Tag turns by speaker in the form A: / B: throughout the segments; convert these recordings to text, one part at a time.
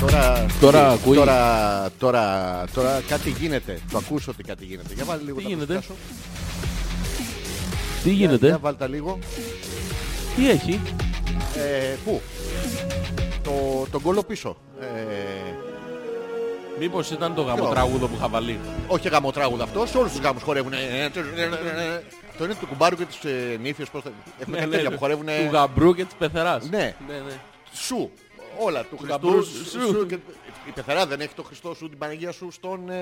A: Τώρα,
B: Τώρα ακούει.
A: Τώρα, τώρα, τώρα κάτι γίνεται. Το ακούσω ότι κάτι γίνεται. Για βάλει λίγο
B: Τι
A: τα
B: γίνεται?
A: ακουστικά σου.
B: Τι
A: Για
B: γίνεται,
A: βάλ τα λίγο.
B: τι έχει.
A: Ε, πού? Το, τον κόλλο πίσω. Ε,
B: Μήπως ήταν το
A: Ποιο? Ναι,
B: γαμοτράγουδο που είχα βάλει.
A: όχι γαμοτράγουδο αυτό, σε όλους τους γάμους χορεύουν. Το είναι του κουμπάρου και τις ε, νύφιες. Πώς θα... Έχουμε κάτι τέτοια που χορεύουν.
B: Ναι, Του γαμπρού και της πεθεράς.
A: Ναι.
B: ναι, ναι.
A: Σου. Όλα του Χριστού.
B: γαμπρού
A: Σου.
B: σου.
A: και- Η πεθερά δεν έχει το Χριστό σου, την Παναγία σου, στον, ε,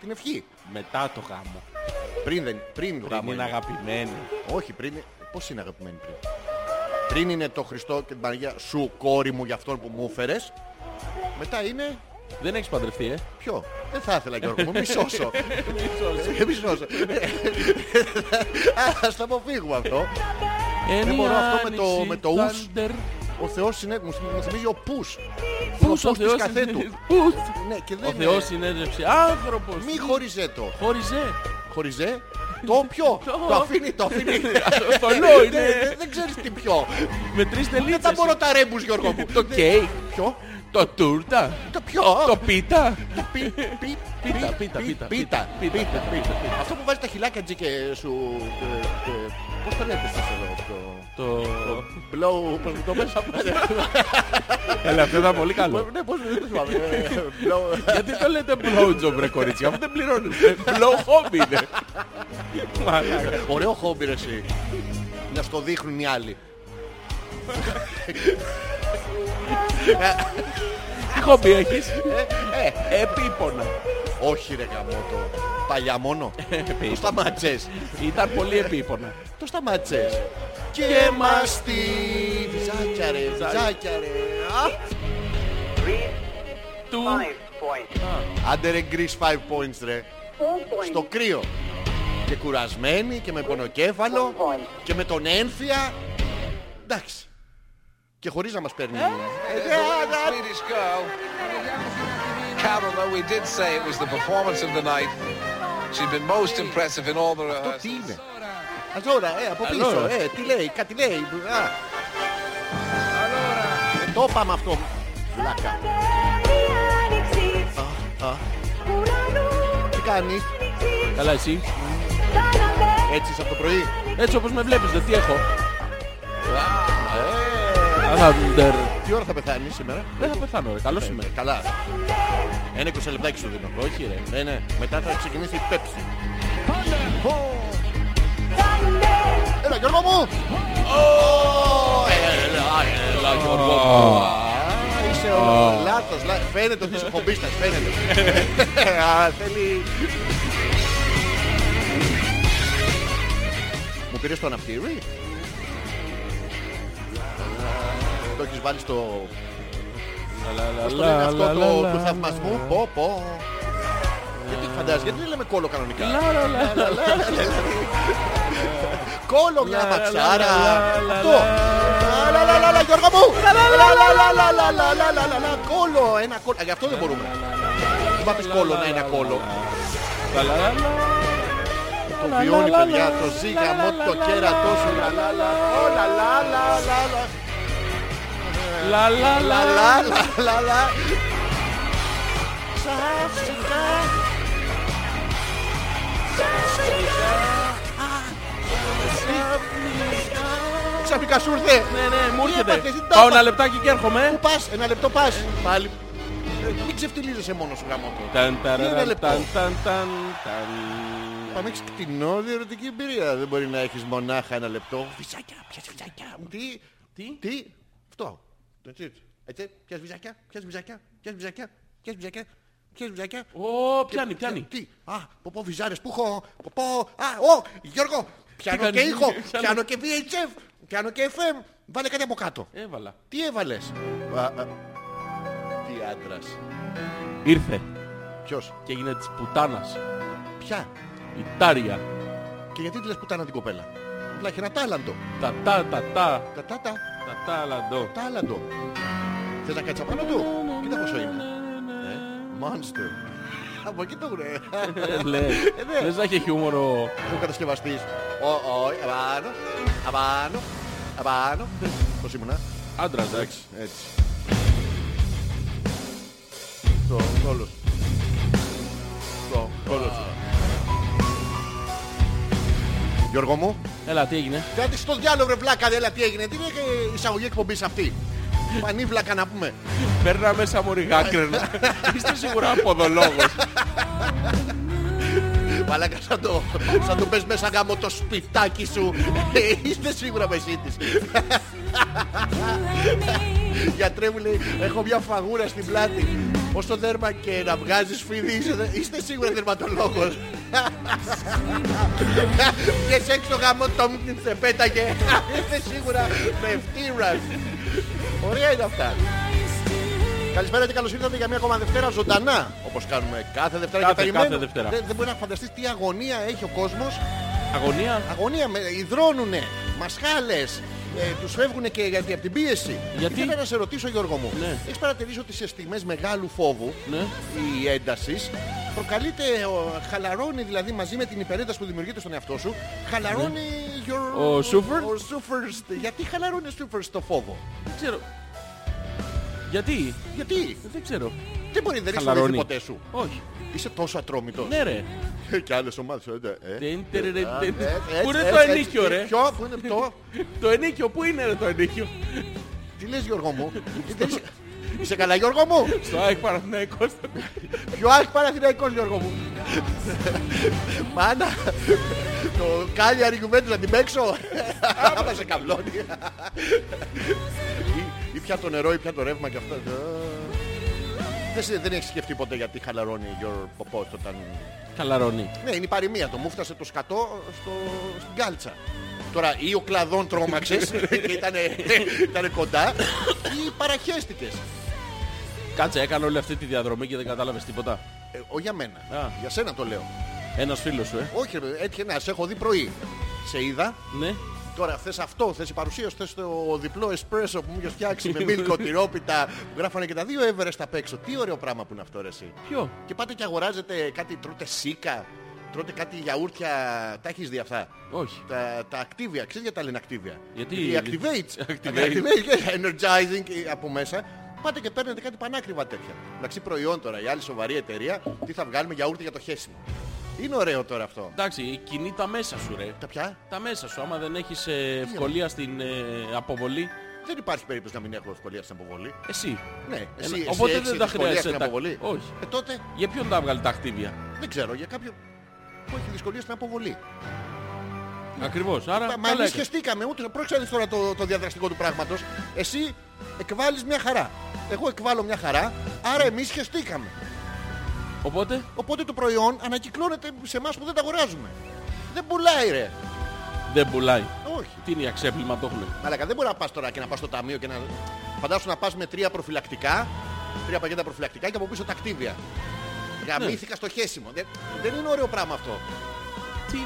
A: την ευχή.
B: Μετά το γάμο.
A: Πριν, δεν, πριν,
B: Πριν
A: γάμο
B: είναι
A: είναι.
B: αγαπημένη.
A: Όχι, πριν. Πώς είναι αγαπημένη πριν. Πριν είναι το Χριστό και την Παναγία σου, κόρη μου, για αυτόν που μου φέρες. Μετά είναι
B: Δεν έχεις παντρευτεί, ε.
A: Ποιο? Δεν θα ήθελα Γιώργο μου, μη σώσω. μη σώσω.
B: Ναι.
A: Ας τα αποφύγουμε αυτό.
B: Δεν
A: μπορώ αυτό με το- με το ους. Ο Θεός είναι, μου θυμ- μου θυμίζει ο Πους.
B: Πούς ο
A: Θεός της
B: Θεός
A: καθέτου.
B: είναι. Πούς.
A: Ναι, και
B: Ο
A: δεν είναι.
B: Θεός συνέδευσε άνθρωπος. ε.
A: Μη χωριζέ το.
B: Χώριζε.
A: Χωριζέ. Το ποιο.
B: Το.
A: Το αφήνει, το αφήνει.
B: Θολό
A: Δεν-
B: είναι.
A: δεν- Δεν ξέρεις τι ποιο.
B: Με τρεις
A: Δεν
B: τελίτσες.
A: τα μπορώ τα ρέμπους Γιώργο μου. Ναι.
B: Το κέικ.
A: Ποιο.
B: Το τούρτα.
A: Το ποιο.
B: Το πίτα.
A: πι- πι-
B: Πίτα,
A: πι-
B: πίτα,
A: πι-
B: πίτα.
A: πίτα.
B: πίτα, πίτα.
A: Αυτό που βάζεις τα χιλάκια τζι και σου... ε, ε, Πώς το λέτε εσείς εδώ το...
B: Το...
A: Blow, πώς το πες.
B: Έλα, αυτό ήταν πολύ καλό.
A: Ναι, πώς δεν θυμάμαι. Ε, blow.
B: Γιατί το λέτε blowjob ρε κορίτσια, αφού δεν πληρώνετε. Blow hobby είναι. Μαλάκα.
A: Ωραίο χόμπι ρε εσύ. Να στο δείχνουν οι άλλοι.
B: Τι hobby έχεις.
A: Ε, ε,
B: Επίπονα.
A: όχι ρε γαμότο. Παλιά μόνο. Το σταμάτσες.
B: Ήταν πολύ επίπονα.
A: Το σταμάτσες. Και μας τη... Βυζάκια ρε, βυζάκια ρε. Α,
B: Του...
A: Άντε ρε Greece 5 points ρε. Στο κρύο. Και κουρασμένη και με πονοκέφαλο και με τον ένφια. Εντάξει. Και χωρίς να μας παίρνει. Ε,
C: Swedish girl. Carola, we did say it was the performance of the night. She'd been most impressive in all the
A: Το
C: rehearsals.
A: ε, τι είναι. Αζόρα, ε, από πίσω.
B: Αζόρα.
A: Ε, τι λέει, κάτι λέει. Α. Ε, Το είπαμε αυτό. Βλάκα. Α, α. Τι κάνεις,
B: Καλά εσύ.
A: έτσι από το πρωί.
B: Έτσι όπως με βλέπεις, δε τι έχω.
A: Ε,
B: Άναντερ.
A: Τι ώρα θα πεθάνεις σήμερα.
B: Δεν Ε, θα πεθάνω ρε, καλός είμαι.
A: Ε, Καλά. Ένα 20 λεπτάκι σου δίνω.
B: Όχι ρε.
A: Ναι, ναι. Μετά θα ξεκινήσει η Pepsi. Έλα Γιώργο μου! Ω, Έλα, έλα Γιώργο μου! Α, Είσαι ο λάθος. λά- Φαίνεται ότι είσαι χομπίστας, φαίνεται. Α, Θέλει... Μου πήρες το αναπτήρι? Το έχεις βάλει στο... Πώς το λένε αυτό το του θαυμασμού? Πω, πω. Γιατί φαντάζεσαι, γιατί δεν λέμε κόλλο κανονικά.
B: Λα, λα, λα, λα, λα.
A: Κόλλο μια
B: Λα, λα,
A: πατσάρα.
B: λα, λα,
A: Αυτό.
B: λα.
A: Λα, λα, λα, λα, Γιώργο μου. Λα, λα, λα, λα, λα, λα, λα, λα, λα, λα, λα. Κόλλο, ένα κόλλο. Α, Γι' αυτό δεν μπορούμε. Δεν θα πεις κόλλο να είναι κόλλο.
B: Λα, λα, λα, λα.
A: Το βιώνει
B: λα,
A: παιδιά,
B: λα,
A: το
B: λα,
A: ζήγαμο,
B: λα,
A: το
B: λα,
A: κέρατό
B: λα,
A: σου. Λα, λα, λα, όλα, λα, λα, λα, λα.
B: Λα, λα,
A: Λα,
B: λα,
A: λα, λα, λα, λα. Ξαφνικά. Ξαφνικά σου ήρθε.
B: Ναι, ναι, μου έρχεται.
A: έπαθες, την
B: Πάω
A: τάπα.
B: ένα λεπτάκι και έρχομαι.
A: Πας, ένα λεπτό πας. Πάλι. Ε, Μην ξεφτυλίζεσαι μόνος σου γαμό του.
B: Ταν, ταραρα,
A: Είναι ένα λεπτό.
B: ταν, ταν, ταν, ταν.
A: Πάμε έχεις κτηνόδη ερωτική εμπειρία. Δεν μπορεί να έχεις μονάχα ένα λεπτό. Βυζάκια, πιας βυζάκια. Τι,
B: Τι?
A: τι, αυτό. Έτσι, έτσι, πιας βυζάκια, πιας βυζάκια, πιας βυζάκια, πιας βυζάκια, πιας βυζάκια. Ε,
B: Ω, πιάνει, πιάνει.
A: Τι, α, πω πω βυζάρες που έχω, πω πω, α, ο, Γιώργο, πιάνω και
B: κάνεις?
A: ήχο,
B: Πιάνω.
A: πιάνω και VHF, πιάνω και FM, βάλε κάτι από κάτω.
B: Έβαλα.
A: Τι έβαλες. Α, α, Τι άντρας.
B: Ήρθε
A: Ποιος,
B: και έγινε της πουτάνας.
A: ποια.
B: Η τάρια.
A: Και γιατί τη λες πουτάνα την κοπέλα. Απλά έχει ένα τάλαντο.
B: Τα τα τα τα.
A: Τα τα τα,
B: Τα τα λαντό.
A: τάλαντο. Θες να κάτσεις απάνω του. Κοίτα πόσο είμαι. Ε, Monster. Από εκεί το βρε.
B: Λες Ε, λες να έχει χιούμορο.
A: Ο κατασκευαστής. Ο, ο, απάνω, απάνω, απάνω. Πώς ήμουνα.
B: Άντρα, εντάξει.
A: Έτσι. Το κόλο σου. Το κόλο σου. Γιώργο μου,
B: Έλα, τι έγινε.
A: κάτι στο διάλογο ρε βλάκα, έλα τι έγινε, τι είναι και η εισαγωγή εκπομπής αυτή. Πανίβλακα να πούμε.
B: Παίρνα μέσα μου ριγάκρενα. Είστε σίγουρα αποδολόγος.
A: Μαλάκα σαν το, σαν το πες μέσα γάμο το σπιτάκι σου. Ε, Είστε σίγουρα μεσή της. Γιατρέ μου λέει, έχω μια φαγούρα στην πλάτη. Όσο δέρμα και να βγάζεις φίδι, είσαι- είστε σίγουρα δερματολόγος. Βγες έξω γάμο το Μκιν σε πέταγε. Είστε σίγουρα με φτύρας. Ωραία είναι αυτά. Καλησπέρα και καλώς ήρθατε για μια ακόμα Δευτέρα ζωντανά. Όπως κάνουμε κάθε Δευτέρα και
B: Κάθε-
A: περιμένουμε.
B: κάθε Δευτέρα.
A: Δεν, δεν μπορεί να φανταστείς τι αγωνία έχει ο κόσμος.
B: Αγωνία.
A: Αγωνία, με, υδρώνουνε, μασχάλες, ε, τους φεύγουνε και γιατί, από την πίεση.
B: Γιατί?
A: Ήθελα να σε ρωτήσω Γιώργο μου.
B: Ναι.
A: Έχεις παρατηρήσει ότι σε στιγμές μεγάλου φόβου
B: Ναι.
A: η έντασης προκαλείται, ο, χαλαρώνει δηλαδή μαζί με την υπερένταση που δημιουργείται στον εαυτό σου, χαλαρώνει your...
B: Ναι. Ο σούφερ.
A: Ο σούφερ. Γιατί χαλαρώνει σούφερ στο φόβο.
B: Δεν ξέρω. Γιατί.
A: Γιατί
B: Δεν ξέρω.
A: δεν μπορεί, δεν έχει
B: Χαλαρώνει.
A: δει ποτέ σου.
B: Όχι.
A: Είσαι τόσο ατρόμητος.
B: Ναι, ρε.
A: Και άλλες ομάδες. ε, ε.
B: Τε- τε- ρε-
A: Α,
B: τε-
A: έτσι,
B: Πού είναι
A: έτσι,
B: το
A: έτσι.
B: ενίκιο, ρε.
A: Ποιο, πού είναι το.
B: Το ενίκιο, πού είναι ρε, το ενίκιο.
A: Τι λες Γιώργο μου. Δεν είσαι- Είσαι καλά Γιώργο μου.
B: Στο ΑΕΚ Παναθηναϊκός.
A: Πιο άχι παραθυραϊκός Γιώργο μου. Μάνα. Το κάνει αργουμέντου να την παίξω. Άμα σε καβλώνει. Ή- Ή πια το νερό ή πια το ρεύμα και αυτά. Ε, δεν σε- Δεν έχεις σκεφτεί ποτέ γιατί χαλαρώνει your popot όταν...
B: Χαλαρώνει.
A: Ναι, είναι η παροιμία. Το μου φτάσε το σκατό στο... στην κάλτσα. Τώρα ή ο κλαδόν τρόμαξες και ήτανε, ήτανε κοντά ή παραχέστηκες.
B: Κάτσε, έκανα όλη αυτή τη διαδρομή και δεν κατάλαβες τίποτα.
A: Ε, όχι για μένα.
B: Α.
A: Για σένα το λέω.
B: Ένας φίλος σου, ε.
A: Όχι, ρε, έτυχε να σε έχω δει πρωί. Σε είδα.
B: Ναι.
A: Τώρα θες αυτό, θες η παρουσίαση, θες το διπλό εσπρέσο που μου είχες φτιάξει με μίλκο, τυρόπιτα. που Γράφανε και τα δύο Everest απ' έξω. Τι ωραίο πράγμα που είναι αυτό, ρε, εσύ.
B: Ποιο.
A: Και πάτε και αγοράζετε κάτι, τρώτε σίκα, τρώτε κάτι γιαούρτια. Τα έχεις δει αυτά.
B: Όχι.
A: Τα, τα activia, ξέρεις γιατί τα λένε activia.
B: Γιατί-
A: Οι activates.
B: Activate.
A: Τα activate, energizing ε, από μέσα. Πάτε και παίρνετε κάτι πανάκριβα τέτοια. Μεταξύ προϊόν τώρα, η άλλη σοβαρή εταιρεία, τι θα βγάλουμε γιαούρτι για το χέσιμο. Είναι ωραίο τώρα αυτό.
B: Εντάξει, κινεί τα μέσα σου, ρε.
A: Τα πια.
B: Τα μέσα σου, άμα δεν έχεις
A: Ναι,
B: ε, ευκολία στην ε, αποβολή,
A: Δεν υπάρχει περίπτωση να μην έχω ευκολία στην αποβολή.
B: εσύ.
A: Ναι,
B: Ένα-
A: εσύ, εσύ
B: Ε, Οπότε
A: έχεις
B: δεν τα
A: δυσκολία
B: χρειάζεσαι.
A: στην
B: τα-
A: αποβολή.
B: Όχι.
A: Ε, τότε
B: Για ποιον τα βγάλει τα ακτίβια.
A: δεν ξέρω, για κάποιον που έχει δυσκολία στην αποβολή.
B: Ακριβώς. Άρα.
A: Ναι. Μα- Μα
B: καλά
A: εμείς
B: έκανες.
A: σχεστήκαμε, ούτε πρόξενε τώρα το, το διαδραστικό του πράγματος. Εσύ εκβάλλεις μια χαρά. Εγώ εκβάλλω μια χαρά, άρα εμείς σχεστήκαμε.
B: Οπότε.
A: Οπότε το προϊόν ανακυκλώνεται σε εμάς που δεν τα αγοράζουμε. Δεν πουλάει ρε.
B: Δεν πουλάει.
A: Όχι.
B: Τι είναι η αξέπλημα, το έχουν.
A: Μαλάκα δεν μπορεί να πας τώρα και να πας στο ταμείο και να... Φαντάσου να πας με τρία προφυλακτικά, τρία πακέτα προφυλακτικά και από πίσω τα κτίβια. Γαμήθηκα στο χέσιμο. Δεν, δεν είναι ωραίο πράγμα αυτό.
B: Τι...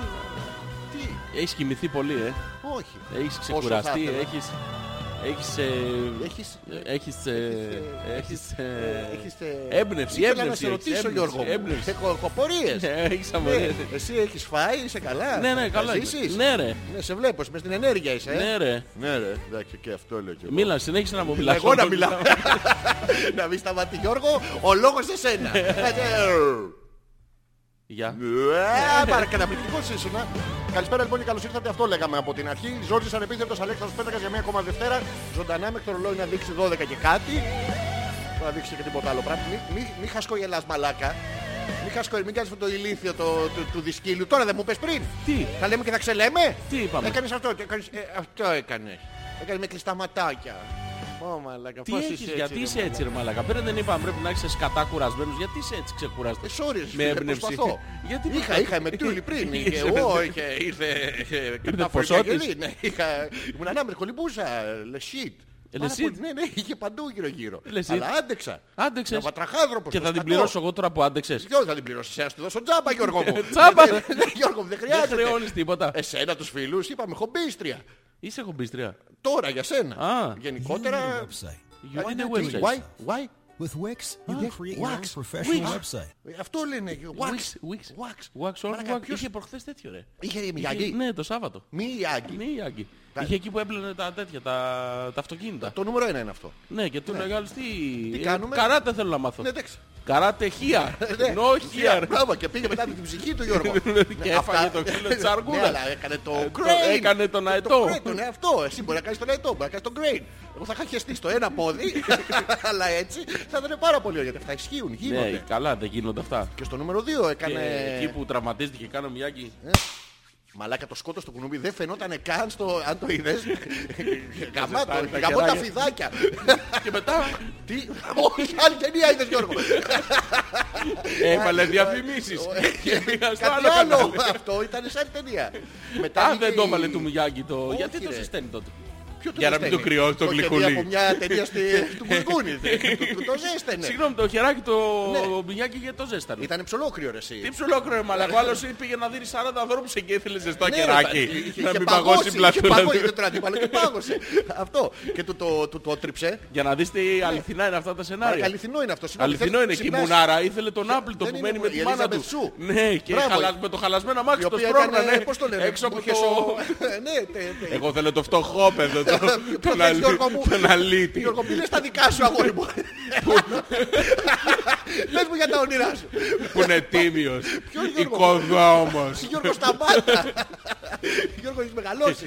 A: Τι,
B: Έχεις κοιμηθεί πολύ, ε.
A: όχι.
B: Έχεις
A: Όσο θα
B: ξεκουραστεί,
A: ήθελα.
B: έχεις... Έχεις... ε,
A: Έχεις...
B: Έχεις... ε, Έχεις... ε,
A: έχεις, ε,
B: Έμπνευση,
A: Ήθελα να
B: έμπνευση.
A: σε ρωτήσω
B: έχεις,
A: Γιώργο μου.
B: Έμπνευση.
A: Σε κο- κοπορίες.
B: Ναι, Έχεις
A: Ε,
B: αμορφές.
A: Εσύ έχεις φάει, είσαι καλά.
B: Ναι, ναι,
A: Θα
B: καλά. είμαι.
A: ζήσεις?
B: Ναι, ρε.
A: Ναι, σε βλέπω, μες στην ενέργεια είσαι. ε.
B: Ναι, ρε.
A: Ναι, ρε, εντάξει, και αυτό λέω και εγώ.
B: Μίλα, συνέχισε να μου μιλάς.
A: Εγώ να μιλάω. να μην σταματεί Γιώργο, ο λόγος σε σένα. Ε,
B: Γεια.
A: Παρακαταπληκτικό Ε, ήσουν. α. Καλησπέρα λοιπόν και καλώς ήρθατε. Αυτό λέγαμε από την αρχή. Ζόρζης ανεπίθετος Αλέξανδρος Πέτρακας για μια ακόμα Δευτέρα. Ζωντανά μέχρι το ρολόι να δείξει 12 και κάτι. Θα δείξει και τίποτα άλλο πράγμα. Μη- μη- Μη χασκογελάς μαλάκα. Μη χασκογελάς, μην κάνεις αυτό το ηλίθιο το- του- του δισκύλου. Τώρα δεν μου πες πριν.
B: Τι.
A: Θα λέμε και θα ξελέμε.
B: Τι είπαμε.
A: Έκανες αυτό, και έκανες, ε, αυτό έκανες. Έκανες με κλειστά ματάκια. Ω μαλάκα,
B: Τι
A: πώς
B: έχεις,
A: είσαι έτσι,
B: γιατί
A: ρε,
B: είσαι
A: μαλάκα.
B: έτσι, ρε Μαλάκα. Πριν δεν είπαμε πρέπει να είσαι σκατά κουρασμένος. Γιατί είσαι έτσι
A: Ε,
B: ξεκουρασμένος.
A: sorry,
B: Με
A: με
B: έμπνευση.
A: Προσπαθώ.
B: Γιατί
A: είχα, είχα,
B: προσπαθώ. Ε,
A: με τούλη πριν. Είχε,
B: Είσαι
A: εγώ,
B: με-
A: είχε, ήρθε.
B: ε,
A: κατάφορη
B: Φωσότης.
A: διαγγελή, ναι, είχα- Ήμουν ανάμερχο λιμπούσα. Λε shit.
B: Ε,
A: Πάρα
B: λες
A: πολύ-
B: shit.
A: Ναι, ναι, είχε παντού γύρω-γύρω.
B: Ε, λες shit.
A: Αλλά άντεξα.
B: Άντεξες.
A: Να βατραχάδροπος,
B: Και
A: το
B: θα την
A: σκατό.
B: πληρώσω εγώ τώρα που άντεξες.
A: Ποιος θα την πληρώσει, να σου τη δώσω τζάμπα, Γιώργο μου.
B: Τζάμπα.
A: Ναι, ναι, Γιώργο μου, δεν
B: Δεν
A: χρειάζεται.
B: χρεώνεις τίποτα.
A: Εσένα τους φίλους είπαμε χομπίστρια.
B: Είσαι χομπίστρια.
A: Τώρα για σένα.
B: Α. Ε,
A: Γενικότερα.
B: You
A: Why
B: need a
A: not?
B: website.
A: Ε, Why? Why?
D: With Wix, you can Oh, create your own
A: Wax.
D: professional
A: Wix.
D: website.
A: Ε, Αυτό λένε. Wax.
B: Wax.
A: Wax.
B: Wax on,
A: Μαλάκα,
B: wax.
A: ποιος-
B: Είχε προχθές τέτοιο ρε.
A: Είχε η
B: Είχε-
A: Μιαγή.
B: Ναι, το Σάββατο.
A: Μη η Άγκη.
B: Ναι, η Άγκη.
A: Τα-
B: Είχε εκεί που έπλαινε τα τέτοια, τα, τα αυτοκίνητα.
A: Το νούμερο ένα είναι αυτό.
B: Ναι, και του λέγανε τι...
A: κάνουμε?
B: Καράτε θέλω να μάθω.
A: Ναι, εντάξει.
B: Καράτε χία.
A: Ναι.
B: No here.
A: Μπράβο, και πήγε μετά την ψυχή του Γιώργο.
B: Και
A: Ναι, αυτά-
B: έφαγε το ξύλο της αργούλας.
A: Ναι, αλλά έκανε το
B: το-
A: crane.
B: έκανε τον
A: Το-
B: αετό.
A: Το crane, τον εαυτό. Εσύ μπορεί να κάνεις τον αετό, μπορεί να κάνεις τον crane. Εγώ θα είχα χεστεί στο ένα πόδι, αλλά έτσι θα ήταν πάρα πολύ ωραίο, γιατί αυτά ισχύουν,
B: Ναι,
A: γίνονται.
B: καλά, δεν γίνονται αυτά.
A: Και στο νούμερο 2
B: Και εκεί
A: έκανε.
B: που τραυματίστηκε, κάνω μιάκι.
A: Ε. Μαλάκα το σκότος στο κουνούμπι δεν φαινόταν καν στο. Αν το είδες. Γαμάτο,
B: Ζεστάνει τα
A: γαμώ τα
B: κεράκια.
A: φιδάκια.
B: Και μετά
A: Τι, όχι, άλλη ταινία είδες Γιώργο. Ε,
B: έβαλε διαφημίσεις. Και πήγα στο
A: Κάτι
B: άλλο
A: άλλο.
B: κανάλι.
A: Αυτό ήταν σαν ταινία. Μετά
B: Α,
A: βγήκε
B: δεν το
A: η-
B: έβαλε του Μουγιάκη το...
A: Όχι,
B: Γιατί το
A: ρε.
B: συσταίνει τότε.
A: Ποιο το
B: Για να μην
A: ζεσταίνει?
B: το κρυώσει το
A: Όχι,
B: γλυκούλι.
A: επειδή Από μια ταινία στη- του Γκουργκούνη. δε. Του- του Το ζέστενε.
B: Συγγνώμη, το χεράκι το
A: Ναι.
B: Μουγιάκη γιατί το ζέστανε.
A: Ήταν ψολόκριο ρε εσύ.
B: Τι ψουλόκρεμα, μαλακό. Άλλος πήγε να δίνει 40 δρόμους εκεί, ήθελε ζεστό
A: Ναι, ρε, είχε-
B: κεράκι.
A: είχε
B: Να μην
A: παγώσει,
B: παγώσει η
A: είχε
B: πλατούρα.
A: παγώσει, δεν τον αντίπαλο και πάγωσε. Αυτό. Και του το- του το τρίψε.
B: Για να δεις τι αληθινά είναι αυτά τα σενάρια.
A: Αληθινό είναι αυτό. συγγνώμη, Ναι.
B: Αληθινό
A: δεν-
B: είναι και η
A: ξυπνάς.
B: Μουνάρα ήθελε τον Άπλητο
A: δεν
B: που
A: είναι
B: μένει
A: μου-
B: με
A: η
B: τη μάνα του.
A: Elizabeth Σου.
B: Ναι, και
A: Μπράβο.
B: χαλα- με το χαλασμένο αμάξι
A: Η
B: το
A: οποία έκανε,
B: σπρώχνανε
A: πώς το λένε,
B: ναι. έξω από
A: μπουκέ
B: το...
A: στο- Ναι, τε- τε-
B: Εγώ θέλω το φτωχό παιδό, το-
A: Ποιο
B: τον
A: θες,
B: αλή-
A: Γιώργο μου?
B: τον αλήτη.
A: Γιώργο, πήρε τα δικά σου αγόρι μου. Πες μου για τα όνειρά σου.
B: Που είναι τίμιος.
A: Ποιος Γιώργο?
B: Οικοδόμος.
A: Γιώργο, σταμάτα. Γιώργος, έχεις μεγαλώσει.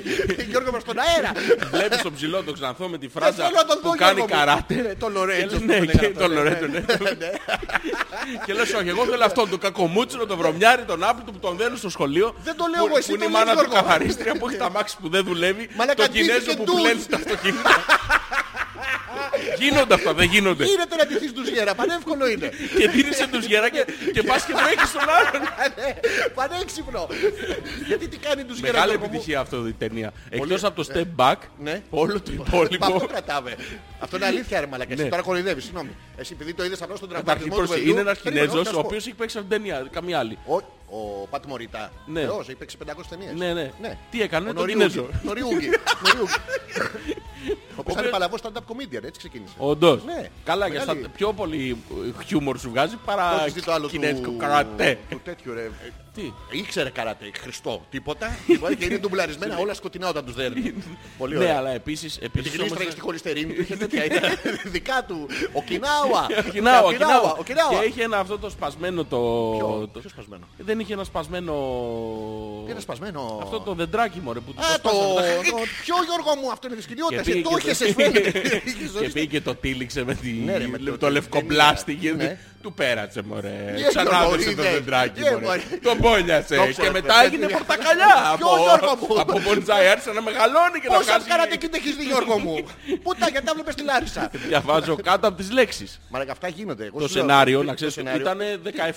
A: Γιώργο, μας στον αέρα.
B: Βλέπεις τον ψηλό τον ξανθό με τη
A: Δεν
B: φράζα
A: θέλω να τον δω,
B: που κάνει
A: Γιώργο μου.
B: καράτε.
A: Ναι, Τον Λορέντζο.
B: Ναι,
A: που
B: και
A: λέγανε αυτό,
B: τον
A: ναι,
B: Λορέντζο, ναι.
A: ναι.
B: Και λες όχι, εγώ θέλω αυτόν τον κακομούτσινο, τον βρωμιάρι, τον άπλητο που τον δένουν στο σχολείο.
A: Δεν το λέω
B: που-
A: εγώ, εσύ
B: Που είναι
A: το
B: η μάνα
A: λες,
B: του
A: Γιώργο.
B: καθαρίστρια που έχει τα μάξι που δεν δουλεύει.
A: Μαλάκα,
B: Το
A: ντύθηκε
B: Κινέζο που
A: ντους.
B: πλένει τα αυτοκίνητα. Γίνονται αυτά, δεν γίνονται.
A: Γίνεται να τυχείς τους γέρα, πανεύκολο είναι.
B: Και δίνεις τους γερά και, και πας και βρέχεις τον άλλον.
A: Ναι, Πανέξυπνο. Γιατί τι κάνει τους γέρα.
B: Μεγάλη
A: Γιώργο μου?
B: επιτυχία αυτό η ταινία. Εκτός από το step back,
A: Ναι.
B: όλο το
A: Μα αυτό
B: υπόλοιπο...
A: κρατάμε. Αυτό είναι αλήθεια, ρε Μαλακά. Εσύ
B: λοιπόν. Ναι.
A: τώρα κοροϊδεύεις, συγγνώμη. Εσύ επειδή το είδες απλά στον
B: Καταρχήν,
A: τραυματισμό του
B: πρόσεχε,
A: παιδιού.
B: είναι ένας
A: περίμενε, όχι,
B: Κινέζος
A: θα
B: ο
A: σου πω.
B: οποίος έχει παίξει αυτή την ταινία, καμία άλλη.
A: Ο, ο Πατ Μωριτά.
B: Ναι.
A: Θεός, έχει παίξει 500 ταινίες.
B: Ναι, ναι. Τι έκανε,
A: Ο
B: τον
A: Νοριούγκη.
B: Κινέζο.
A: Νοριούγκη. Νοριούγκη. Ο οποίος ήταν παλαβός stand-up comedian, έτσι ξεκίνησε.
B: Όντως.
A: Ναι.
B: Καλά, και
A: Μεγάλη-
B: στα πιο πολύ ε, χιούμορ σου βγάζει
A: Το
B: παρά
A: έχεις δει το άλλο του...
B: κινέζικο καρατέ.
A: Του τέτοιου ρε.
B: Τι.
A: Ήξερε καράτε, χριστό, τίποτα. τίποτα και είναι ντουμπλαρισμένα, όλα σκοτεινά όταν τους δέρνει. Πολύ
B: Ναι,
A: ωραία.
B: αλλά επίσης...
A: Τη
B: επίσης όμως- Ναι.
A: γλίστρα στη χολυστερίνη του είχε τέτοια. ήταν Δικά του. Οκινάουα.
B: Οκινάουα, Οκινάουα.
A: Οκινάουα.
B: Και είχε ένα αυτό το σπασμένο το...
A: Ποιο
B: το-
A: ποιο σπασμένο.
B: Δεν είχε ένα σπασμένο...
A: Τι είναι σπασμένο.
B: Αυτό το δεντράκι μωρέ που του
A: Α, το...
B: σπάσανε τα χα-
A: το- Ποιο Γιώργο μου, αυτό είναι δυσκολιότητα.
B: Και
A: Σε το
B: πήγε και
A: έχεσαι,
B: το-
A: φαίνεται.
B: Και πήγε και το τύλιξε με, τη...
A: Ναι, ρε, με το-
B: το,
A: την
B: λευκοπλάστη
A: ταινία.
B: και
A: Ναι.
B: του πέρατσε μωρέ.
A: Γεια,
B: Ξανά
A: Γιώργο,
B: έδωσε το
A: είδε.
B: δεντράκι
A: Γεια,
B: μωρέ.
A: Ε, μωρέ.
B: Το
A: Το
B: πόνιασε
A: ξέρω,
B: και μετά
A: παιδί.
B: έγινε πορτακαλιά.
A: Ποιο,
B: από-
A: Γιώργο μου?
B: Από ποντζάι άρχισε να μεγαλώνει και να
A: Πόσα
B: βγάζει...
A: βγάλατε εκεί έχεις δει Γιώργο μου. Πού τα γιατί τα βλέπεις στη Λάρισα.
B: Διαβάζω κάτω από τις λέξεις.
A: Μαλάκα αυτά γίνονται. Εγώ
B: Το
A: σου λέω,
B: σενάριο,
A: το
B: να ξέρεις,
A: σενάριο.
B: ήταν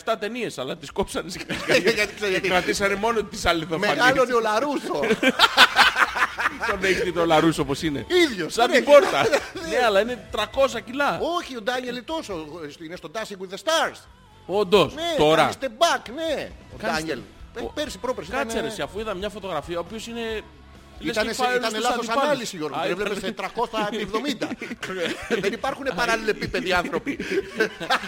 B: 17 ταινίες, αλλά τις κόψανε σε
A: Γιατί ξέρω γιατί.
B: Κρατήσανε μόνο τις αληθοφανίες.
A: Μεγάλωνε ο Λαρούσο.
B: Τον έχεις δει το Λαρούς όπως είναι.
A: Ίδιος.
B: Σαν
A: ναι.
B: την πόρτα. Ναι, αλλά είναι 300 κιλά.
A: Όχι, ο Ντάνιελ τόσο. Είναι στο Dancing with the Stars.
B: Όντως,
A: Ναι,
B: τώρα.
A: Κάνεις the back, ναι. Ο
B: Κάνεις
A: Ντάνιελ.
B: the-
A: Ε, Πέρσι, πρόπερσι.
B: Κάτσε
A: ήταν-
B: ρε, σε, αφού είδα μια φωτογραφία, ο οποίος είναι... λες
A: Ήταν,
B: και πάει
A: ήταν
B: στους
A: λάθος
B: αντιπάλους.
A: ανάλυση Γιώργο.
B: Α,
A: Δεν
B: ήταν-
A: βλέπεις σε 370. Δεν υπάρχουν παραλληλεπίπεδοι άνθρωποι.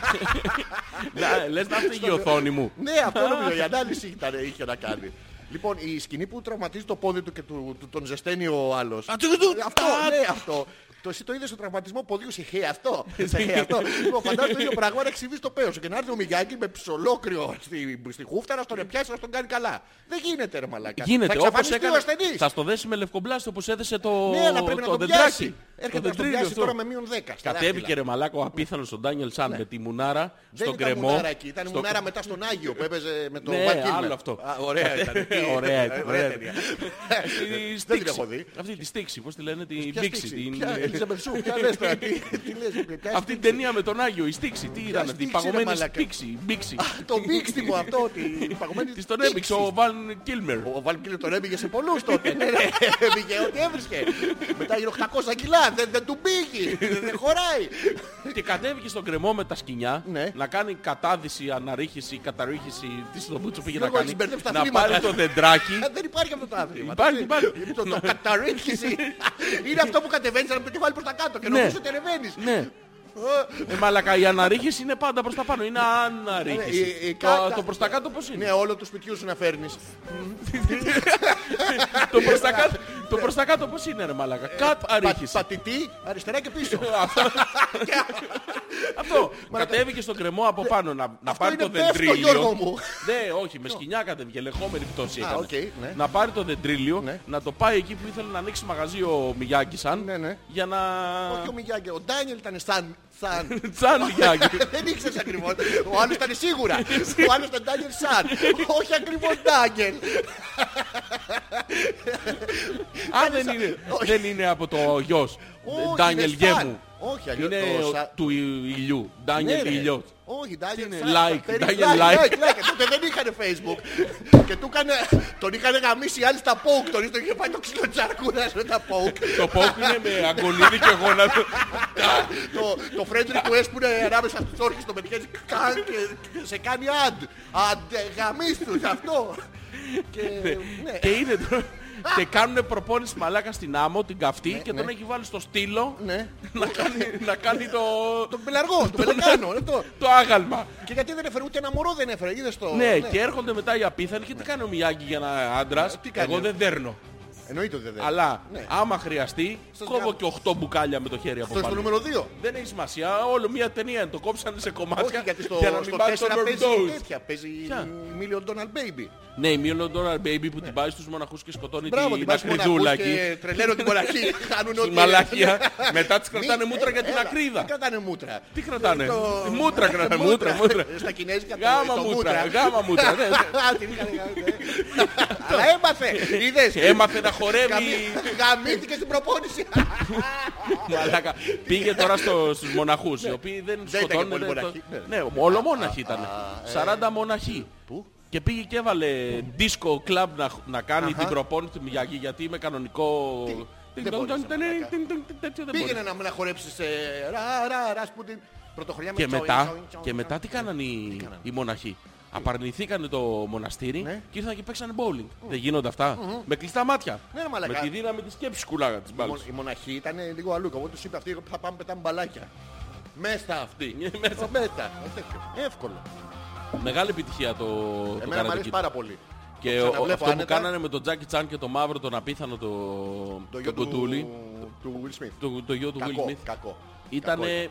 B: Να, ε, Λες να έφυγε η οθόνη μου.
A: Ναι, αυτό νομίζω. Η ανάλυση ήταν, είχε να κάνει. Λοιπόν, η σκηνή που τραυματίζει το πόδι του και του, του- τον ζεσταίνει ο άλλος.
B: Α, τσου, τσου,
A: Αυτό,
B: α,
A: ναι, αυτό. Το εσύ το είδες στο τραυματισμό ποδιού, σε χέι αυτό. Σε χέι αυτό. Λοιπόν, φαντάζομαι το ίδιο πράγμα να εξηγείς το πέος σου και να έρθει ο Μιγιάκη με ψολόκριο στη, στη χούφτα να τον πιάσει να τον κάνει καλά. Δεν γίνεται ρε μαλάκα.
B: Ε. Γίνεται,
A: θα
B: όπως
A: εξαφανιστεί ο
B: έκανε...
A: ασθενής.
B: Θα στο δέσει με λευκομπλάστη, όπως έδεσε το,
A: Ναι, αλλά πρέπει να
B: το
A: τον
B: δεντράκι.
A: πιάσει.
B: Το
A: Έρχεται να τον
B: δεντρίδιο
A: πιάσει
B: αυτό.
A: τώρα με μείον 10. στα
B: Κατέβηκε
A: δάχτυλα. Ναι.
B: ρε μαλάκο απίθανος ο Ντάνιελ Σαν με τη μουνάρα
A: Δεν
B: στον
A: ήταν
B: κρεμό.
A: μουνάρα εκεί, ήταν
B: στο-
A: μουνάρα μετά στον Άγιο που έπαιζε με τον
B: Ναι,
A: Βαν Κίλμερ.
B: άλλο αυτό.
A: Α, Ωραία ήταν.
B: Ωραία ήταν, ωραία
A: ταινία.
B: Στη
A: Δεν την
B: στήξη.
A: έχω δει.
B: Αυτή τη στήξη, πώς τη λένε, την
A: Ποια
B: Ντίξη.
A: στήξη,
B: την-
A: ποια Elizabeth Shue, ποια λες τώρα, τι- τι λες, ποια
B: Αυτή την
A: στήξη.
B: ταινία με τον Άγιο, η στήξη, τι ήταν αυτή, η
A: στήξη, ρε
B: παγωμένη
A: μαλάκα.
B: στήξη, η μπήξη.
A: Το μπίξτιμο αυτό ότι η παγωμένη
B: Της τον
A: στήξη.
B: έμπηξε ο Βαν Κίλμερ.
A: Ο Βαλκύρη τον έμπηγε σε πολλούς τότε. Ναι, ναι, Έμπηγε ό,τι έβρισκε. Μετά γύρω 800 κιλά. Δεν, δεν του πήγε. Δεν χωράει.
B: Και κατέβηκε στον κρεμό με τα σκοινιά
A: Ναι.
B: να κάνει κατάδυση, αναρρίχηση, καταρρίχηση της στο που πήγε να
A: Γιώργο,
B: κάνει.
A: έχεις μπερδέψει τα
B: Να
A: αθλήματα.
B: πάρει το δεντράκι.
A: Ε, Δεν υπάρχει αυτό το άθλημα. Δηλαδή,
B: Υπάρχει, υπάρχει.
A: Το, το καταρρίχηση. Είναι αυτό που κατεβαίνεις αλλά με το κεφάλι προς τα κάτω και
B: Ναι.
A: νομίζεις ότι ανεβαίνεις.
B: Ναι. Ε, μαλακα, η αναρρίχηση είναι πάντα προς τα πάνω. Είναι αναρρίχηση.
A: Ε, η- η
B: Το-
A: κάτα-
B: Το προς τα κάτω πώς είναι.
A: Ναι, όλο του σπιτιού σου να φέρνεις.
B: το προς τα κάτω, το προς τα κάτω πώς είναι ρε μαλάκα. Κατ
A: Πα-
B: αρρίχηση.
A: Πατητή, αριστερά και πίσω.
B: Αυτό. Κατέβηκε στον κρεμό από πάνω να, να
A: Ε, Αυτό
B: πάρει
A: είναι
B: το
A: πέφτω, Γιώργο
B: δεντρίλιο.
A: μου.
B: Δε, όχι, με σκοινιά κατέβηκε, ελεγχόμενη πτώση
A: Α,
B: έκανε.
A: οκ, ναι.
B: Να πάρει το δεντρίλιο,
A: Ναι.
B: να το πάει εκεί που ήθελε να ανοίξει μαγαζί ο Μιγιάκης σαν.
A: Ναι, ναι.
B: Για να.
A: Όχι ο Μιγιάγκε, ο Ντάνιελ ήταν σαν. σαν.
B: Τσάν Μιγιάκη.
A: Δεν ήξερες ακριβώς. Ο άλλος ήταν σίγουρα. Ο άλλος ήταν Ντάνιελ Σαν. Όχι ακριβώς Ντάνιελ.
B: Α, δεν είναι, δεν είναι από το γιος.
A: Όχι,
B: Ντάνιελ
A: είναι σαν.
B: Γέμου.
A: Όχι, αλλιώς
B: Είναι
A: το
B: ο-
A: σα-
B: του ηλιού.
A: Ναι,
B: Ντάνιελ
A: ρε.
B: ηλιό.
A: Όχι, Ντάνιελ
B: είναι,
A: Σαν.
B: like,
A: Περί-
B: Daniel like.
A: like. Τότε δεν είχαν Facebook. Και του έκανε, τον είχαν γαμίσει οι άλλοι στα Poke. Τον είχε πάει το ξύλο τσαρκούρα με τα Poke.
B: Το πόκ είναι με αγκονίδι και γόνατο.
A: το, το Φρέντρικ του που είναι ανάμεσα στους όρχες το πετυχαίνει καν και, και σε κάνει αντ. Αντ, ε, γαμίστους αυτό. και ναι.
B: Και είναι τώρα. Και κάνουν προπόνηση μαλάκα στην άμμο, την καυτή και τον έχει βάλει στο στήλο
A: Ναι.
B: να κάνει- να κάνει το.
A: Τον πελαργό, τον πελεκάνο. αυτό.
B: Το άγαλμα.
A: Και γιατί δεν έφερε, ούτε ένα μωρό δεν έφερε, είδες το. Ναι.
B: Ναι, και έρχονται μετά οι απίθανοι και τι κάνει ο Μιάκη για να άντρας.
A: τι κάνει,
B: Εγώ
A: ε?
B: δεν δέρνω.
A: Εννοείται ότι δεν έφερε.
B: Αλλά
A: Ναι.
B: άμα χρειαστεί,
A: Στο
B: κόβω
A: διάβολο.
B: και 8 μπουκάλια με το χέρι από
A: Αυτό στο
B: πάνω.
A: νούμερο 2.
B: Δεν έχει σημασία, όλο μία ταινία είναι. Το κόψανε σε
A: Όχι,
B: κομμάτια
A: γιατί στο,
B: για να μην
A: στο
B: πάρει το
A: 4 παίζει
B: overdose.
A: τέτοια. Παίζει
B: Ποια?
A: Million Donald Baby.
B: Ναι, η Million Dollar Baby που την πάει στους μοναχούς και σκοτώνει
A: Ναι. Μπράβο,
B: την
A: την πάση μοναχούς
B: ακριδούλα εκεί.
A: και τρελαίνω την μοναχή. Χάνουν
B: Στη
A: ό,τι...
B: μαλακία. Μετά τις κρατάνε
A: Μη-
B: μούτρα για
A: έλα,
B: την ακρίδα.
A: Τι κρατάνε μούτρα.
B: Τι κρατάνε.
A: Το- Ε,
B: Μούτρα κρατάνε. Μούτρα, μούτρα.
A: Στα κινέζικα το-
B: Γάμα
A: το
B: μούτρα. Γάμα μούτρα. ναι, ναι.
A: Α, την είχα γαμίσει, ε. Αλλά έμαθε. Είδες.
B: Έμαθε να χορεύει.
A: Γαμί- Γαμίστηκε στην προπόνηση.
B: Μαλάκα. Πήγε τώρα στο, στους μοναχούς, οι οποίοι δεν
A: Ναι. ήταν και
B: σκοτώνουν.
A: πολύ
B: δεν-
A: μοναχοί,
B: το-
A: ναι.
B: Ναι, όλο μοναχοί ήταν.
A: ε,
B: 40 μοναχοί. Και πήγε και έβαλε disco club να, να κάνει την προπόνηση του Μιαγή γιατί είμαι κανονικό...
A: δεν μπορείς, μαλάκα.
B: Τέτοιο δεν
A: Πήγαινε
B: μπορείς.
A: να με να χορέψεις ε, ρα ρα ρα Σπουτίν. Πρωτοχρονιά με
B: Και
A: τσόιν,
B: μετά,
A: τσόιν, τσόιν,
B: και μετά
A: τσόιν.
B: τι κάνανε οι, οι μοναχοί. Απαρνηθήκανε το μοναστήρι
A: Ναι.
B: και ήρθαν και παίξανε bowling. Δεν γίνονται αυτά. Με κλειστά μάτια.
A: Ναι, ρε μαλάκα.
B: με τη δύναμη της σκέψης κουλάγα τις μπάλες.
A: Μον- Οι μοναχοί ήταν λίγο αλλού. Εγώ τους είπα αυτοί θα πάμε πετάμε μπαλάκια. Μέσα αυτοί.
B: Ναι, μέσα.
A: Μέσα. Εύκολο.
B: Μεγάλη επιτυχία το, το
A: Εμένα μου
B: Karate
A: αρέσει
B: Kid.
A: πάρα πολύ.
B: Και
A: Το
B: ο-
A: ξαναβλέπω
B: αυτό που
A: άνετα.
B: κάνανε με τον Τζάκι Τσάν και τον Μαύρο, τον απίθανο, το,
A: Το
B: τον
A: γιο του,
B: Κουτούλη,
A: του Will Smith.
B: το, το γιο του
A: κακό,
B: Will Smith,
A: κακό.
B: ήταν
A: Κακό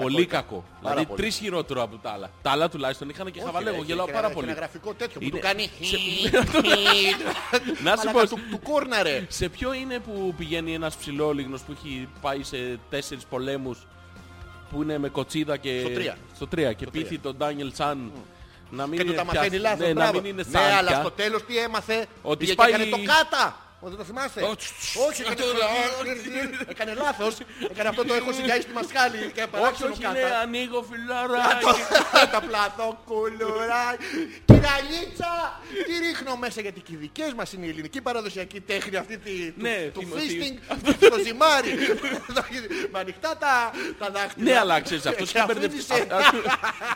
B: πολύ
A: ήταν.
B: κακό.
A: Πάρα
B: δηλαδή
A: πολύ.
B: τρεις χειρότερο από τα άλλα. Τα άλλα τουλάχιστον είχαν και
A: Όχι,
B: χαβαλέ,
A: ρε,
B: εγώ
A: έχει-
B: γελάω
A: έχει
B: πάρα
A: ένα-
B: πολύ.
A: Έχει ένα γραφικό τέτοιο που
B: Είναι-
A: του κάνει.
B: Να σου
A: Μαλάκα,
B: πω,
A: του- Του κόρναρε.
B: σε ποιο είναι που πηγαίνει ένας ψηλόλιγνος που έχει πάει σε τέσσερις πολέμους που είναι με κοτσίδα και...
A: Στο τρία.
B: Στο τρία και πείθει τον Ντάνιελ Τσάν να μην
A: Και του
B: είναι
A: τα
B: πια-
A: μαθαίνει
B: ναι,
A: λάθος.
B: να
A: μπράβο.
B: μην είναι
A: Ναι, αλλά
B: σάρκια.
A: στο τέλος τι έμαθε.
B: Ότι
A: Πήγε και
B: σπάει-
A: έκανε το κάτα. Ω, Δεν το θυμάσαι.
B: Ω, τσ, τσ,
A: Όχι, έκανε
B: αυτό,
A: το- έκανε λάθος. Έκανε αυτό το έχω σιγάει στη μασχάλη. Έκανε
B: Όχι,
A: παράξενο
B: όχι, ναι, είναι
A: κάτα.
B: ανοίγω φιλαράκι.
A: Τα πλαθώ κουλουρά. Κυραλίτσα! Τι ρίχνω μέσα γιατί και οι δικές μας είναι η ελληνική παραδοσιακή τέχνη αυτή τη, του-
B: Ναι,
A: του
B: θυμ-
A: φίστινγκ στο ζυμάρι. Με ανοιχτά τα, τα δάχτυλα.
B: Ναι, αλλά ξέρεις,
A: Και
B: αυτός είχε μπερδευτεί.
A: αφήνισε-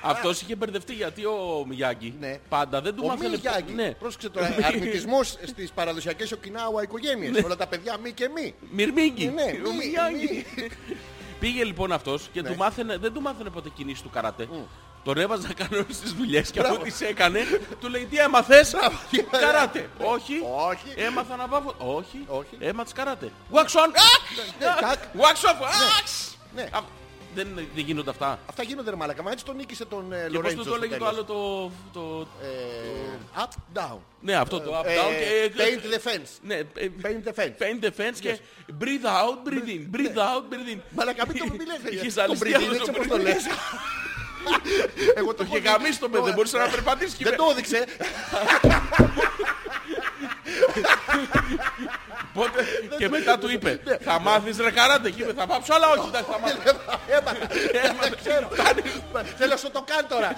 B: Αυτός είχε μπερδευτεί γιατί ο Μιγιάγκη
A: Ναι.
B: πάντα δεν του
A: Ο
B: μάθανε...
A: Μιγιάγκη,
B: Ναι.
A: πρόσεξε τώρα, αρνητισμός στις παραδοσιακές Οκινάουα οικογένειες. Όλα τα παιδιά μη και μη.
B: Μυρμίγκη.
A: Ναι,
B: Ναι. Ο
A: μη,
B: Μιγιάγκη.
A: μη. Ναι.
B: Πήγε λοιπόν αυτός και του μάθαινε, δεν του μάθαινε ποτέ κινήσεις του καράτε. Τον έβαζε να κάνει όλες τις δουλειές και αφού τις έκανε, του λέει τι έμαθες, καράτε. Όχι,
A: Όχι.
B: έμαθα να βάβω, όχι,
A: Όχι.
B: έμαθες καράτε. Wax on,
A: Ναι, τάκ.
B: wax off, wax.
A: Ναι.
B: Α, Δεν δεν γίνονται αυτά.
A: Αυτά γίνονται ρε μαλακα, μα έτσι τον νίκησε τον ε,
B: Και πώς
A: Λορέντζο
B: του το
A: στο
B: έλεγε το
A: τέλος.
B: άλλο το... το-
A: Ε, Up, down.
B: Ναι, αυτό το up, down
A: Ε,
B: και...
A: Paint the fence.
B: Ναι, ε,
A: Paint the fence.
B: paint the fence και breathe out, breathe in, breathe out, breathe in.
A: Μαλακα ναι. μην το μη λες. ρε.
B: Είχε
A: Το
B: ζαλιστεί
A: breathing,
B: αυτό
A: έτσι
B: το
A: όπως το
B: breathing.
A: λες. Εγώ το
B: Το είχε
A: έχω δει.
B: γαμίσει το παιδί, δεν μπορούσε να περπατήσει. και
A: Ναι. Δεν
B: είπε,
A: το έδειξε.
B: «Πότε?» Και μετά του
A: Ναι.
B: είπε, θα μάθεις ρε καράτε. Και είπε, θα πάψω, αλλά όχι, εντάξει, θα μάθω.
A: Έμαθα.
B: Έμαθα.
A: Ναι, Ξέρω. Θέλω να σου το κάνω τώρα.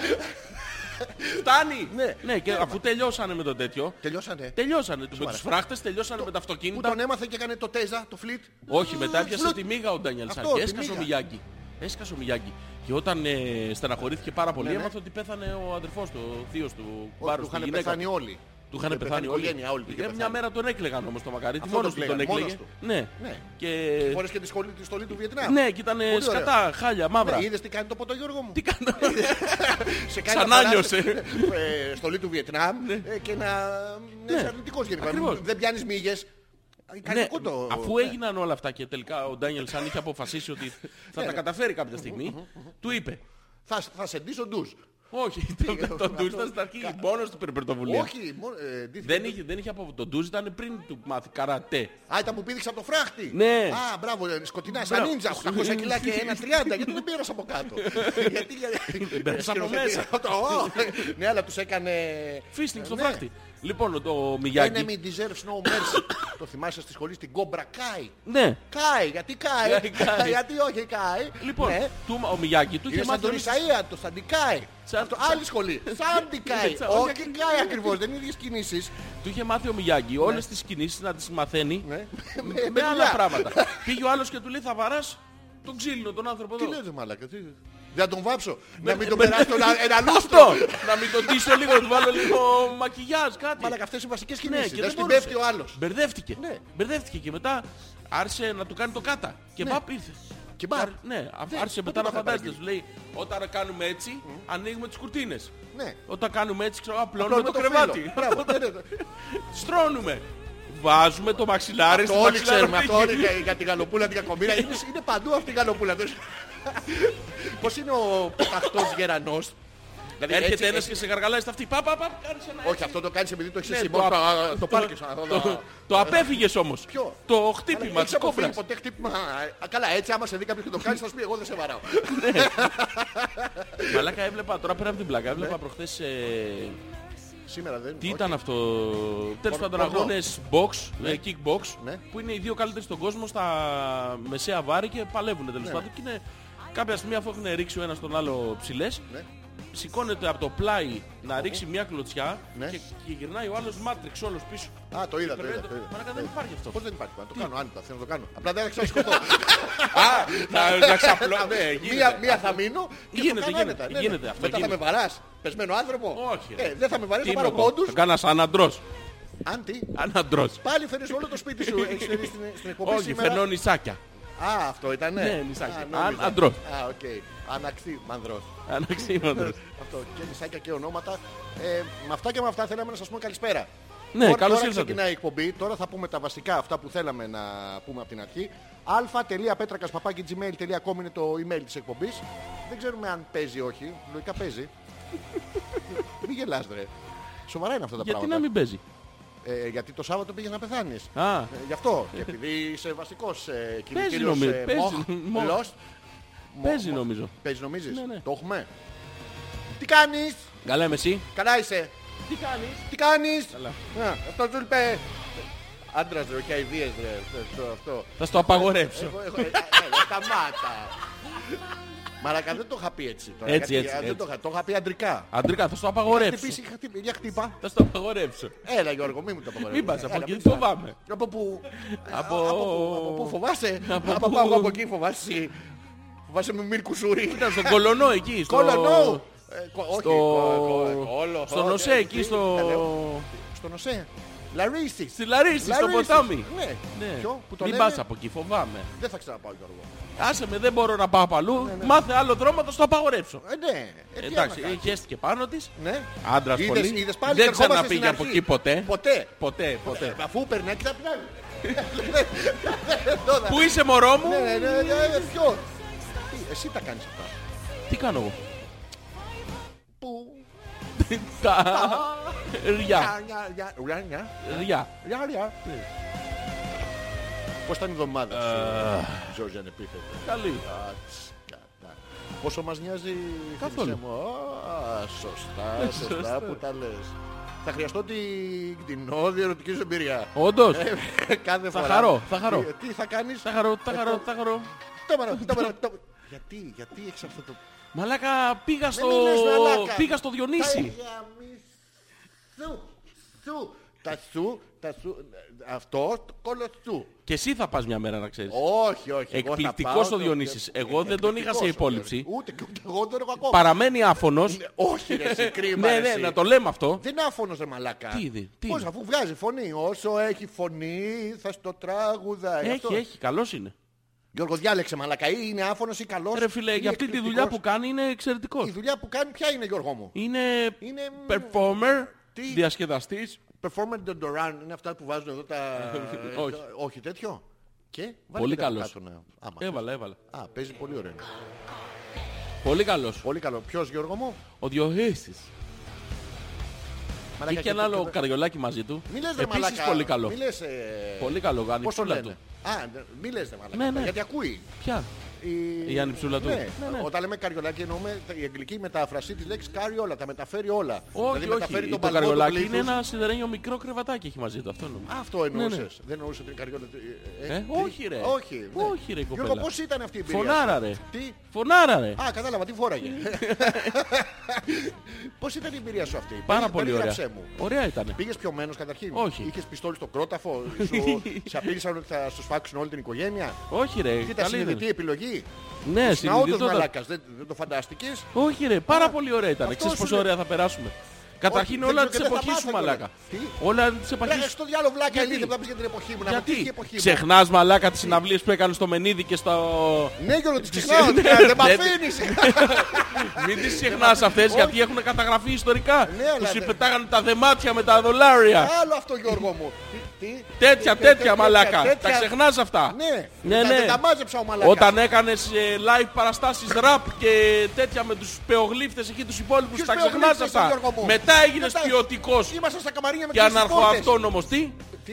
B: Φτάνει.
A: Ναι.
B: Ναι, και αφού τελειώσανε με το τέτοιο,
A: Τελειώσανε.
B: τελειώσανε με τους φράχτες, τελειώσανε με τα
A: Που
B: αυτοκίνητα.
A: τον έμαθε και έκανε το τέζα, το φλιτ.
B: Όχι, μετά έπιασε
A: Φλουτ.
B: τη μίγα ο Ντανιέλ Σαν
A: Αυτό, τη
B: και έσκασε ο
A: μύγα.
B: Μιγιάγκη. Έσκασε ο Μιγιάγκη. Και όταν ε, στεναχωρήθηκε πάρα πολύ, έμαθε ότι πέθανε ο αδερφός του, ο θείος του,
A: Ότι
B: μπάρος
A: Ναι, Του
B: του,
A: είχαν
B: γυναίκα.
A: πεθάνει όλοι.
B: Του είχαν
A: Και
B: πεθάνει
A: πεθάνει
B: όλοι.
A: οικογένεια, όλοι του είχε
B: Ε, Μια
A: πεθάνει.
B: μέρα τον έκλεγαν όμως το μακαρίτι.
A: Αυτό
B: Μόνος
A: τον
B: του τον
A: κλαίγανε,
B: έκλεγε.
A: μόνος του.
B: Ναι.
A: Ναι.
B: Και...
A: Χωρίς και τη σχολή, τη στολή του Βιετνάμ.
B: Ναι, και ήταν ε,
A: Πολύ ωραία. Ναι,
B: σκατά, χάλια, μαύρα.
A: Είδες τι κάνει το ποτό Γιώργο μου.
B: Τι κάνω.
A: σε
B: Ξανά
A: να περάσεις,
B: νιώσε.
A: ε, στολή του Βιετνάμ ε, και να να είσαι αρνητικός γενικά.
B: Ναι. Ακριβώς.
A: Δεν πιάνεις μύγες.
B: Ναι,
A: Κανονικό το...
B: αφού έγιναν όλα αυτά και τελικά ο Ντάνιελ Σαν είχε αποφασίσει ότι
A: Ναι,
B: θα τα καταφέρει κάποια στιγμή, του είπε.
A: Θα, θα σε ντύσω ντους.
B: Όχι, το- το
A: αυτό-
B: ντουζ ήταν στην αρχή πόνος του πρωτοβουλία.
A: Όχι, μόνο- ε, ντύθηκε-
B: Δεν είχε, δεν είχε από το ντουζ, ήταν πριν του μάθει καρατέ.
A: Α, ήταν που πήδηξε από το φράχτη.
B: Ναι.
A: Α, μπράβο, ε, σκοτεινά σαν
B: Μπράβο.
A: νίντζα. 800 κιλά και 1,30. Γιατί δεν πήρας από κάτω. Γιατί γιατί-
B: πέρασε από
A: σκηνοθετή.
B: μέσα.
A: Αυτό, ω. Ναι, αλλά τους έκανε...
B: Φίστινγκ στο
A: Ναι.
B: φράχτη. Λοιπόν, το Μιγιάκι.
A: Enemy deserves no mercy. Το θυμάσαι στη σχολή στην Κόμπρα Κάι.
B: Ναι.
A: Κάει, γιατί κάει.
B: Γιατί κάει.
A: Γιατί όχι κάει.
B: Λοιπόν,
A: Ναι.
B: του, ο Μιγιάκι του είχε
A: Είναι σαν τον
B: μάθει.
A: Ισαΐα, το Σαντικάι.
B: Σαν-
A: Αυτό, άλλη σχολή. Σαντικάι.
B: Σαν-
A: Όχι Κάι ακριβώς, δεν είναι ίδιες κινήσεις.
B: Του είχε μάθει ο Μιγιάγκη όλες τις κινήσεις να τις μαθαίνει
A: Ναι. Με-
B: με,
A: με
B: άλλα
A: δουλειά.
B: πράγματα. Πήγε ο άλλος και του λέει θα βαράς τον ξύλινο τον άνθρωπο
A: Τι
B: εδώ.
A: λέτε μαλάκα, τι... Δεν τον βάψω. Να μην τον
B: με-
A: περάσω ένα- ένα
B: Ναι, Αυτό!
A: λούστρο.
B: να μην τον τίσω λίγο, να του βάλω λίγο μακιγιάζ, κάτι.
A: Μαλάκα, αυτές οι βασικές
B: Ναι,
A: κινήσεις.
B: και
A: Δεν
B: δεν
A: στην
B: μπορούσε.
A: πέφτει ο άλλος.
B: Μπερδεύτηκε.
A: Ναι.
B: Μπερδεύτηκε και μετά άρχισε να του κάνει το κάτα. Και
A: Ναι.
B: παπ ήρθε.
A: Και μπαρ.
B: Ναι, α-
A: Ναι,
B: άρχισε
A: πού το
B: μετά να
A: είχα
B: φαντάζεται.
A: παραγγείλει.
B: Σου λέει όταν κάνουμε έτσι, ανοίγουμε τις κουρτίνες.
A: Ναι.
B: Όταν κάνουμε έτσι, ξέρω, απλώνουμε
A: Απλώνουμε
B: το
A: το
B: κρεβάτι.
A: φύλλο. Μπράβο, ναι, ναι, ναι.
B: Στρώνουμε. Βάζουμε το μαξιλάρι
A: Το
B: στο
A: όλοι
B: μαξιλάρι
A: ξέρουμε
B: που
A: αυτό,
B: έχει.
A: όλοι για, για την γαλοπούλα, την κακομήρα. Είναι, είναι παντού αυτή η γαλοπούλα. Δεν- Πώς είναι ο πεταχτός γερανός. Δηλαδή, έτσι-
B: Έρχεται ένας
A: έτσι-
B: και σε γαργαλάει στα αυτή. Πα, πα, πα, κάνεις ένα
A: Όχι,
B: έτσι.
A: αυτό το κάνεις επειδή το έχεις
B: Ναι,
A: εσύ.
B: το
A: Μόνο
B: απ-
A: Το, το πάρκες.
B: Το, το απέφυγες όμως.
A: Ποιο?
B: Το χτύπημα της
A: Έχεις αποφύγει
B: κόφρας.
A: ποτέ χτύπημα. Α, Καλά, έτσι άμα σε δει κάποιος και το κάνεις θα σου πει εγώ δεν σε βαράω.
B: Μαλάκα έβλεπα τώρα πέρα από την πλάκα.
A: Ναι.
B: Έβλεπα προχθές... ε,
A: Σήμερα δεν
B: Τι
A: όχι.
B: ήταν αυτό, τέλος πάντων
A: πορνό.
B: αγώνες box, ε, kickbox,
A: Ναι.
B: που είναι οι δύο καλύτεροι στον κόσμο στα μεσαία βάρη και παλεύουν
A: Ναι.
B: τέλος πάντων. Και είναι κάποια στιγμή αφού έχουν ρίξει ο ένας τον άλλο ψηλές,
A: Ναι.
B: σηκώνεται από το πλάι να ρίξει μια κλωτσιά
A: Ναι.
B: και, και γυρνάει ο άλλος μάτριξ όλος πίσω.
A: Α, το είδα, το είδα.
B: Περνάει το-
A: το είδα.
B: Μαλάκα, δεν υπάρχει αυτό.
A: Πώς δεν υπάρχει, να το κάνω άνετα, θέλω να το κάνω. Απλά δεν θα ξεσηκωθώ.
B: Να, να ξαπλώ, ναι,
A: Μία,
B: γίνεται.
A: μία θα μείνω και
B: Γίνεται,
A: το κάνω
B: γίνεται,
A: άνετα. Ναι, ναι.
B: γίνεται αυτό,
A: Μετά θα με
B: γίνεται.
A: βαράς, πεσμένο άνθρωπο.
B: Όχι, ρε.
A: Ε, δεν θα με βαρέσει,
B: Τι
A: θα
B: είμαι
A: πάρω
B: εγώ,
A: πόντους.
B: Θα κάνω σαν αντρός.
A: Αν τι,
B: Αν αντρός.
A: πάλι φέρνεις όλο το σπίτι σου. Έχεις φέρει στην, στην εκπομπή
B: Όχι,
A: σήμερα.
B: φαινώ νησάκια.
A: Α, αυτό ήταν.
B: Ναι, νησάκι.
A: Α,
B: Αν-
A: νόμιζα.
B: αντρός.
A: Α, οκ. Αναξί, μανδρός.
B: Αναξίματος.
A: Αυτό και νησάκια και ονόματα. Ε, με αυτά και με αυτά θέλαμε να σας πούμε καλησπέρα.
B: Ναι,
A: Τώρα-
B: καλώς
A: Τώρα
B: ήρθατε.
A: ξεκινάει η εκπομπή. Τώρα θα πούμε τα βασικά αυτά που θέλαμε να πούμε από την αρχή. α.πέτρακας.gmail.com είναι το email της εκπομπής. Δεν ξέρουμε αν παίζει ή όχι. Λογικά παίζει. μην γελάς, ρε. Σοβαρά είναι αυτά τα
B: Γιατί να
A: πράγματα.
B: μην παίζει.
A: Ε, γιατί το Σάββατο πήγες να πεθάνεις.
B: Α,
A: Ε, γι' αυτό. και επειδή είσαι βασικός ε, κινητήριος
B: νομίζω,
A: ε,
B: παίζει,
A: μοχ,
B: μοχ.
A: lost. Μο-
B: παίζει
A: μο-
B: νομίζω.
A: Παίζει νομίζεις.
B: Ναι, ναι.
A: Το έχουμε. Τι κάνεις.
B: Καλά είμαι εσύ.
A: Καλά είσαι.
B: Τι κάνεις.
A: Τι κάνεις.
B: Καλά.
A: Α, Αυτό του είπε. Άντρας ρε, όχι αηδίες ρε. Αυτό, αυτό.
B: Θα στο απαγορεύσω.
A: Εγώ, εγώ, ε, ε, ε, σταμάτα. Μαρακα δεν το είχα πει έτσι. τώρα.
B: Έτσι,
A: Γιατί,
B: έτσι,
A: α, Δεν
B: έτσι.
A: το είχα, το είχα πει αντρικά.
B: Αντρικά, θα στο
A: Είχα
B: απαγορεύσω.
A: χτυπήσει, είχα χτυπήσει, για χτύπα.
B: Θα στο απαγορεύσω.
A: Έλα Γιώργο, μην μου το απαγορεύεις.
B: Μην πας από
A: Έλα,
B: εκεί,
A: μην
B: δεν
A: πας.
B: φοβάμαι.
A: Από που...
B: Από-
A: από, από που φοβάσαι.
B: Από
A: Από,
B: που-
A: από, από εκεί φοβάσαι. Φοβάσαι με μύρκου σούρι.
B: Ήταν στον Κολονό εκεί. στο-
A: Κόλλο, no. Ε, κο- ε, Όχι,
B: Στο... Στον Οσέ
A: ε,
B: εκεί, στο...
A: Στον ΟΣΕ. Λαρίσι.
B: Στη Λαρίση, στο
A: Λαρίσι.
B: ποτάμι.
A: Ναι.
B: Ναι.
A: Ποιο, που το
B: Μην
A: λένε.
B: πας από εκεί, φοβάμαι.
A: Δεν θα ξαναπάω Γιώργο.
B: Άσε με, δεν μπορώ να πάω από αλλού. Μάθε άλλο δρόμο, θα στο απαγορεύσω.
A: Ε, ναι. Ε, τι
B: Εντάξει,
A: να κάνεις.
B: ε, χέστηκε πάνω της.
A: Ναι.
B: Άντρας
A: Είδες-
B: πολύ.
A: είδες πάλι
B: Δεν
A: και ερχόμαστε
B: ξαναπήγε
A: στην
B: από
A: αρχή.
B: εκεί ποτέ.
A: Ποτέ.
B: Ποτέ, ποτέ.
A: Ε, Αφού περνάει, κοιτά την άλλη.
B: Πού είσαι μωρό μου.
A: Ναι, ναι, ναι, ναι, ναι, ποιο. Τι, Εσύ τα κάνεις αυτά.
B: Τι κάνω εγώ.
A: Που.
B: Τα... Ριά.
A: Ράνια, ριά, ράνια.
B: Ριά.
A: Γεια, γεια. Πώς ήταν η εβδομάδα σου, Ζόρζη, ανεπίθετα.
B: Καλή.
A: Α, τσ, κατά. Πόσο μας νοιάζει η
B: Καθόλου. Ε,
A: Χρυσέ μου. Α, σωστά, σωστά που τα λες. Θα χρειαστώ την κτηνόδη ερωτική σου εμπειρία.
B: Όντως.
A: Ε, Κάθε
B: Θα
A: φορά.
B: χαρώ, θα χαρώ.
A: Τι- Τι θα κάνεις.
B: Τα χαρώ, τα
A: Ε,
B: χαρώ, τα χαρώ.
A: Το μαρα, το μαρα, το- Γιατί, γιατί έχεις αυτό το...
B: Μαλάκα πήγα στο...
A: μιλάς, μαλάκα.
B: Πήγα στο
A: Τα
B: Διονύση.
A: γαμίσου. Σου, Τα σου, τα σου, αυτό, το κόλο σου.
B: Και εσύ θα πας μια μέρα να ξέρεις.
A: Όχι, όχι. εγώ θα
B: Εκπληκτικός
A: πάω
B: ο
A: στο-
B: Διονύσης.
A: ε,
B: Εγώ δεν τον είχα σε
A: εκπληκτικός ο
B: υπόλοιψη.
A: Διονύσης. Ούτε και ούτε εγώ δεν έχω ακόμα.
B: Παραμένει άφωνος.
A: Ναι, Όχι, ρε, εσύ, κρίμα,
B: Ναι,
A: ρε,
B: ναι,
A: εσύ.
B: να το λέμε αυτό.
A: Δεν είναι άφωνος ρε μαλάκα.
B: Τι είδε, τι
A: Πώς,
B: είναι.
A: αφού βγάζει φωνή. Όσο έχει φωνή, θα στο τράγουδα.
B: Έχει, έχει, καλός είναι.
A: Γιώργος, διάλεξε μαλάκα. Ή είναι άφωνος ή καλός.
B: Ρε φίλε, για αυτή τη δουλειά που κάνει είναι εξαιρετικός.
A: Η δουλειά που κάνει, ποια είναι, Γιώργο μου.
B: Είναι
A: Είναι-
B: performer,
A: Τι?
B: διασκεδαστής.
A: Performance de Doran είναι αυτά που βάζουν εδώ τα.
B: Όχι.
A: τα- Όχι τέτοιο. Και βάλε
B: Πολύ
A: και τα
B: καλός. Ε,
A: κάτω να- άμα θες.
B: Έβαλα, έβαλα.
A: Α, παίζει πολύ ωραία.
B: Πολύ καλός.
A: Πολύ καλό. Ποιος Γιώργο μου.
B: Ο Διοχέστης.
A: Μαλάκα,
B: Είχε ένα
A: και-
B: άλλο
A: και-
B: καριολάκι μαζί του.
A: Μη λες, ρε,
B: Επίσης
A: μαλάκα.
B: πολύ καλό.
A: Μη λες, ε,
B: Πολύ καλό, γάνι
A: Πώς το
B: ψούλα
A: λένε.
B: του.
A: Α, ναι, μη λες ρε μαλάκα.
B: Ναι, ναι.
A: Γιατί ακούει.
B: Ποια.
A: Δηλαδή Η,
B: Η ανιψούλα του.
A: Ναι.
B: Ναι, ναι.
A: Όταν λέμε καριολάκι εννοούμε η αγγλική μετάφραση της λέξης κάρει όλα. Τα μεταφέρει όλα. Δηλαδή
B: Όχι,
A: μεταφέρει
B: όχι. Το
A: τον παλμό του
B: καριολάκι είναι
A: πλήθους.
B: ένα σιδερένιο μικρό κρεβατάκι έχει μαζί του. Αυτό νομίζω.
A: Α, Αυτό εννοούσες.
B: Ναι, ναι.
A: Δεν εννοούσες την καριόλα. του, ε,
B: Ε,
A: τι?
B: όχι, ρε.
A: Όχι, ναι.
B: Όχι, ρε,
A: Γιώργο,
B: κοπέλα.
A: πώς ήταν αυτή η εμπειρία.
B: Φωνάρα,
A: σου?
B: ρε.
A: Τι.
B: Φωνάρα, ρε.
A: Α, κατάλαβα, τι φόραγε. Πώς ήταν η εμπειρία σου αυτή.
B: Πάρα
A: Περί-
B: πολύ ωραία.
A: περιγράψέ μου.
B: Ωραία ήταν.
A: Πήγες πιωμένος καταρχήν.
B: Όχι.
A: Είχες πιστόλι στο κρόταφο. Σου, σε απείλησαν ότι θα σου σφάξουν όλη την οικογένεια.
B: Όχι, ρε.
A: Τι ήταν
B: καλή
A: συνειδητή
B: ήταν.
A: επιλογή.
B: Ναι,
A: Ναότος
B: συνειδητότατα.
A: μαλάκας. Δεν, δεν το φαντάστηκες.
B: Όχι, ρε.
A: Α,
B: Πάρα πολύ ωραία ήταν.
A: αυτό
B: Ξέρεις πόσο
A: είναι.
B: ωραία θα περάσουμε. Καταρχήν
A: δεν
B: όλα
A: ξέρω
B: της
A: και δεν θα
B: εποχής σου,
A: μάθω κιόλας.
B: μαλάκα.
A: Τι?
B: Όλα της
A: Λέγα
B: εποχής σου.
A: στο διάλογο βλάκα
B: Γιατί?
A: ηλίθεια που θα πεις για την εποχή μου. Να μου πεις τι
B: Γιατί
A: εποχή μου.
B: ξεχνάς μαλάκα τις συναυλίες που έκανες στο Μενίδη και στο...
A: Ναι Γιώργο τις ξεχνάω. Δεν μ'
B: Ναι, ναι.
A: αφήνεις.
B: Μην τις ξεχνάς αυτές γιατί έχουν καταγραφεί ιστορικά.
A: Ναι, αλλά
B: Τους
A: δεν-
B: πετάγανε τα δεμάτια με τα δολάρια.
A: Άλλο αυτό Γιώργο μου. Τι- τι-
B: Τέτοια,
A: τι-
B: τέτοια μαλάκα. Τα
A: τέτοια.
B: ξεχνάς αυτά.
A: Ναι,
B: Ναι,
A: τα-
B: ναι.
A: δεν τα μάζεψα ο μαλάκας.
B: Όταν έκανες ε, live παραστάσεις rap και τέτοια με τους πεογλύφτες εκεί τους υπόλοιπους,
A: Ποιους
B: τα ξεχνάς
A: πεογλύφτες,
B: αυτά.
A: Γιώργο μου?
B: Μετά έγινες
A: Μετά-
B: ποιοτικός
A: Ήμασταν στα καμαρίνια με
B: και
A: τις νησικότες.
B: αναρχοαυτόνομος. Τι?
A: Τι,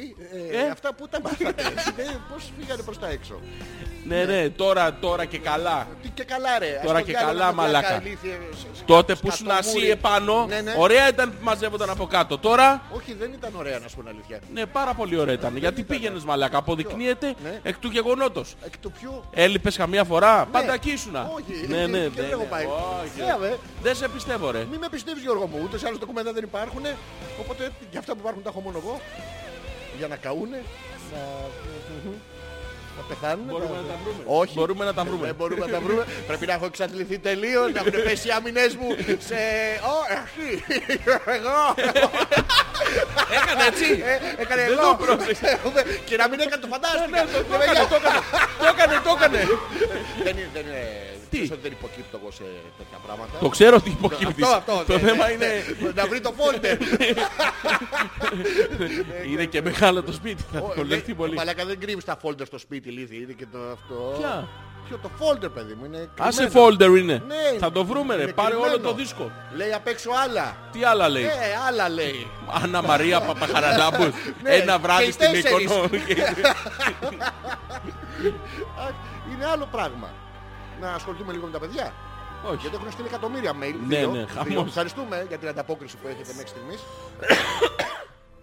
A: ε,
B: Ε?
A: Αυτά που τα μάθατε. ε, πώς φύγανε προς τα έξω.
B: Ναι, ναι, τώρα, τώρα και καλά.
A: Τι και καλά ρε. ας
B: Τώρα
A: το
B: και
A: διάλογο με
B: καλά,
A: πλάκα,
B: μαλάκα.
A: αλήθεια, σ- σ-
B: Τότε που σου
A: σκατομούρι.
B: να εσύ επάνω,
A: Ναι, ναι.
B: ωραία ήταν που μαζεύονταν από κάτω. Τώρα,
A: Όχι, δεν ήταν ωραία να σου πω την αλήθεια.
B: ναι, πάρα πολύ ωραία ήταν. Γιατί πήγαινες μαλάκα, αποδεικνύεται
A: Ναι.
B: εκ του γεγονότος.
A: Εκ του ποιου.
B: Έλειπες καμία φορά, πάντα εκεί ήσουνα.
A: Όχι, ε,
B: Ναι, ναι,
A: και
B: ναι,
A: δεν έχω
B: ναι.
A: πάει.
B: Όχι.
A: Ναι, βε.
B: Δεν σε πιστεύω, ρε.
A: Μη με πιστεύεις Γιώργο μου, ούτε σε άλλες ντοκουμέντα δεν υπάρχουν. Οπότε για αυτά που υπάρχουν τα έχω μόνο εγώ. Για να καούνε, να, να πεθάνουν.
B: Μπορούμε να τα βρούμε.
A: Όχι.
B: Μπορούμε να τα βρούμε.
A: Δεν μπορούμε να τα βρούμε. Πρέπει να έχω εξαντληθεί τελείως, να έχουν πέσει οι άμυνες μου σε... Ω, εσύ, εγώ.
B: Έκανε έτσι.
A: Ε, Έκανε
B: Δεν
A: εγώ.
B: το πρόσεξα.
A: Και να μην έκανε το φαντάστηκα.
B: Το
A: Δεν
B: έκανε, το έκανε. Το έκανε, το έκανε.
A: Δεν είναι- δεν είναι...
B: Τι?
A: ξέρεις ότι Δεν υποκύπτω εγώ σε τέτοια πράγματα.
B: Το ξέρω ότι υποκύπτεις.
A: Αυτό, αυτό,
B: Το
A: ναι,
B: θέμα
A: ναι,
B: είναι...
A: ναι. Να βρει το φόλτερ.
B: Είναι και μεγάλο το σπίτι. Θα
A: Ο,
B: κολλευτεί
A: ναι,
B: πολύ.
A: Μαλάκα δεν κρύβεις τα folder στο σπίτι λύθη. Είναι και το αυτό.
B: Ποια?
A: Ποιο το folder παιδί μου. Είναι
B: Άσε
A: κρυμμένο.
B: folder είναι.
A: Ναι,
B: Θα το βρούμε ρε.
A: είναι
B: Πάρε όλο
A: κρυμμένο.
B: το δίσκο.
A: Λέει απ' έξω άλλα.
B: Τι άλλα λέει.
A: Ε, άλλα λέει.
B: Άννα Μαρία Παπαχαραλάμπους.
A: Ναι,
B: Ένα
A: και οι
B: βράδυ στην
A: τέσσερις.
B: Μύκονο. Ε.
A: Α, Είναι άλλο πράγμα. Να ασχοληθούμε λίγο με τα παιδιά.
B: Όχι.
A: Γιατί έχουν στείλει εκατομμύρια mail.
B: Ναι,
A: δύο,
B: ναι,
A: δύο.
B: χαμός.
A: Ευχαριστούμε για την ανταπόκριση που έχετε μέχρι στιγμής.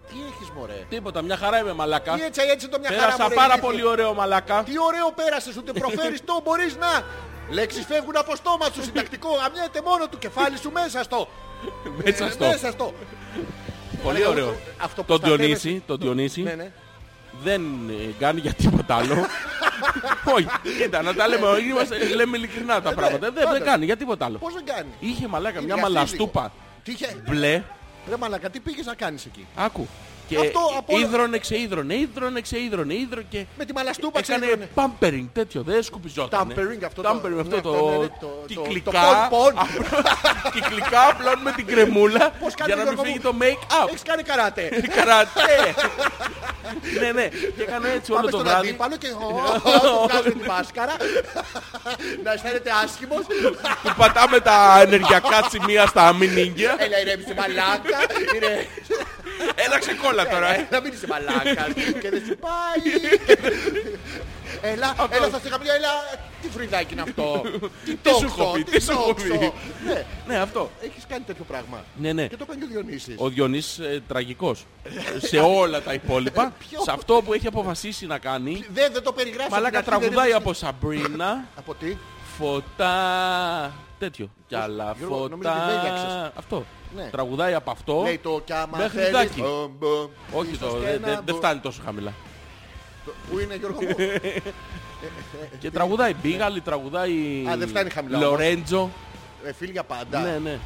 A: Τι έχεις μωρέ.
B: Τίποτα. Μια χαρά είμαι μαλακά.
A: Τι έτσι, έτσι το μια χαρά
B: Πέρασα
A: μωρέ,
B: πάρα
A: λύθη.
B: πολύ ωραίο μαλακά.
A: Τι ωραίο πέρασες, ούτε προφέρεις το, μπορείς να. Λέξεις φεύγουν από στόμα σου, συντακτικό, αμιέται μόνο του, κεφάλι σου μέσα στο.
B: Μέσα
A: Ε,
B: στο.
A: Μέσα στο.
B: Πολύ
A: Μαλάκα,
B: ωραίο.
A: αυτό- αυτό
B: Τον
A: προστατεύεσαι.
B: Διονύση. Τον Διονύση.
A: Ναι, ναι.
B: Δεν ε, κάνει για τίποτα άλλο. Όχι, κοίτα, να τα λέμε, όχι, είμαστε, λέμε ειλικρινά τα πράγματα. Δεν, δεν
A: Ναι, πάντα.
B: κάνει για τίποτα άλλο.
A: Πώς δεν κάνει.
B: Είχε μαλάκα μια
A: Διαφύζικο.
B: μαλαστούπα
A: Τι είχε.
B: μπλε,
A: Ρε μαλάκα, τι πήγες να κάνεις εκεί.
B: άκου. Και
A: Αυτό από όλα-
B: ίδρωνε, ξείδρωνε, ίδρωνε, ξείδρωνε, ίδρωνε και
A: Με τη μαλαστούπα
B: έκανε
A: ξέδρωνε.
B: pampering τέτοιο, δεν σκουπιζόταν.
A: Tampering, αυτό το-
B: Tampering, αυτό
A: ναι,
B: το,
A: αυτό, ναι, ναι, το- το-
B: κυκλικά,
A: το pom-pom.
B: απλ- κυκλικά απλώνουμε την κρεμούλα
A: Πώς κάνει,
B: για να μην
A: Γιώργο
B: φύγει
A: μου?
B: το make-up.
A: Έχεις κάνει καράτε.
B: Καρατέ! ναι, ναι, και έκανε έτσι όλο
A: Πάμε
B: το
A: στον
B: βράδυ.
A: αντίπαλο και εγώ βγάζω τη μάσκαρα. Να αισθάνεται άσχημος.
B: Του πατάμε τα ενεργειακά σημεία στα μηνύγκια.
A: Έλα ηρέμησε μαλάκα. Ηρέ- Ε,
B: Έλα ξεκόλα τώρα. ε.
A: Να μην είσαι μαλάκα. Και δεν σου πάει. Έλα, έλα θα σε καμιά, έλα. Τι φρυδάκι είναι αυτό.
B: Τι σου
A: τόξο,
B: έχω πει, τι σου έχω
A: τόξο.
B: πει.
A: Ναι,
B: Ναι, αυτό.
A: έχεις κάνει τέτοιο πράγμα.
B: Ναι, ναι.
A: Και το έκανε και ο Διονύσης.
B: Ο Διονύσης ε, τραγικός. Σε όλα τα υπόλοιπα.
A: Ε, Ποιο?
B: Σε αυτό που έχει αποφασίσει να κάνει.
A: Δεν, δεν το περιγράφει.
B: Μαλάκα τραγουδάει από Σαμπρίνα,
A: Από τι.
B: φωτά. Τέτοιο. Κι άλλα
A: Γιώργο, νομίζω
B: φωτά.
A: τη βέλτιαξες.
B: Αυτό.
A: Ναι.
B: Τραγουδάει από αυτό.
A: Λέει το κι άμα
B: Μέχρι
A: θέλεις,
B: Τάκη.
A: μπομ, μπομ,
B: Όχι,
A: ίσως
B: το-
A: και
B: δεν
A: να
B: δεν-
A: μπο-
B: δεν φτάνει τόσο χαμηλά.
A: Πού είναι Γιώργο μου.
B: Και τραγουδάει Μπίγαλη, τραγουδάει.
A: Ε, ναι. Α, δεν φτάνει χαμηλά, όμως.
B: Λορέντζο.
A: Ε, Φίλ για πάντα.
B: Ναι, ναι.
A: λέμε-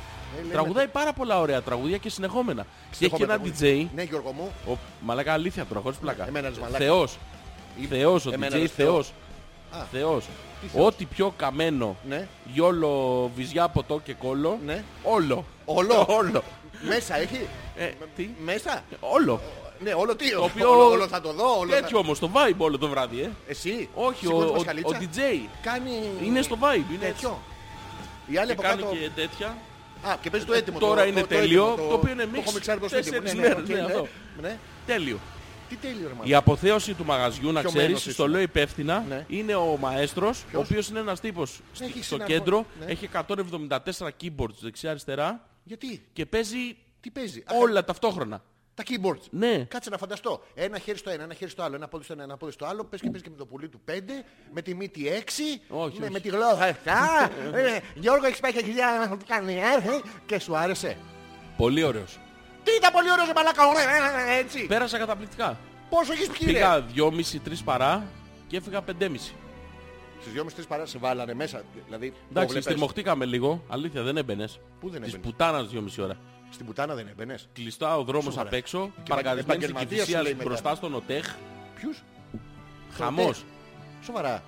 B: Τραγουδάει πάρα πολλά ωραία τραγούδια και συνεχόμενα. Και έχει και
A: Συνεχόμενα
B: ένα DJ.
A: τραγούδια. Ναι, Γιώργο μου.
B: Ο, μαλάκα αλήθεια τώρα, χωρίς πλάκα.
A: Εμένα λες μαλάκας.
B: Θεός.
A: Ε,
B: Θεός, ο
A: εμένα
B: DJ
A: λες θεός.
B: Θεός.
A: Α.
B: Θεός.
A: Τι θεός?
B: Ό,τι πιο καμένο,
A: Ναι.
B: γιόλο, βυζιά, ποτό και κόλλο,
A: Ναι.
B: όλο.
A: Όλο.
B: όλο.
A: Μέσα έχει.
B: Ε, τι,
A: Μέσα.
B: όλο.
A: Ναι, όλο τι.
B: οποίο-
A: Όλο, όλο θα το δω. Όλο
B: Τέτοιο
A: θα...
B: όμως, το vibe όλο το βράδυ, ε.
A: Εσύ.
B: Όχι, ο,
A: σηκώνεις
B: ο, ο
A: πασχαλίτσα,
B: DJ.
A: Κάνει.
B: Είναι στο vibe, είναι έτσι.
A: Τέτοιο. Η άλλη
B: Και
A: από
B: κάνει
A: κάτω.
B: και τέτοια.
A: Α, και παίζει το έτοιμο.
B: Τώρα
A: το,
B: είναι
A: το,
B: τέλειο,
A: έτοιμο,
B: το οποίο είναι
A: Το
B: mix
A: έχουμε ξέρει από σπίτι μου.
B: τέσσερις
A: Ναι, ναι,
B: μέρες,
A: οκ,
B: ναι, αυτό.
A: ναι, ναι.
B: Τέλειο.
A: Τι τέλειο, ρε μάνα.
B: Η αποθέωση του μαγαζιού, να
A: Ποιο
B: ξέρεις,
A: μένος
B: στο
A: ήσουν?
B: λέω υπεύθυνα,
A: Ναι.
B: είναι ο μαέστρος, ο
A: Ποιος?
B: οποίος είναι ένας τύπος στη-
A: Έχει
B: στο
A: συναρπώ-
B: κέντρο,
A: ναι.
B: έχει 174 keyboards δεξιά-αριστερά
A: Γιατί,
B: και παίζει
A: τι παίζει. Α,
B: όλα ταυτόχρονα.
A: Τα keyboards.
B: Ναι.
A: Κάτσε να φανταστώ. Ένα χέρι στο ένα, ένα χέρι στο άλλο, ένα πόδι στο ένα, ένα πόδι στο άλλο. Πες και πες και με το πουλί του πέντε, με τη μύτη έξι,
B: Όχι,
A: με,
B: όχι.
A: με τη γλώσσα εφτά. Ε, Γιώργο, έχεις πάει και χιλιά να κάνει έρθει και σου άρεσε.
B: Πολύ ωραίος.
A: Τι ήταν πολύ ωραίος, ρε μαλάκα, ωραία, ε, ε, έτσι.
B: Πέρασα καταπληκτικά.
A: Πόσο έχεις πιει, ρε.
B: Πήγα 2,5-3 παρά και έφυγα 5,5.
A: Στις δυόμισι τρεις παρά σε βάλανε μέσα. Δηλαδή, το
B: Εντάξει,
A: βλέπες.
B: στριμωχτήκαμε λίγο. Αλήθεια, δεν έμπαινες.
A: Πού δεν
B: Της
A: έμπαινες?
B: πουτάνας 2,5 ώρα.
A: Στην πουτάνα δεν έμπαινες.
B: Κλειστά ο δρόμος
A: Σοβαρά.
B: απ' έξω.
A: Και
B: Παρκαρισμένη στην
A: επαγγελματίας σου
B: κυφυσία
A: λέει
B: μπροστά
A: μετά.
B: στον ΟΤΕΧ.
A: Ποιους.
B: Χαμός.
A: ΟΤΕΧ. Σοβαρά.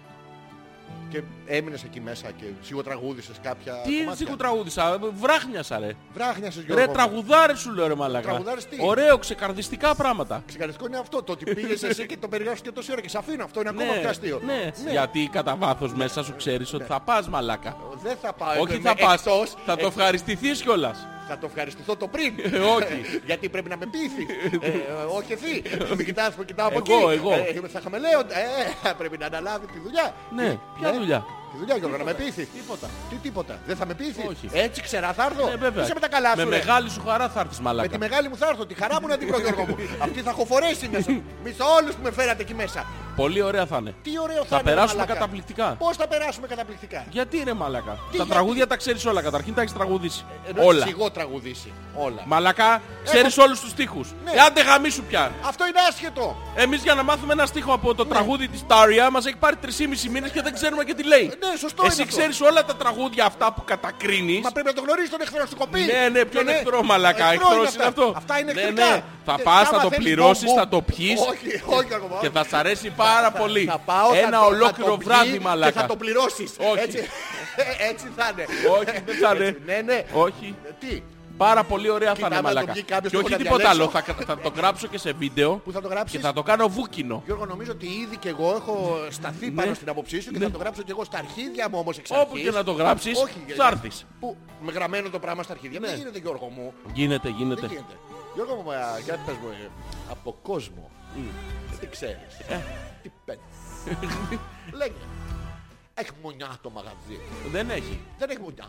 A: Και έμεινες εκεί μέσα και σιγοτραγούδησες κάποια
B: Τι σιγουτραγούδισα, βράχνιασα ρε.
A: Βράχνιασες Γιώργο.
B: Ρε
A: μου.
B: τραγουδάρε σου λέω ρε μαλακά.
A: Τραγουδάρες τι?
B: Ωραίο, ξεκαρδιστικά πράγματα.
A: Ξεκαρδιστικό είναι αυτό, το ότι πήγες εσύ και το περιγράφεις και τόση ώρα και σε αφήνω. Αυτό είναι ακόμα πιο αστείο.
B: ναι. Γιατί κατά βάθος μέσα σου ξέρεις ότι θα πας μαλακά.
A: Δεν θα πάω.
B: Όχι
A: εγώ
B: θα
A: είμαι
B: πα,
A: Ε, εκτός.
B: θα το
A: Ε,
B: ευχαριστηθείς κιόλας.
A: θα το ευχαριστηθώ το πριν.
B: Ε, όχι. Ε,
A: Γιατί πρέπει να με πείθει. όχι εσύ. Μην κοιτάς που κοιτάω από
B: Εγώ,
A: εκεί.
B: εγώ.
A: Ε, θα χαμελέω. Ε, πρέπει να αναλάβει τη δουλειά.
B: Ναι,
A: Τι-
B: ποια δουλειά?
A: Τη δουλειά Γιώργο, να με πείθεις.
B: Τίποτα.
A: Τι τίποτα. Δεν θα με πείθεις.
B: Όχι.
A: Έτσι ξερά θα
B: Ναι,
A: έρθω.
B: βέβαια.
A: Ε, Είσαι με τα καλά
B: Με
A: σου. ρε.
B: μεγάλη σου χαρά θα έρθεις
A: Με τη
B: μαλακά.
A: μεγάλη μου θα έρθω. Τη χαρά μου να την πω Γιώργο μου. Αυτή θα έχω φορέσει μέσα. Μισό όλους που με φέρατε εκεί μέσα.
B: Πολύ ωραία θα είναι.
A: Τι ωραίο θα,
B: Θα
A: είναι, ρε
B: περάσουμε
A: μαλάκα.
B: καταπληκτικά.
A: Πώς θα περάσουμε καταπληκτικά.
B: Γιατί ρε μαλακά. Τα
A: γιατί? Ε,
B: τραγούδια τα ξέρεις όλα. Καταρχήν τα έχεις τραγουδήσει.
A: Ενώ
B: όλα.
A: έχεις εγώ τραγουδήσει. Όλα.
B: Μαλακά, ξέρεις όλους τους τοίχου.
A: Ναι.
B: Εάν δεν Ε, γαμίσου πια.
A: Αυτό είναι άσχετο.
B: Εμείς για να μάθουμε ένα στίχο από
A: Ναι.
B: το τραγούδι της Τάρια μας έχει πάρει 3,5 μήνες και δεν ξέρουμε και τι λέει.
A: Ναι, σωστό
B: Εσύ
A: είναι αυτό.
B: ξέρεις όλα τα τραγούδια αυτά που κατακρίνεις.
A: Μα πρέπει να το γνωρίζεις τον εχθρό σου κοπεί.
B: Ναι, ναι, ποιον εχθρό, μαλακά. Εχθρό είναι αυτό.
A: Αυτά είναι
B: Ναι,
A: εχθρικά.
B: ναι. Θα
A: Ε,
B: πας, θα
A: άμα
B: το
A: θέλεις
B: πληρώσεις,
A: μπομ,
B: θα το
A: μπομ.
B: πιεις.
A: Όχι, όχι ακόμα.
B: Και θα σ' αρέσει πάρα πολύ.
A: Θα πάω, θα
B: Ένα
A: το- θα
B: ολόκληρο
A: το
B: βράδυ,
A: πιει
B: μαλάκα.
A: Και θα το πληρώσεις.
B: Όχι.
A: Έτσι, έτσι θα είναι.
B: Όχι, δεν θα είναι.
A: Έτσι, Ναι, ναι.
B: Όχι.
A: Τι,
B: Πάρα πολύ ωραία θα
A: Κοιτάμε
B: είναι
A: να το
B: μαλακά.
A: βγει κάποιος
B: Και
A: που
B: όχι
A: να
B: τίποτα
A: διαλέξω.
B: άλλο. Θα, θα το γράψω και σε βίντεο.
A: Πού θα το γράψεις?
B: Και θα το κάνω βούκινο.
A: Γιώργο, νομίζω ότι ήδη και εγώ έχω σταθεί
B: Ναι.
A: πάνω στην άποψή σου και
B: Ναι.
A: θα το γράψω και εγώ στα αρχίδια μου όμως εξ αρχής.
B: Όπου και να το γράψεις, Ναι.
A: Όχι, γιατί-
B: θα έρθεις.
A: Που, με γραμμένο το πράγμα στα αρχίδια. Δεν γίνεται Γιώργο μου.
B: Γίνεται, γίνεται.
A: Δεν γίνεται. Γιώργο μου, α, για πες μου, ε, από κόσμο. Τι ξέρεις.
B: Ε.
A: Τι παίρνεις. Λέγε. Έχει μονιά το μαγαζί.
B: Δεν έχει.
A: Δεν έχει μονιά.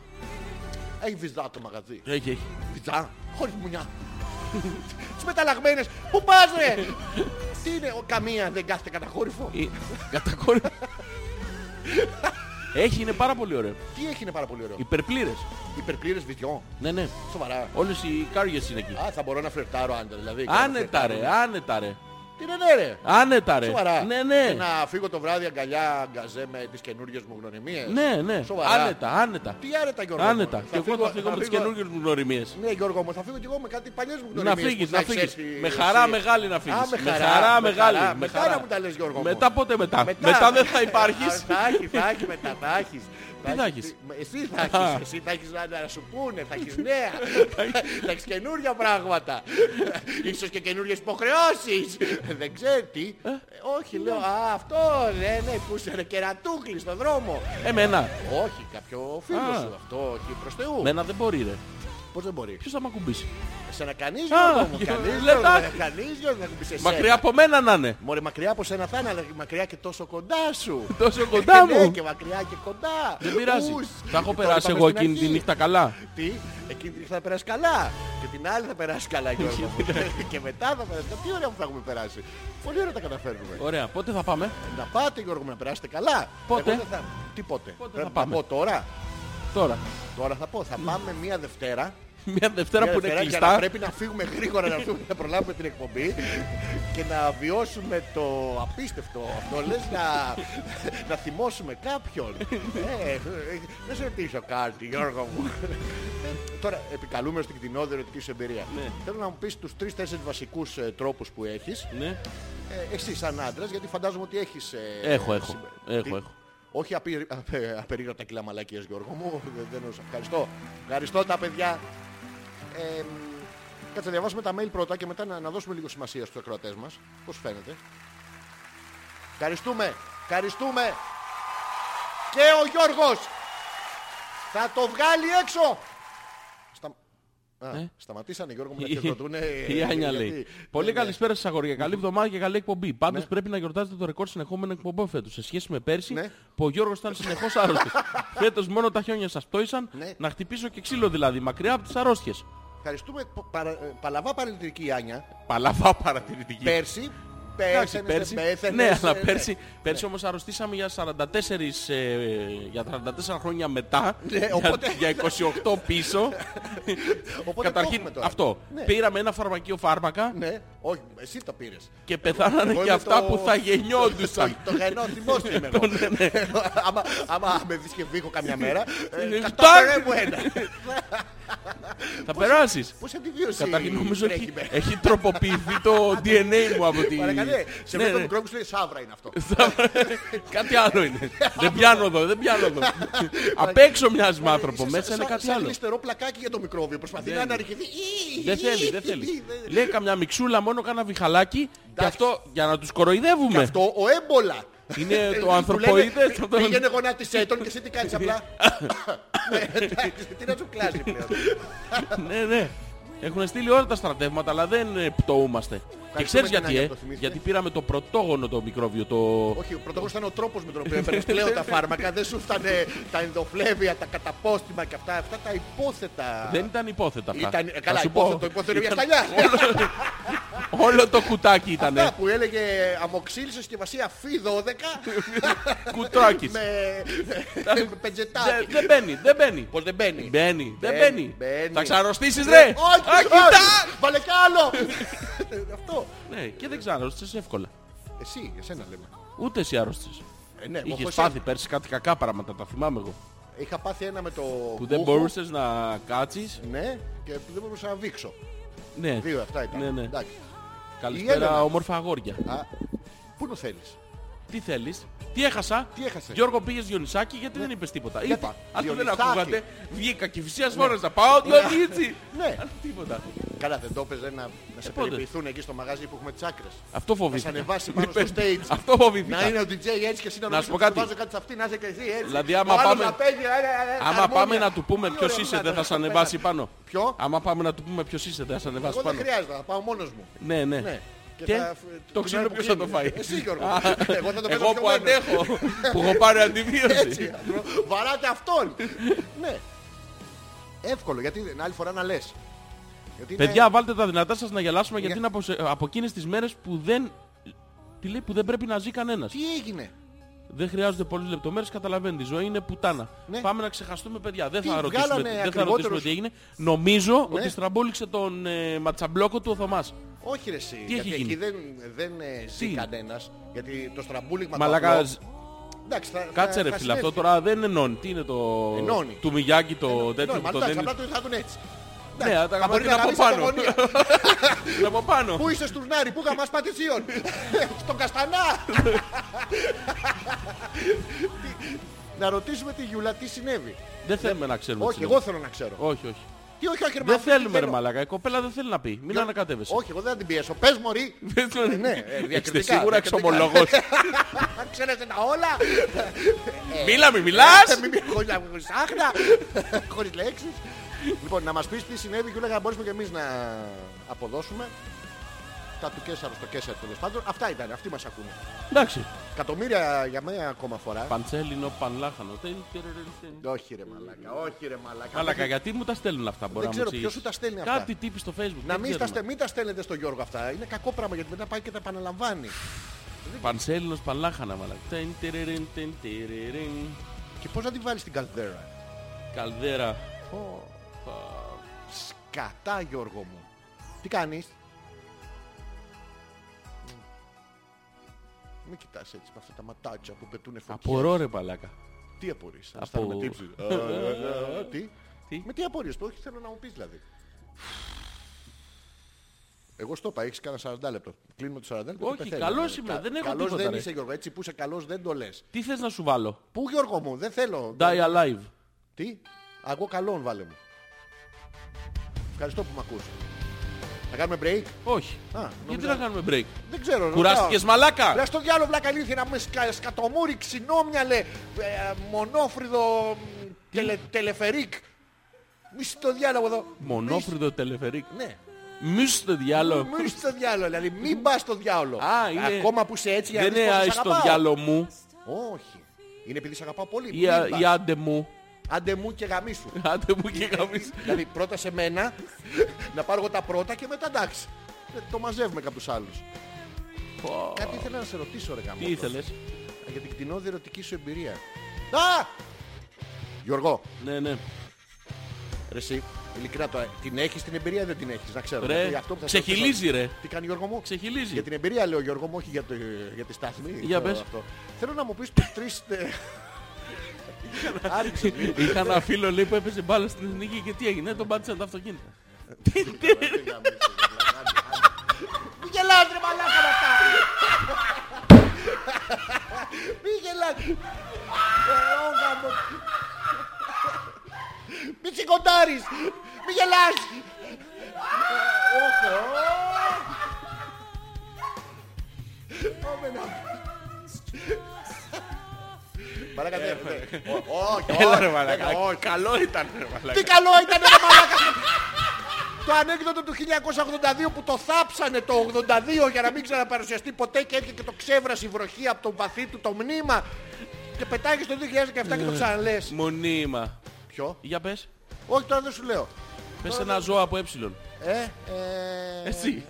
A: Έχει βυζά το μαγαζί.
B: Έχει, έχει.
A: Βυζά. Χωρίς μονιά. Τις μεταλλαγμένες. Πού πας ρε. Τι είναι. ο- Καμία δεν κάθεται καταχώρηφο.
B: Ε, Κατακόρυ. Έχει, είναι πάρα πολύ ωραίο.
A: Τι έχει είναι πάρα πολύ ωραίο.
B: Υπερπλήρες.
A: Υπερπλήρες βυζιό.
B: Ναι, ναι.
A: Σοβαρά.
B: Όλες οι κάριε είναι εκεί.
A: Α, θα μπορώ να φλερτάρω άντε δηλαδή. και να
B: Άνετα
A: φλερτάρω.
B: ρε, άνετα ρε.
A: Τι είναι ναι, ρε.
B: Άνετα ρε.
A: Σοβαρά.
B: Ναι,
A: Και
B: ναι.
A: να φύγω το βράδυ αγκαλιά αγκαζέ με τις καινούργιες μου γνωριμίες.
B: Ναι, ναι.
A: Σοβαρά.
B: Άνετα, άνετα.
A: Τι άρετα Γιώργο. μου.
B: Άνετα. Και εγώ θα φύγω με τις καινούργιες μου γνωριμίες.
A: Ναι Γιώργο μου, θα φύγω και εγώ με κάτι παλιές μου
B: Να
A: γνωριμίες.
B: φύγεις,
A: που
B: να
A: θα έχεις
B: φύγεις.
A: έρθει
B: Με
A: εσύ.
B: χαρά μεγάλη να
A: Α,
B: φύγεις.
A: με
B: Με
A: χαρά,
B: χαρά
A: με
B: μεγάλη.
A: χαρά.
B: με
A: Μετά
B: χαρά.
A: να μου τα λες, Γιώργο μου.
B: Μετά πότε μετά.
A: Μετά.
B: Μετά δεν θα
A: Α,
B: υπάρχεις.
A: Θα έχει, θα έχει μετά, θα έχεις.
B: θα έχεις?
A: Εσύ θα
B: Α.
A: έχεις, εσύ θα έχεις να, να σου πούνε, θα έχεις νέα, θα έχεις καινούργια πράγματα. Ίσως και καινούργιες υποχρεώσεις. Δεν ξέρω τι.
B: Ε,
A: Όχι, λέω, α, αυτό, ναι, ναι, που είσαι ρε κερατούκλι στον δρόμο.
B: Εμένα.
A: Όχι, κάποιο φίλο
B: Α. Ναι.
A: σου, αυτό, όχι προς Θεού.
B: Εμένα δεν μπορεί ρε.
A: Πώς δεν μπορεί.
B: Ποιος θα μ' ακουμπήσει.
A: Σε ένα κανείς
B: Α,
A: Γιώργο μου,
B: Γιώργο,
A: κανείς
B: λεπτάκι.
A: Γιώργο, κανείς Γιώργο, δεν σε
B: Μακριά από μένα να είναι.
A: Μωρέ μακριά από σένα θα είναι, αλλά μακριά και τόσο κοντά σου.
B: Τόσο κοντά
A: Ναι,
B: μου.
A: και μακριά και κοντά.
B: Δεν πειράζει.
A: Ους.
B: Θα έχω
A: Τώρα
B: περάσει
A: πάμε
B: εγώ
A: στην
B: εκείνη τη
A: αρχή.
B: νύχτα καλά.
A: Τι, εκείνη τη νύχτα θα περάσει καλά. Και την άλλη θα περάσει καλά Γιώργο μου.
B: Ναι.
A: και μετά θα περάσει. Τι ωραία που θα έχουμε περάσει. Πολύ ωραία τα καταφέρνουμε.
B: Ωραία, πότε θα πάμε.
A: Να πάτε Γιώργο μου να περάσετε καλά.
B: Πότε?
A: Εγώ δεν θα- Τι πότε.
B: Πότε
A: Πρέπει
B: θα
A: να πω
B: πάμε.
A: τώρα.
B: Τώρα.
A: Τώρα θα πω. Θα πάμε μία Δευτέρα.
B: Μια Δευτέρα
A: Μια
B: που είναι
A: Δευτέρα για να
B: κλειστά.
A: Πρέπει να φύγουμε γρήγορα να έρθουμε να προλάβουμε την εκπομπή και να βιώσουμε το απίστευτο αυτό. Λες να, να θυμώσουμε κάποιον. ε, ε, να σε ρωτήσω κάτι, Γιώργο μου. Τώρα επικαλούμε στην κτηνόδερη ερωτική σου εμπειρίας.
B: Ναι.
A: Θέλω να μου πεις τους τρεις-τέσσερις βασικούς ε, τρόπους που έχεις.
B: Ναι.
A: Ε, εσύ σαν άντρας, γιατί φαντάζομαι ότι έχεις... ε,
B: Έχω, έχω.
A: συμπε-
B: Έχω,
A: Τι-
B: έχω.
A: Όχι απε, απε, απερίγραπτα κιλά μαλακίες Γιώργο μου. Δεν, δεν ως- ευχαριστώ. Ευχαριστώ τα παιδιά. Ε, μ, κάτσε να διαβάσουμε τα mail πρώτα και μετά να, να δώσουμε λίγο σημασία στους ακροατές μας. Πώς φαίνεται. Ευχαριστούμε. Ευχαριστούμε. Και ο Γιώργος. Θα το βγάλει έξω. Στα... Α,
B: Ε?
A: Σταματήσανε Γιώργο μου να χειροκροτούν. ε,
B: Η Άνια
A: γιατί-
B: λέει.
A: Ναι,
B: Πολύ
A: ναι.
B: καλησπέρα σας, αγόρια. Καλή εβδομάδα και καλή εκπομπή. Πάντως πρέπει να γιορτάζετε το ρεκόρ συνεχόμενων εκπομπών φέτος. Σε σχέση με πέρσι
A: Ναι.
B: που ο Γιώργος ήταν συνεχώς άρρωστος. Φέτος μόνο τα χιόνια σας πτώησαν.
A: Ναι.
B: Να χτυπήσω και ξύλο δηλαδή, μακριά από τις αρρώστιες.
A: Ευχαριστούμε πο- παρα- ε, παλαβά παρελθυρική η Άνια.
B: Παλαβά παρατηρητική.
A: Πέρσι.
B: Εντάξει,
A: Πέρσι,
B: πέρσι, ναι, αλλά πέρσι, πέρσι όμως αρρωστήσαμε για 44, ε, για 44 χρόνια μετά,
A: Ναι,
B: για-
A: οπότε-
B: για, 28 πίσω.
A: Οπότε το
B: Καταρχήν
A: έχουμε τώρα.
B: αυτό.
A: Ναι.
B: Πήραμε ένα φαρμακείο φάρμακα
A: Ναι, όχι, εσύ το πήρες.
B: και πεθάνανε
A: Εγώ
B: και
A: είμαι
B: αυτά
A: το-
B: που θα γεννιόντουσαν.
A: Το γαϊνό θυμόστο είμαι εγώ.
B: Ναι, ναι.
A: άμα, άμα με δεις και βήχω καμιά μέρα,
B: Είναι
A: ε,
B: φτάνει.
A: κατάφερε μου ένα.
B: Θα περάσεις.
A: Πώς αντιβίωση
B: Καταρχήν νομίζω έχει,
A: τρέχει με.
B: έχει τροποποιηθεί το DNA μου από τη...
A: Παρακαλέ, σε
B: Ναι,
A: μένα το
B: ναι.
A: μικρό μου σου λέει Σάβρα είναι αυτό.
B: Κάτι άλλο είναι. δεν πιάνω εδώ, δεν πιάνω εδώ. Απ' έξω μοιάζει με άνθρωπο,
A: Είσαι
B: μέσα
A: σαν-
B: είναι κάτι
A: σαν
B: άλλο.
A: γλιστερό πλακάκι για το μικρόβιο. Προσπαθεί να αναρριχθεί.
B: Δεν θέλει, δεν θέλει.
A: Δεν-
B: Λέει καμιά μιξούλα, μόνο κάνα βιχαλάκι. Και αυτό για να τους κοροϊδεύουμε.
A: Αυτό ο έμπολα.
B: Ναι. Είναι
A: Του
B: το
A: λένε,
B: ανθρωποίδες.
A: «Πη-
B: αυτό το-
A: Πήγαινε γονάτισέ τον και εσύ τι κάνεις απλά. Ναι, εντάξει, Τι να σου κλάσει πλέον.
B: Ναι, ναι. Έχουν στείλει όλα τα στρατεύματα, αλλά δεν ε, πτωούμαστε. Και ξέρεις
A: την
B: γιατί,
A: Άνια
B: ε.
A: που το θυμήθηκε.
B: Γιατί πήραμε το πρωτόγονο το μικρόβιο. Το...
A: Όχι, ο πρωτόγονος ήταν ο τρόπος με τον οποίο έπαιρνες πλέον τα φάρμακα. Δεν σου φτάνε τα ενδοφλέβια, τα καταπόστημα και αυτά. Αυτά τα υπόθετα.
B: Δεν ήταν υπόθετα αυτά.
A: Ήταν, ε, καλά,
B: Θα σου πω,
A: υπόθετο, υπόθετο μια
B: ήταν-
A: σταλιά.
B: Όλο το κουτάκι ήταν.
A: Αυτά που έλεγε αμοξύλη σε συσκευασία φι 12
B: Κουτράκι.
A: με με
B: Δεν-
A: πετζετάκι.
B: Δεν μπαίνει, δεν μπαίνει.
A: Πώς δεν μπαίνει.
B: Μπαίνει, δεν
A: Μπαίνει,
B: μπαίνει.
A: μπαίνει.
B: Θα ξαναρρωστήσεις ρε.
A: Όχι,
B: Α,
A: όχι,
B: κοιτά!
A: βάλε κι άλλο. Αυτό.
B: Ναι, και δεν ξαναρρωστήσεις εύκολα.
A: Εσύ, εσένα λέμε.
B: Ούτε εσύ άρρωστησες.
A: Ε, ναι, μου έχω
B: Είχε
A: σε-
B: πάθει πέρσι κάτι κακά πράγματα, τα θυμάμαι εγώ.
A: Είχα πάθει ένα με το.
B: Που δεν μπορούσες να κάτσεις.
A: Ναι, και που δεν μπορούσα να βήξω.
B: Ναι,
A: Δύο αυτά ήταν.
B: Ναι, ναι.
A: Εντάξει. Η Έλενα.
B: καλησπέρα, όμορφα αγόρια.
A: Α, πού το θέλεις.
B: Τι θέλεις, τι έχασα.
A: Τι έχασες? Ναι.
B: Γιώργο πήγες Διονυσάκη, γιατί δεν είπες τίποτα.
A: Γιατί?
B: Είπα, αν το δεν
A: Διονυσάκη.
B: ακούγατε, βγήκα και φυσίας μόνος να πάω. Διονύτσι!
A: Ναι.
B: Αλλά τίποτα.
A: Καλά, δεν το έπαιζε να, να σε
B: πότε?
A: περιποιηθούν εκεί στο μαγαζί που έχουμε τσάκρες.
B: Αυτό
A: Να σε
B: φοβήθηκα.
A: ανεβάσει πάνω στο
B: Μην πες-
A: stage.
B: Αυτό
A: Να
B: φοβήθηκα.
A: είναι ο DJ έτσι και εσύ να,
B: Να σου
A: νομίζεις
B: πω κάτι.
A: ότι βάζω κάτι σε αυτή, να είσαι και εσύ έτσι.
B: Δηλαδή, άμα
A: Ο άλλος
B: πάμε-
A: να παίζει, ε, ε, ε,
B: Άμα
A: αρμόνια.
B: πάμε να του πούμε
A: Τι
B: ποιο
A: ωραία
B: είσαι,
A: που
B: δεν θα
A: ήταν
B: σε
A: αυτό
B: ανεβάσει
A: πέρα.
B: πάνω.
A: Ποιο?
B: Άμα πάμε να του πούμε ποιος είσαι, δεν θα σε ανεβάσει
A: Εγώ δεν
B: πάνω.
A: χρειάζεται, θα πάω μόνος μου.
B: Ναι, ναι.
A: Ναι. Και
B: Και
A: θα- την
B: το
A: ώρα
B: ξύλο
A: που
B: ποιος θα το
A: κλείνει.
B: φάει.
A: Εσύ Γιώργο.
B: Α,
A: Εγώ θα το παίζω
B: Εγώ που
A: πιωμένο.
B: αντέχω, που έχω πάρει αντιβίωση.
A: Έτσι, άνθρωπο. Βαράτε αυτόν. Ναι. Εύκολο, γιατί την άλλη φορά να λες. Γιατί είναι-
B: Παιδιά, βάλτε τα δυνατά σας να γελάσουμε γιατί
A: Ναι.
B: είναι από, σε- από εκείνες τις μέρες που δεν... Τι λέει, που δεν πρέπει να ζει κανένας.
A: Τι έγινε.
B: Δεν χρειάζονται πολλές λεπτομέρειες, καταλαβαίνετε. Η ζωή είναι πουτάνα.
A: Ναι.
B: Πάμε να ξεχαστούμε, παιδιά. Δεν
A: Τι,
B: θα, ρωτήσουμε,
A: βγάλανε
B: δεν θα
A: ακριβότερους-
B: ρωτήσουμε τι έγινε. Νομίζω
A: Ναι.
B: ότι στραμπόληξε τον ε, ματσαμπλόκο του ο Θωμάς.
A: Όχι ρε εσύ,
B: Τι
A: γιατί
B: έχει
A: εκεί
B: γίνει?
A: δεν, δεν ε, ζει
B: Τι?
A: κανένας, γιατί το στραμπούλιγμα το
B: Μαλάκα,
A: απλό- Εντάξει, θα-
B: κάτσε
A: θα-
B: ρε
A: θα
B: φίλε, αυτό
A: συνέβη.
B: τώρα δεν ενώνει. Τι είναι το...
A: Ε, Ενώνει.
B: Του Μιγιάκη το τέτοιο
A: Νόημα,
B: που το
A: εντάξει,
B: δένεις.
A: απλά το θα τον έτσι.
B: Ναι, τα
A: μπορεί να
B: γαμάτια είναι από
A: γαμίσει τα
B: πάνω.
A: γωνία.
B: Είναι από πάνω.
A: Πού είσαι στουρνάρι, πού γαμάς πατησίων, στον Καστανά. Τι- Να ρωτήσουμε τη Γιούλα τι συνέβη.
B: Δεν θέλουμε να ξέρουμε. τι
A: Όχι,
B: είναι.
A: εγώ θέλω να ξέρω.
B: Όχι, όχι.
A: Τι όχι, όχι, ρε, μα
B: Δεν
A: αυτή τι
B: θέλουμε ρε
A: θέλω.
B: μαλάκα. Η κοπέλα δεν θέλει να πει. Μην
A: Γιώ-
B: ανακατεύεσαι.
A: Όχι, εγώ δεν θα την πιέσω. Πες μωρή.
B: Ναι,
A: ναι, ε,
B: Είστε
A: διακριτικά,
B: σίγουρα
A: διακριτικά.
B: εξομολόγος.
A: Αν ξέρετε τα όλα. Ε.
B: Μίλα, μη μιλάς.
A: Μην χωρίς άχνα, χωρίς λέξεις. Λοιπόν, να μας πεις τι συνέβη Γιούλα για να μπορέσουμε και εμείς να αποδώσουμε. τα του Κέσσαρου στο Κέσσαρ τέλος πάντων. Αυτά ήταν, αυτοί μας ακούνε.
B: Εντάξει.
A: Εκατομμύρια για μία ακόμα φορά.
B: Παντσέλινο, πανλάχανο.
A: Όχι ρε μαλάκα, όχι ρε μαλάκα.
B: Μαλάκα, γιατί μου τα στέλνουν αυτά, μπορεί
A: Δεν
B: να μου
A: ξέρω ποιος
B: εξηγήσεις.
A: σου τα στέλνει αυτά.
B: Κάτι τύπη στο facebook.
A: Να
B: δεν
A: μην, τα,
B: ξέρουμε.
A: στε- μην τα στέλνετε στο Γιώργο αυτά. Είναι κακό πράγμα γιατί μετά πάει και τα επαναλαμβάνει.
B: Πανσέλινος, πανλάχανα, μαλάκα. Τεν, τερερεν, τεν, τερερεν.
A: Και πώς να τη βάλεις στην καλδέρα.
B: Καλδέρα.
A: Σκατά Γιώργο μου. Τι κάνεις. Μην κοιτάς έτσι με αυτά τα ματάκια που πετούν φωτιά.
B: Απορώ ρε παλάκα.
A: Τι απορείς.
B: Απο-
A: Απο... Με τύψεις. Ε, ε, ε, Τι.
B: Τι?
A: Με τι απορίες. Το όχι θέλω να μου πεις δηλαδή. Εγώ στο είπα, έχεις κάνα 40 λεπτό. Κλείνουμε το 40 λεπτό.
B: Όχι, καλός είμαι, δεν έχω
A: Καλός
B: τίποτα,
A: δεν
B: ρε.
A: είσαι Γιώργο. Έτσι που είσαι καλός δεν το λες.
B: Τι θες να σου βάλω.
A: Πού Γιώργο μου, δεν θέλω.
B: Die alive.
A: Τι, αγώ καλόν βάλε μου. Ευχαριστώ που με ακούς. Θα κάνουμε break.
B: Όχι.
A: Α,
B: Γιατί
A: νομίζω-
B: να κάνουμε break.
A: Δεν ξέρω.
B: Κουράστηκες μαλάκα.
A: Ρε στο διάλογο βλάκα αλήθεια να με σκα, σκατομούρι, ξινόμυαλε, ε, μονόφρυδο, μ, τελε, τελεφερίκ. Μη στο διάλογο εδώ.
B: Μονόφρυδο τελεφερίκ.
A: Μη σ- Ναι.
B: Μη στο διάλογο.
A: Μη στο διάλογο, δηλαδή μην πας στο διάλογο.
B: Α, είναι-
A: Ακόμα που είσαι έτσι για να
B: Δεν
A: δεις
B: είναι
A: πόσο
B: «Άι
A: σ'
B: στο
A: αγαπάω.
B: διάλογο μου
A: Όχι. Είναι επειδή σε αγαπάω πολύ.
B: ή,
A: Μην
B: α-
A: πας.
B: ή άντε μου.
A: Άντε μου και γαμίσου.
B: Άντε μου και γαμίς.
A: δηλαδή πρώτα σε μένα, να πάρω εγώ τα πρώτα και μετά εντάξει. Ε, Το μαζεύουμε κάποιους άλλους. Κάτι ήθελα να σε ρωτήσω ρε γαμώτος.
B: Τι ήθελες.
A: Για την κτηνόδη ερωτική σου εμπειρία. Α! Γιώργο,
B: Ναι, ναι.
A: ρε εσύ, ειλικρινά τώρα, την έχεις την εμπειρία ή δεν την έχεις, να ξέρω. Γιατί
B: Ρε.
A: αυτό που θα σε ρωτήσω-
B: Ξεχυλίζει ρε.
A: Τι κάνει Γιώργο μου?
B: Ξεχυλίζει.
A: Για την εμπειρία λέω Γιώργο μου, όχι για, το, για τη στάθμη.
B: Για
A: Το-
B: πες.
A: αυτό. Θέλω να μου πεις τους τρεις... ε, Άριξε.
B: Είχα ένα φίλο λέει που έπαιζε μπάλα στην εθνική και τι έγινε, τον πάτησαν τα αυτοκίνητα.
A: Μη γελάς ρε μαλάκα με αυτά. Μη γελάς. Ε, όγα μου. Μη τσιγκοντάρεις. Μη γελάς. Ε, όχι, ω. Πάμε να... Μαλάκα δεν Όχι,
B: Έλα ρε
A: όχι,
B: μαλάκα.
A: όχι.
B: Καλό ήταν ρε μαλάκα.
A: Τι καλό ήταν ρε μαλάκα. Το ανέκδοτο του 1982 που το θάψανε το 82 για να μην ξαναπαρουσιαστεί ποτέ και έρχεται και το ξέβρασε η βροχή από το βαθύ του το μνήμα και πετάγει το 2017 και το ξαναλες.
B: Μονίμα.
A: Ποιο?
B: Για πες.
A: Όχι τώρα δεν σου λέω.
B: Πες ένα ζώο από έψιλον.
A: Ε, ε,
B: Εσύ.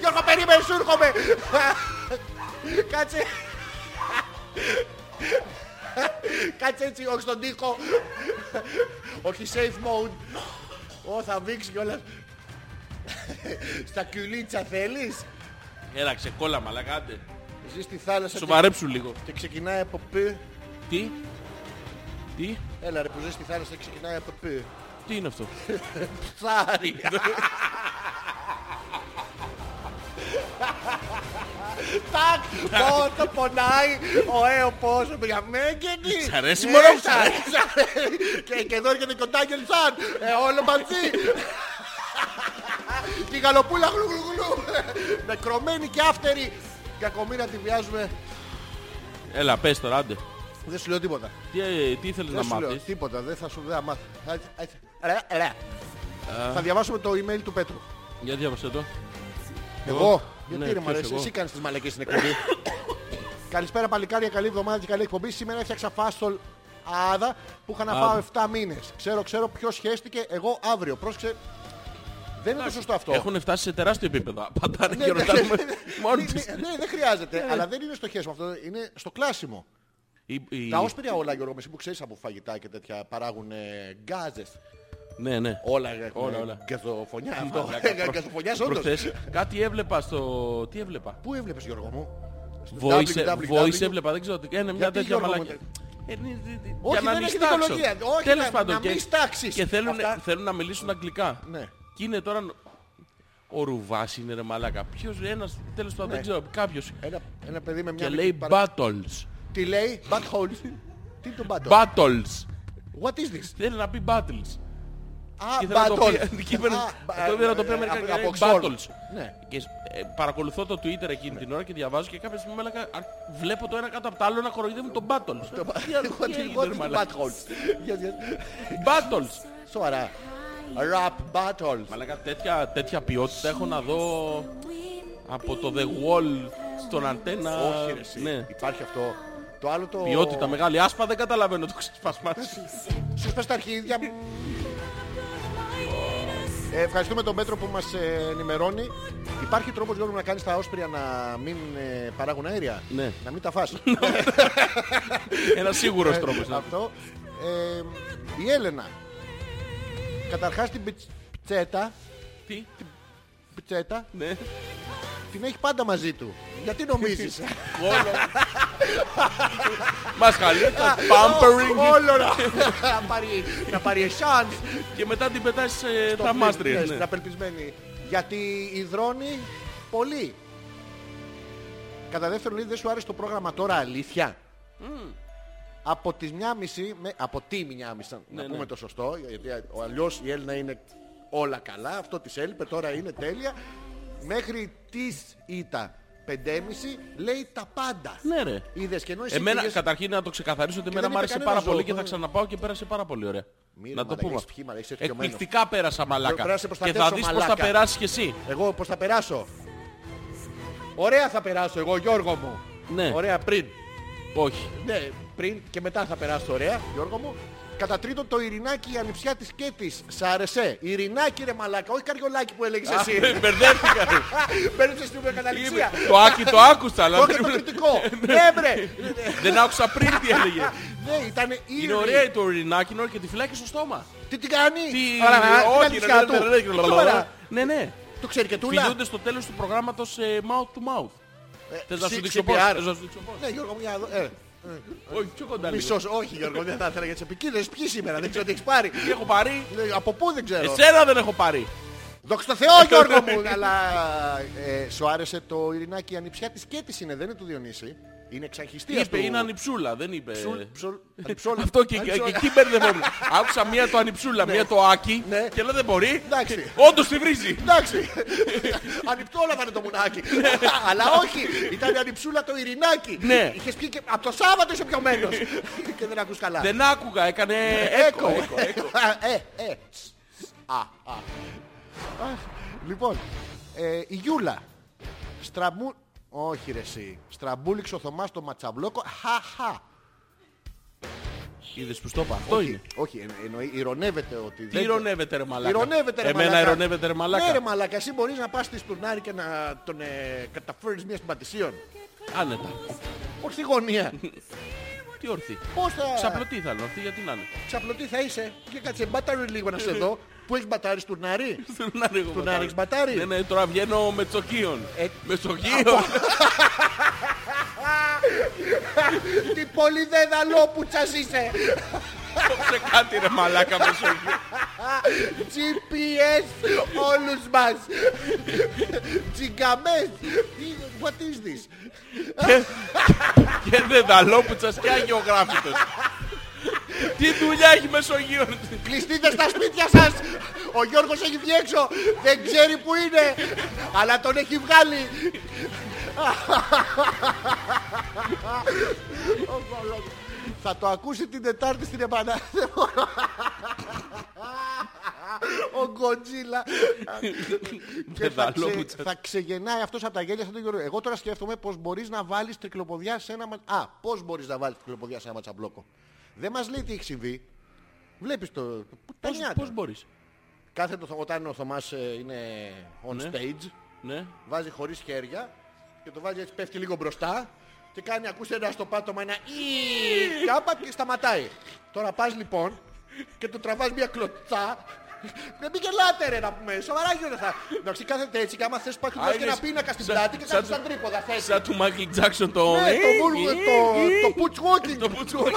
A: Γιώργο περίμενε σου έρχομαι. Κάτσε. Κάτσε έτσι, όχι στον τοίχο. όχι safe mode. Ω, θα βήξει κιόλας. Στα κιουλίτσα θέλεις.
B: Έλα ξεκόλα μαλάκα άντε.
A: Ζεις στη θάλασσα και,
B: Σοβαρέψου λίγο.
A: και ξεκινάει από π.
B: Τι. Τι.
A: Έλα ρε που ζεις στη θάλασσα και ξεκινάει από π.
B: Τι είναι αυτό.
A: Ψάρι. Τάκ, πόσο πονάει, ωραίο πόσο Ε, διαμέγενη.
B: Σ' αρέσει
A: Ναι,
B: μόνο που
A: σ'
B: σ' αρέσει.
A: αρέσει, σ' αρέσει. Και- Και εδώ έρχεται και ο Τάκελ Σαν, ε, όλο μαζί. Και η γαλοπούλα γλου γλου γλου. Νεκρωμένη και άφτερη. Κακομήρα τη βιάζουμε.
B: Έλα πες τώρα άντε.
A: Δεν σου λέω τίποτα.
B: Τι, ε, τι ήθελες να
A: Δεν σου λέω
B: μάθεις.
A: τίποτα, δεν θα σου δεν θα μάθω. Α, έτσι. Ρε, ρε. Θα διαβάσουμε το email του Πέτρου.
B: Για διάβασε το.
A: Εγώ.
B: Ναι,
A: Γιατί ρε
B: ποιος
A: Μαρέση,
B: εγώ?
A: εσύ κάνεις τις μαλακές στην εκπομπή. Καλησπέρα παλικάρια, καλή εβδομάδα και καλή εκπομπή. Σήμερα έφτιαξα φάστολ άδα που είχα να φάω 7 μήνες. Ξέρω, ξέρω ποιος χέστηκε, εγώ αύριο. Πρόσεξε. Δεν είναι το σωστό αυτό.
B: Έχουν φτάσει σε τεράστιο επίπεδο. Απαντάνε
A: Ναι,
B: και
A: ναι,
B: ρωτάνε
A: ναι,
B: μόνοι
A: ναι,
B: τους.
A: ναι, δεν χρειάζεται. Αλλά δεν είναι στο χέσιμο αυτό, είναι στο κλάσιμο.
B: Η- η-
A: Τα όσπρια όλα, Γιώργο, εσύ που ξέρεις από φαγητά και τέτοια παράγουν ε, γκάζες.
B: Ναι, ναι.
A: Όλα, ε,
B: Όλα,
A: ε,
B: όλα.
A: Γκαζοφωνιά αυτό. ε,
B: Μαλάκα, προ-
A: Γκαζοφωνιάς όντως.
B: προχθές κάτι έβλεπα στο... Τι έβλεπα.
A: Πού έβλεπες Γιώργο μου. Στο
B: Voice, ε,
A: www.
B: voice έβλεπα, δεν ξέρω. τι- Ένα, μια
A: Γιατί,
B: τέτοια
A: Γιώργο μου,
B: μαλακιά. Ε, ναι, ναι, ναι,
A: Όχι,
B: για να
A: δεν έχει
B: νιστάξω.
A: δικαιολογία. Όχι,
B: Τέλος
A: να-
B: πάντων,
A: να
B: και-
A: μη στάξεις.
B: Και θέλουν,
A: Αυτά.
B: θέλουν να μιλήσουν αγγλικά.
A: Ναι.
B: Και είναι τώρα... Ο Ρουβάς είναι ρε μαλάκα. Ποιος, ένας, τέλος πάντων, δεν ξέρω, κάποιος.
A: Ναι. Ένα, ένα παιδί με μια
B: Και
A: μικρή
B: λέει
A: παρα-
B: battles.
A: Τι λέει Buttholes Τι είναι το butthole
B: Battles.
A: What is this
B: Θέλει να πει battles.
A: Α,
B: και ήθελα να το
A: battle.
B: πει- και ήθελα-
A: Α,
B: Το είδα να το
A: ε,
B: πει αμερικανικά.
A: από-
B: λέει,
A: από Ναι.
B: Battles.
A: Xorn. Ναι.
B: Και ε, παρακολουθώ το Twitter εκείνη την ώρα και διαβάζω και κάποια στιγμή μου έλεγα, «Α, βλέπω το ένα κάτω από το άλλο να κοροϊδεύουν τον Battles. Τι-
A: Εγώ
B: τι έγινε,
A: εγώ
B: ρε
A: τις
B: μαλάκα.
A: buttholes. Yes, yes.
B: Battles.
A: Σοβαρά. Rap battles.
B: Μαλάκα τέτοια, τέτοια ποιότητα έχω να δω από το The Wall στον αντένα.
A: Όχι ρε εσύ.
B: Ναι.
A: Υπάρχει αυτό. Το άλλο το...
B: Ποιότητα μεγάλη. Άσπα δεν καταλαβαίνω το ξεσπασμά της.
A: Σου σπες τα αρχίδια μου. Ε, ευχαριστούμε τον Πέτρο που μας ε, ενημερώνει. Υπάρχει τρόπος Γιώργο να κάνεις τα όσπρια να μην ε, παράγουν αέρια.
B: Ναι.
A: Να μην τα φας.
B: Ένα σίγουρος τρόπος. ναι. να-
A: ε, Αυτό. Ε, η Έλενα. Καταρχάς την πιτσ- πιτσέτα,
B: Τι,
A: πιτσέτα
B: ναι.
A: την έχει πάντα μαζί του. Γιατί νομίζεις.
B: Όλο. Μας χαλεί το pampering
A: Όλο να, να πάρει, να πάρει εσάνς.
B: και μετά την πετάς σε
A: Το
B: τα
A: πλήν, ναι,
B: μάστρια.
A: στην απελπισμένη. Γιατί υδρώνει πολύ. Κατά δεύτερον, λέει, δεν σου άρεσε το πρόγραμμα τώρα, αλήθεια. Από τις μια μισή, με, από τη μια μισή,
B: Ναι,
A: να πούμε το σωστό, γιατί α- ο αλλιώς η Έλληνα είναι όλα καλά, αυτό της έλειπε, τώρα είναι τέλεια. Μέχρι τις ήττα 5,5 λέει τα πάντα.
B: Ναι ρε.
A: Είδες και ενώ εσύ
B: Εμένα,
A: πήγες-
B: καταρχήν να το ξεκαθαρίσω ότι εμένα
A: δεν
B: μου άρεσε
A: είπε
B: πάρα
A: κανένα
B: πολύ
A: ζώο,
B: και θα
A: ναι.
B: ξαναπάω και πέρασε πάρα πολύ ωραία.
A: Μύρε,
B: Να το
A: μαλάκα,
B: πούμε.
A: έχεις πιει, μαλάκα, είσαι θυκιωμένο.
B: Εκπληκτικά πέρασα μαλάκα.
A: Πέρασε
B: Και θα
A: προστατεύσω,
B: δεις πώς θα
A: μαλάκα.
B: περάσεις κι εσύ.
A: Εγώ πώς θα περάσω. Ωραία θα περάσω εγώ Γιώργο μου.
B: Ναι.
A: Ωραία πριν.
B: Όχι.
A: Ναι, πριν και μετά θα περάσω ωραία Γιώργο μου. Κατά τρίτον το Ειρηνάκι η ανιψιά της Κέτης. Σ' άρεσε. Ειρηνάκι ρε μαλάκα, όχι καριολάκι που έλεγες εσύ.
B: Μπερδεύτηκα. ρε.
A: Παίρνεις εσύ με καταληξία.
B: ναι. Το άκη το άκουσα, αλλά
A: Το και
B: δεν-
A: το κριτικό. Ναι μπρε.
B: δεν άκουσα πριν τι έλεγε.
A: Ναι, ήταν
B: Είναι
A: ήρη.
B: ωραία το ορεινάκι, είναι ωραία και τη φυλάκι στο στόμα.
A: Τι την κάνει.
B: Τι...
A: Παρα- την
B: Όχι, ναι,
A: ανιψιά
B: ρε, ρε,
A: του.
B: ρε, ρε,
A: Σοβαρά.
B: Ναι, ναι.
A: Το ξέρει και τούλα.
B: Φιλιούνται στο τέλος του προγράμματος ε, mouth to mouth. Θες να
A: C-
B: σου δείξω πώς.
A: CPR.
B: Θες να σου δείξω πώς.
A: Ναι Γιώργο μου, για να δω. Ε,
B: Όχι, πιο κοντά λίγο.
A: Μισός, όχι Γιώργο, δεν θα ήθελα για τις επικίνδυνες. Ποιοι σήμερα, δεν ξέρω τι έχεις πάρει.
B: Τι έχω πάρει.
A: Λέει, Από πού δεν ξέρω.
B: Εσένα δεν έχω πάρει.
A: Δόξα τω Θεώ Γιώργο μου. Αλλά ε, σου άρεσε το Ειρηνάκι η ανιψιά της Κέτης είναι, δεν είναι του Διονύση. Είναι εξαρχιστίας
B: Είπε,
A: του- ε,
B: είναι ανιψούλα, δεν είπε.
A: ψουλ- ψουλ- ανιψόλα.
B: Αυτό και, και,
A: Ανιψόλα.
B: και εκεί μπερδευόμουν. Άκουσα μία το ανιψούλα, μία το άκι
A: Ναι.
B: και λέω δεν μπορεί.
A: Εντάξει.
B: Όντως τη βρίζει.
A: Εντάξει. Ανυπτόλα ήταν το μουνάκι. Αλλά όχι. Ήταν η ανιψούλα το Ειρηνάκι.
B: Ναι.
A: Είχες πει και από το Σάββατο είσαι πιωμένος. Και δεν ακούς καλά.
B: Δεν άκουγα, έκανε
A: Ναι.
B: έκο. έκο, έκο.
A: Ε, ε. τσ, τσ, α, α. Αχ, Λοιπόν, ε, η Γιούλα. Στραμπού... Όχι ρε εσύ. Στραμπούληξε ο Θωμάς το ματσαβλόκο. Χαχα.
B: Είδες που στο είπα, αυτό είναι.
A: Ε. Όχι, εν- εννοεί, ηρωνεύεται ότι...
B: Τι ηρωνεύεται ρε μαλάκα.
A: Ηρωνεύεται ρε
B: Εμένα
A: μαλάκα.
B: ηρωνεύεται ρε μαλάκα.
A: Ναι ρε μαλάκα, εσύ μπορείς να πας στη Στουρνάρη και να τον ε, καταφέρεις μια συμπατησίων.
B: Άνετα.
A: Ορθή γωνία.
B: Τι ορθή.
A: Πώς θα...
B: Ξαπλωτή θα λέω, αυτή γιατί να είναι.
A: Ξαπλωτή θα είσαι. Και κάτσε μπατάρι λίγο να σε δω. Πού έχεις μπατάρι Στουρνάρη.
B: Θέλω να ρίχνω
A: Του να ρίξεις μπατάρι. Ε.
B: Ναι, ναι, τώρα βγαίνω με τσοκίον. Με τσοκίον.
A: Τι πολύ δεδαλόπουτσα είσαι.
B: Σε κάτι ρε μαλάκα με τσοκίον.
A: GPS όλους μας. Τζιγκαμές. Τι- What is this.
B: Και δεδαλόπουτσας και αγιογράφητος. Τι δουλειά έχει μεσογείων.
A: Κλειστείτε στα σπίτια σας. Ο Γιώργος έχει βγει έξω. Δεν ξέρει που είναι. Αλλά τον έχει βγάλει. Θα το ακούσει την Τετάρτη στην Επανάσταση. Ο Γκοντζίλα. Και θα, ξε-
B: Δεδαλόπουτσας.
A: θα ξεγεννάει αυτός από τα γέλια σαν τον Γιώργο. Εγώ τώρα σκέφτομαι πως μπορείς να βάλεις τρικλοποδιά σε ένα μα... Α, πώς μπορείς να βάλεις τρικλοποδιά σε ένα ματσαμπλόκο. Δεν μας λέει τι έχει συμβεί. Βλέπεις το... Πού τα
B: Πώς-
A: νιάτα.
B: Πώς μπορείς.
A: Κάθε το, όταν ο Θωμάς ε, είναι on
B: Ναι.
A: stage,
B: Ναι.
A: βάζει χωρίς χέρια και το βάζει έτσι πέφτει λίγο μπροστά και κάνει ακούστε ένα στο πάτωμα ένα «Ι» κάπα και σταματάει. Τώρα πας λοιπόν και του τραβάς μια κλωτσά δεν μην γελάτε ρε να πούμε, σοβαρά γίνοντα. Να ξεκάθετε έτσι και άμα θες πας
B: Α,
A: και
B: είναι
A: ένα πίνακα στην
B: σαν-
A: πλάτη και
B: σαν
A: κάνεις
B: του-
A: σαν τρίποδα θέση.
B: Σαν του Μάικλ Τζάξον το...
A: Ναι, το βούλγο, το, το putsch walking
B: Το πουτσούκι.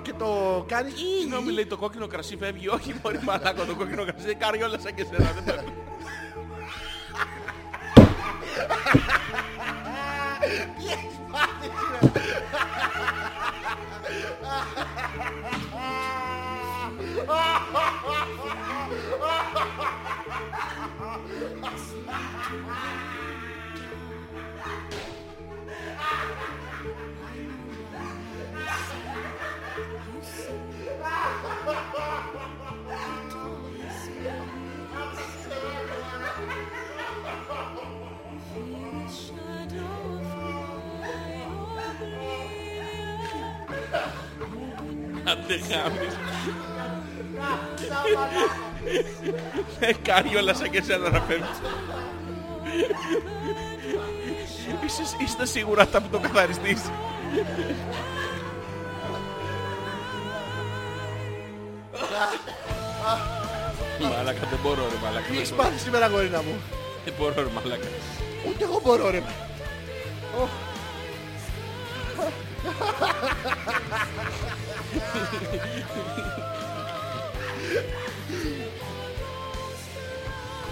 A: και το κάνεις «Ι».
B: Συγγνώμη λέει το κόκκινο κρασί φεύγει. Όχι μπορεί μαλάκα το κόκκινο κρασί. Δεν κάνει όλα σαν και σένα. δεν πάει.
A: Α,
B: Αντεγάμεις. Ε, Κάριόλα σαν και εσένα να φεύγεις. Είσαι- Είστε σίγουρα αυτά που το καθαριστείς. Μαλάκα δεν μπορώ ρε μαλάκα.
A: Τι έχεις
B: Δεν μπορώ.
A: πάρει σήμερα, γορίνα μου.
B: Δεν μπορώ ρε μαλάκα.
A: Ούτε εγώ μπορώ, ρε.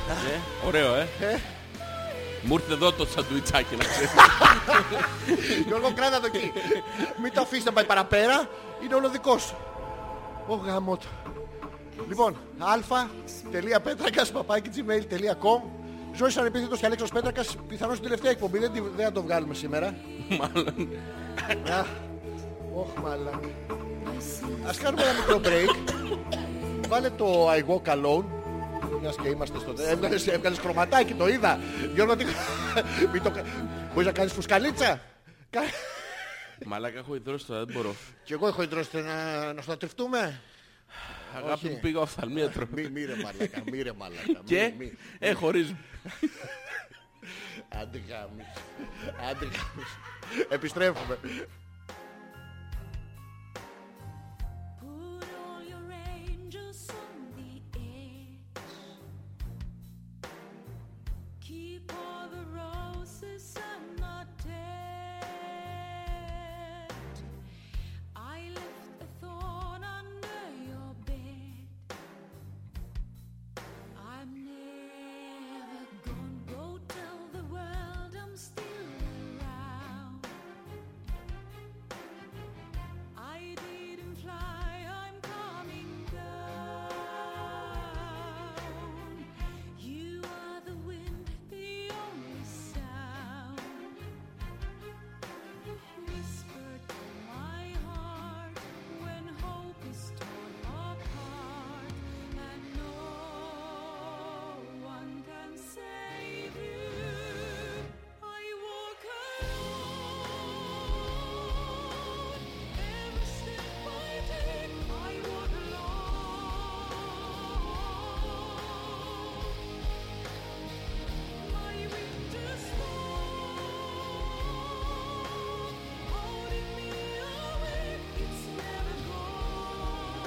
B: Ε, Ωραίο ε. Μου ήρθε εδώ το σαντουιτσάκι να ξέρεις.
A: Γιώργο, κράτα το εκεί. Μην το αφήσεις να πάει παραπέρα. Είναι όλο δικό σου. Ω γάμο του. Λοιπόν, α.πέτρακα.gmail.com Ζωή ανεπίθετος και Αλέξος Πέτρακας Πιθανώς την τελευταία εκπομπή. Δεν, τη- δεν θα το βγάλουμε σήμερα. Μάλλον. Ωχ, μάλλον. Ας κάνουμε ένα μικρό break. Βάλε το I Walk Alone. Μιας και είμαστε στο... Έβγαλες, έβγαλες χρωματάκι, το είδα. Γιώργο, τι... Μην το... κα- Μπορείς να κάνεις φουσκαλίτσα. Κα-
B: Μαλάκα έχω ιδρώσει τώρα δεν μπορώ.
A: Κι εγώ έχω ιδρώσει να, να στρατευτούμε.
B: Αγάπη μου πήγα οφθαλμίατρο.
A: Μη, μη ρε μαλάκα, μη ρε μαλάκα.
B: Και
A: Μη, μη.
B: ε, χωρίζουν.
A: Άντε γάμις. Άντε γάμις. Επιστρέφουμε.
E: Put all your angels on the edge. Keep all the roses I'm not dead. I left a thorn under your bed. I'm never gone. Go tell the world I'm still around. I didn't fly, I'm coming down. You are the wind, the only sound. Whispered in my heart when hope is torn apart, and no one can save you. I walk alone. Every step I take, I walk alone. My winter's storm holding me awake. It's never gone.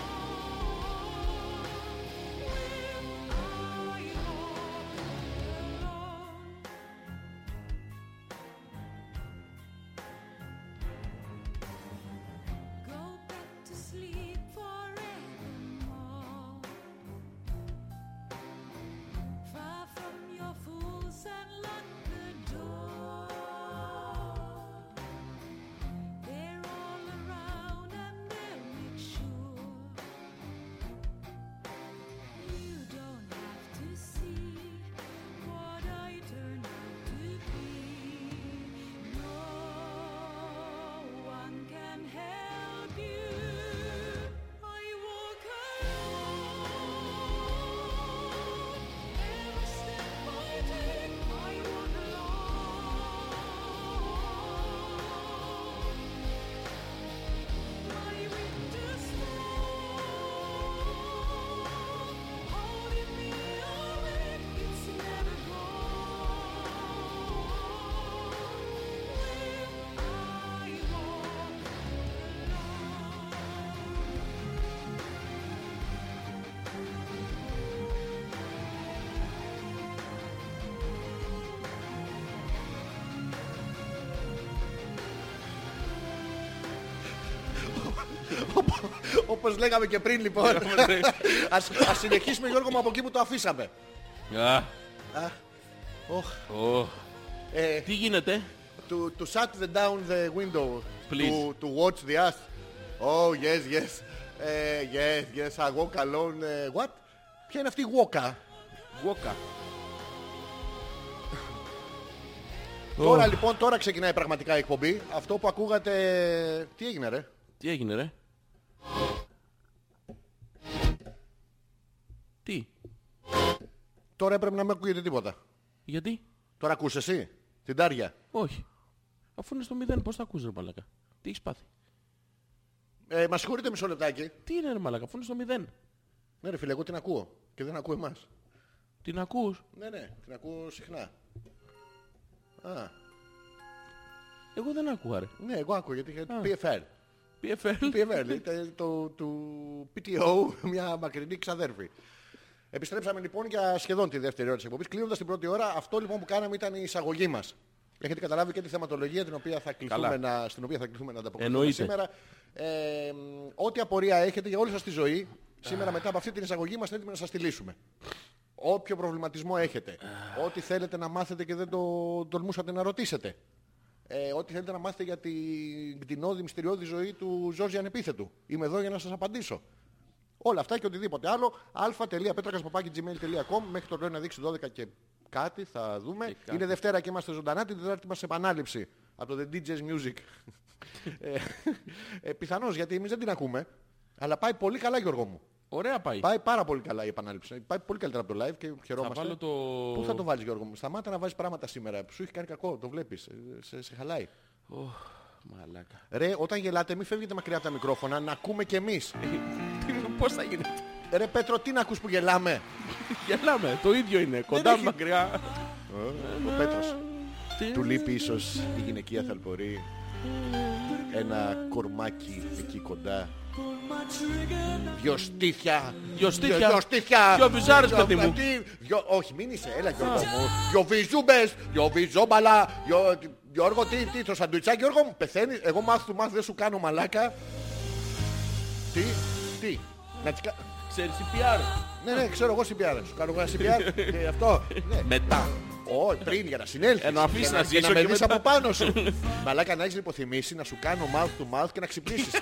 E: When I walk alone. Go back to sleep forevermore. Far from your fools and lock the door. They're all around and they'll make sure. You don't have to see what I turn out to be. No one can help you. I walk alone. Every step I take, I walk alone. My winter's storm holding me awake. It's never gone. When I walk alone.
A: Όπως λέγαμε και πριν λοιπόν. ας, ας συνεχίσουμε Γιώργο μου από εκεί που το αφήσαμε.
B: Α,
A: Οχ,
B: ω.
A: ε,
B: Τι γίνεται.
A: to, to shut the down the window.
B: Please.
A: To, to watch the earth. Oh yes yes. Ε, yes yes I walk eh, alone. Ε, what? Ποια είναι αυτή η walker.
B: Γουόκα.
A: Τώρα λοιπόν, τώρα ξεκινάει πραγματικά η εκπομπή. Αυτό που ακούγατε. Τι έγινε, ρε.
B: Τι έγινε, ρε. Τι,
A: Τώρα έπρεπε να μην ακούγεται τίποτα.
B: γιατί,
A: Τώρα ακούς εσύ την Τάρια.
B: όχι. Αφού είναι στο μηδέν, πώς θα ακούς ρε μαλακά. Τι έχεις πάθει.
A: Ε, Μα συγχωρείτε μισό λεπτάκι.
B: Τι είναι ρε μαλακά, αφού είναι στο μηδέν.
A: Ναι, ρε φίλε, εγώ την ακούω. Και δεν ακούω εμάς.
B: Την ακούς.
A: Ναι, ναι, την ακούω συχνά. Α,
B: Εγώ δεν ακούω ρε.
A: ναι, εγώ ακούω γιατί είχε PFL.
B: PFL.
A: PFL, ήταν το, του PTO, μια μακρινή ξαδέρφη. Επιστρέψαμε λοιπόν για σχεδόν τη δεύτερη ώρα της εκπομπής. Κλείνοντας την πρώτη ώρα, αυτό λοιπόν που κάναμε ήταν η εισαγωγή μας. Έχετε καταλάβει και τη θεματολογία την οποία θα κληθούμε
B: Καλά.
A: να, στην οποία θα κληθούμε να ανταποκριθούμε
B: Εννοείται.
A: σήμερα. Ε, μ, ό,τι απορία έχετε για όλη σας τη ζωή, σήμερα μετά από αυτή την εισαγωγή είμαστε έτοιμοι να σας τη λύσουμε. Όποιο προβληματισμό έχετε, ό,τι θέλετε να μάθετε και δεν το τολμούσατε να ρωτήσετε. Ε, ό,τι θέλετε να μάθετε για την κτηνόδη μυστηριώδη ζωή του Ζόρζη Ανεπίθετου. Είμαι εδώ για να σας απαντήσω. Όλα αυτά και οτιδήποτε άλλο. α.πέτρακα.gmail.com μέχρι το πρωί να δείξει 12 και κάτι θα δούμε.
B: κάτι.
A: Είναι Δευτέρα και είμαστε ζωντανά. Την Τετάρτη μας επανάληψη από το The DJ's Music. ε, ε, πιθανώς γιατί εμείς δεν την ακούμε. Αλλά πάει πολύ καλά Γιώργο μου.
B: Ωραία πάει.
A: Πάει πάρα πολύ καλά η επανάληψη. Πάει πολύ καλύτερα από το live και
B: Θα
A: χαιρόμαστε.
B: βάλω το...
A: Πού θα το βάλεις Γιώργο μου. Σταμάτα να βάζεις πράγματα σήμερα. Σου έχει κάνει κακό. Το βλέπεις. Ε, Σε, σε χαλάει.
B: Μαλάκα.
A: Ρε, όταν γελάτε, μην φεύγετε μακριά από τα μικρόφωνα, να ακούμε κι εμείς. Ε,
B: Πώς θα γίνεται.
A: Ρε Πέτρο, τι να ακούς που γελάμε.
B: Γελάμε. Το ίδιο είναι. Κοντά
A: έχει-
B: μακριά.
A: Ο Πέτρος. Του λείπει ίσως η γυναικεία θαλπορή. Ένα κορμάκι εκεί κοντά. Δυο στήθια.
B: Δυο στήθια.
A: Δυο στήθια.
B: Δυο βυζάρες,
A: Δυο-
B: παιδί μου.
A: τι- δυο- Όχι, μην είσαι. Έλα Γιώργο μου. Δυο βυζούμπες. Δυο βυζόμπαλα. δυο- τι- Γιώργο, τι, τι, το σαντουιτσάκι, Γιώργο μου, πεθαίνεις. Εγώ μάθ του μάθ, δεν σου κάνω μαλάκα. Τι, τι. Να τις κα-
B: Ξέρεις τι PR.
A: Ναι, ναι, ξέρω εγώ CPR. Σου κάνω εγώ ένα CPR και αυτό. Ναι.
B: Μετά.
A: Όχι, πριν για να συνέλθεις.
B: Ενώ αφήσεις
A: Για
B: Ε, να
A: για
B: ζήσω
A: να με
B: και
A: δεις
B: μετά.
A: από πάνω σου. Μαλάκα να έχεις υποθυμίσει να σου κάνω mouth to mouth και να ξυπνήσεις.
B: Η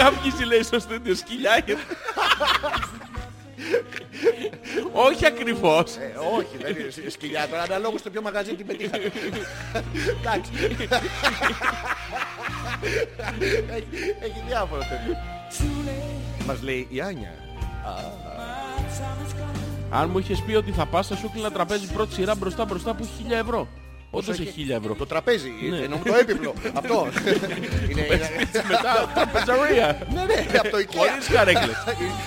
B: γάμιση λέει στο στούντιο σκυλιά. και- Όχι ακριβώς.
A: ε, όχι, δεν είναι σ- σκυλιά τώρα. Αναλόγως στο ποιο μαγαζί την πετύχατε. Εντάξει. έχει, έχει διάφορα τέτοια. Μας λέει η Άνια.
B: Αν μου είχες πει ότι θα πας θα σου έκλεινα τραπέζι πρώτη σειρά μπροστά μπροστά που έχει χίλια ευρώ. Όντως έχει χίλια ευρώ.
A: Το τραπέζι,
B: Ναι.
A: εννοούμε το έπιπλο. αυτό. είναι, είναι-
B: Μετά τραπεζαρία.
A: ναι, ναι, από το IKEA.
B: Χωρίς καρέκλες.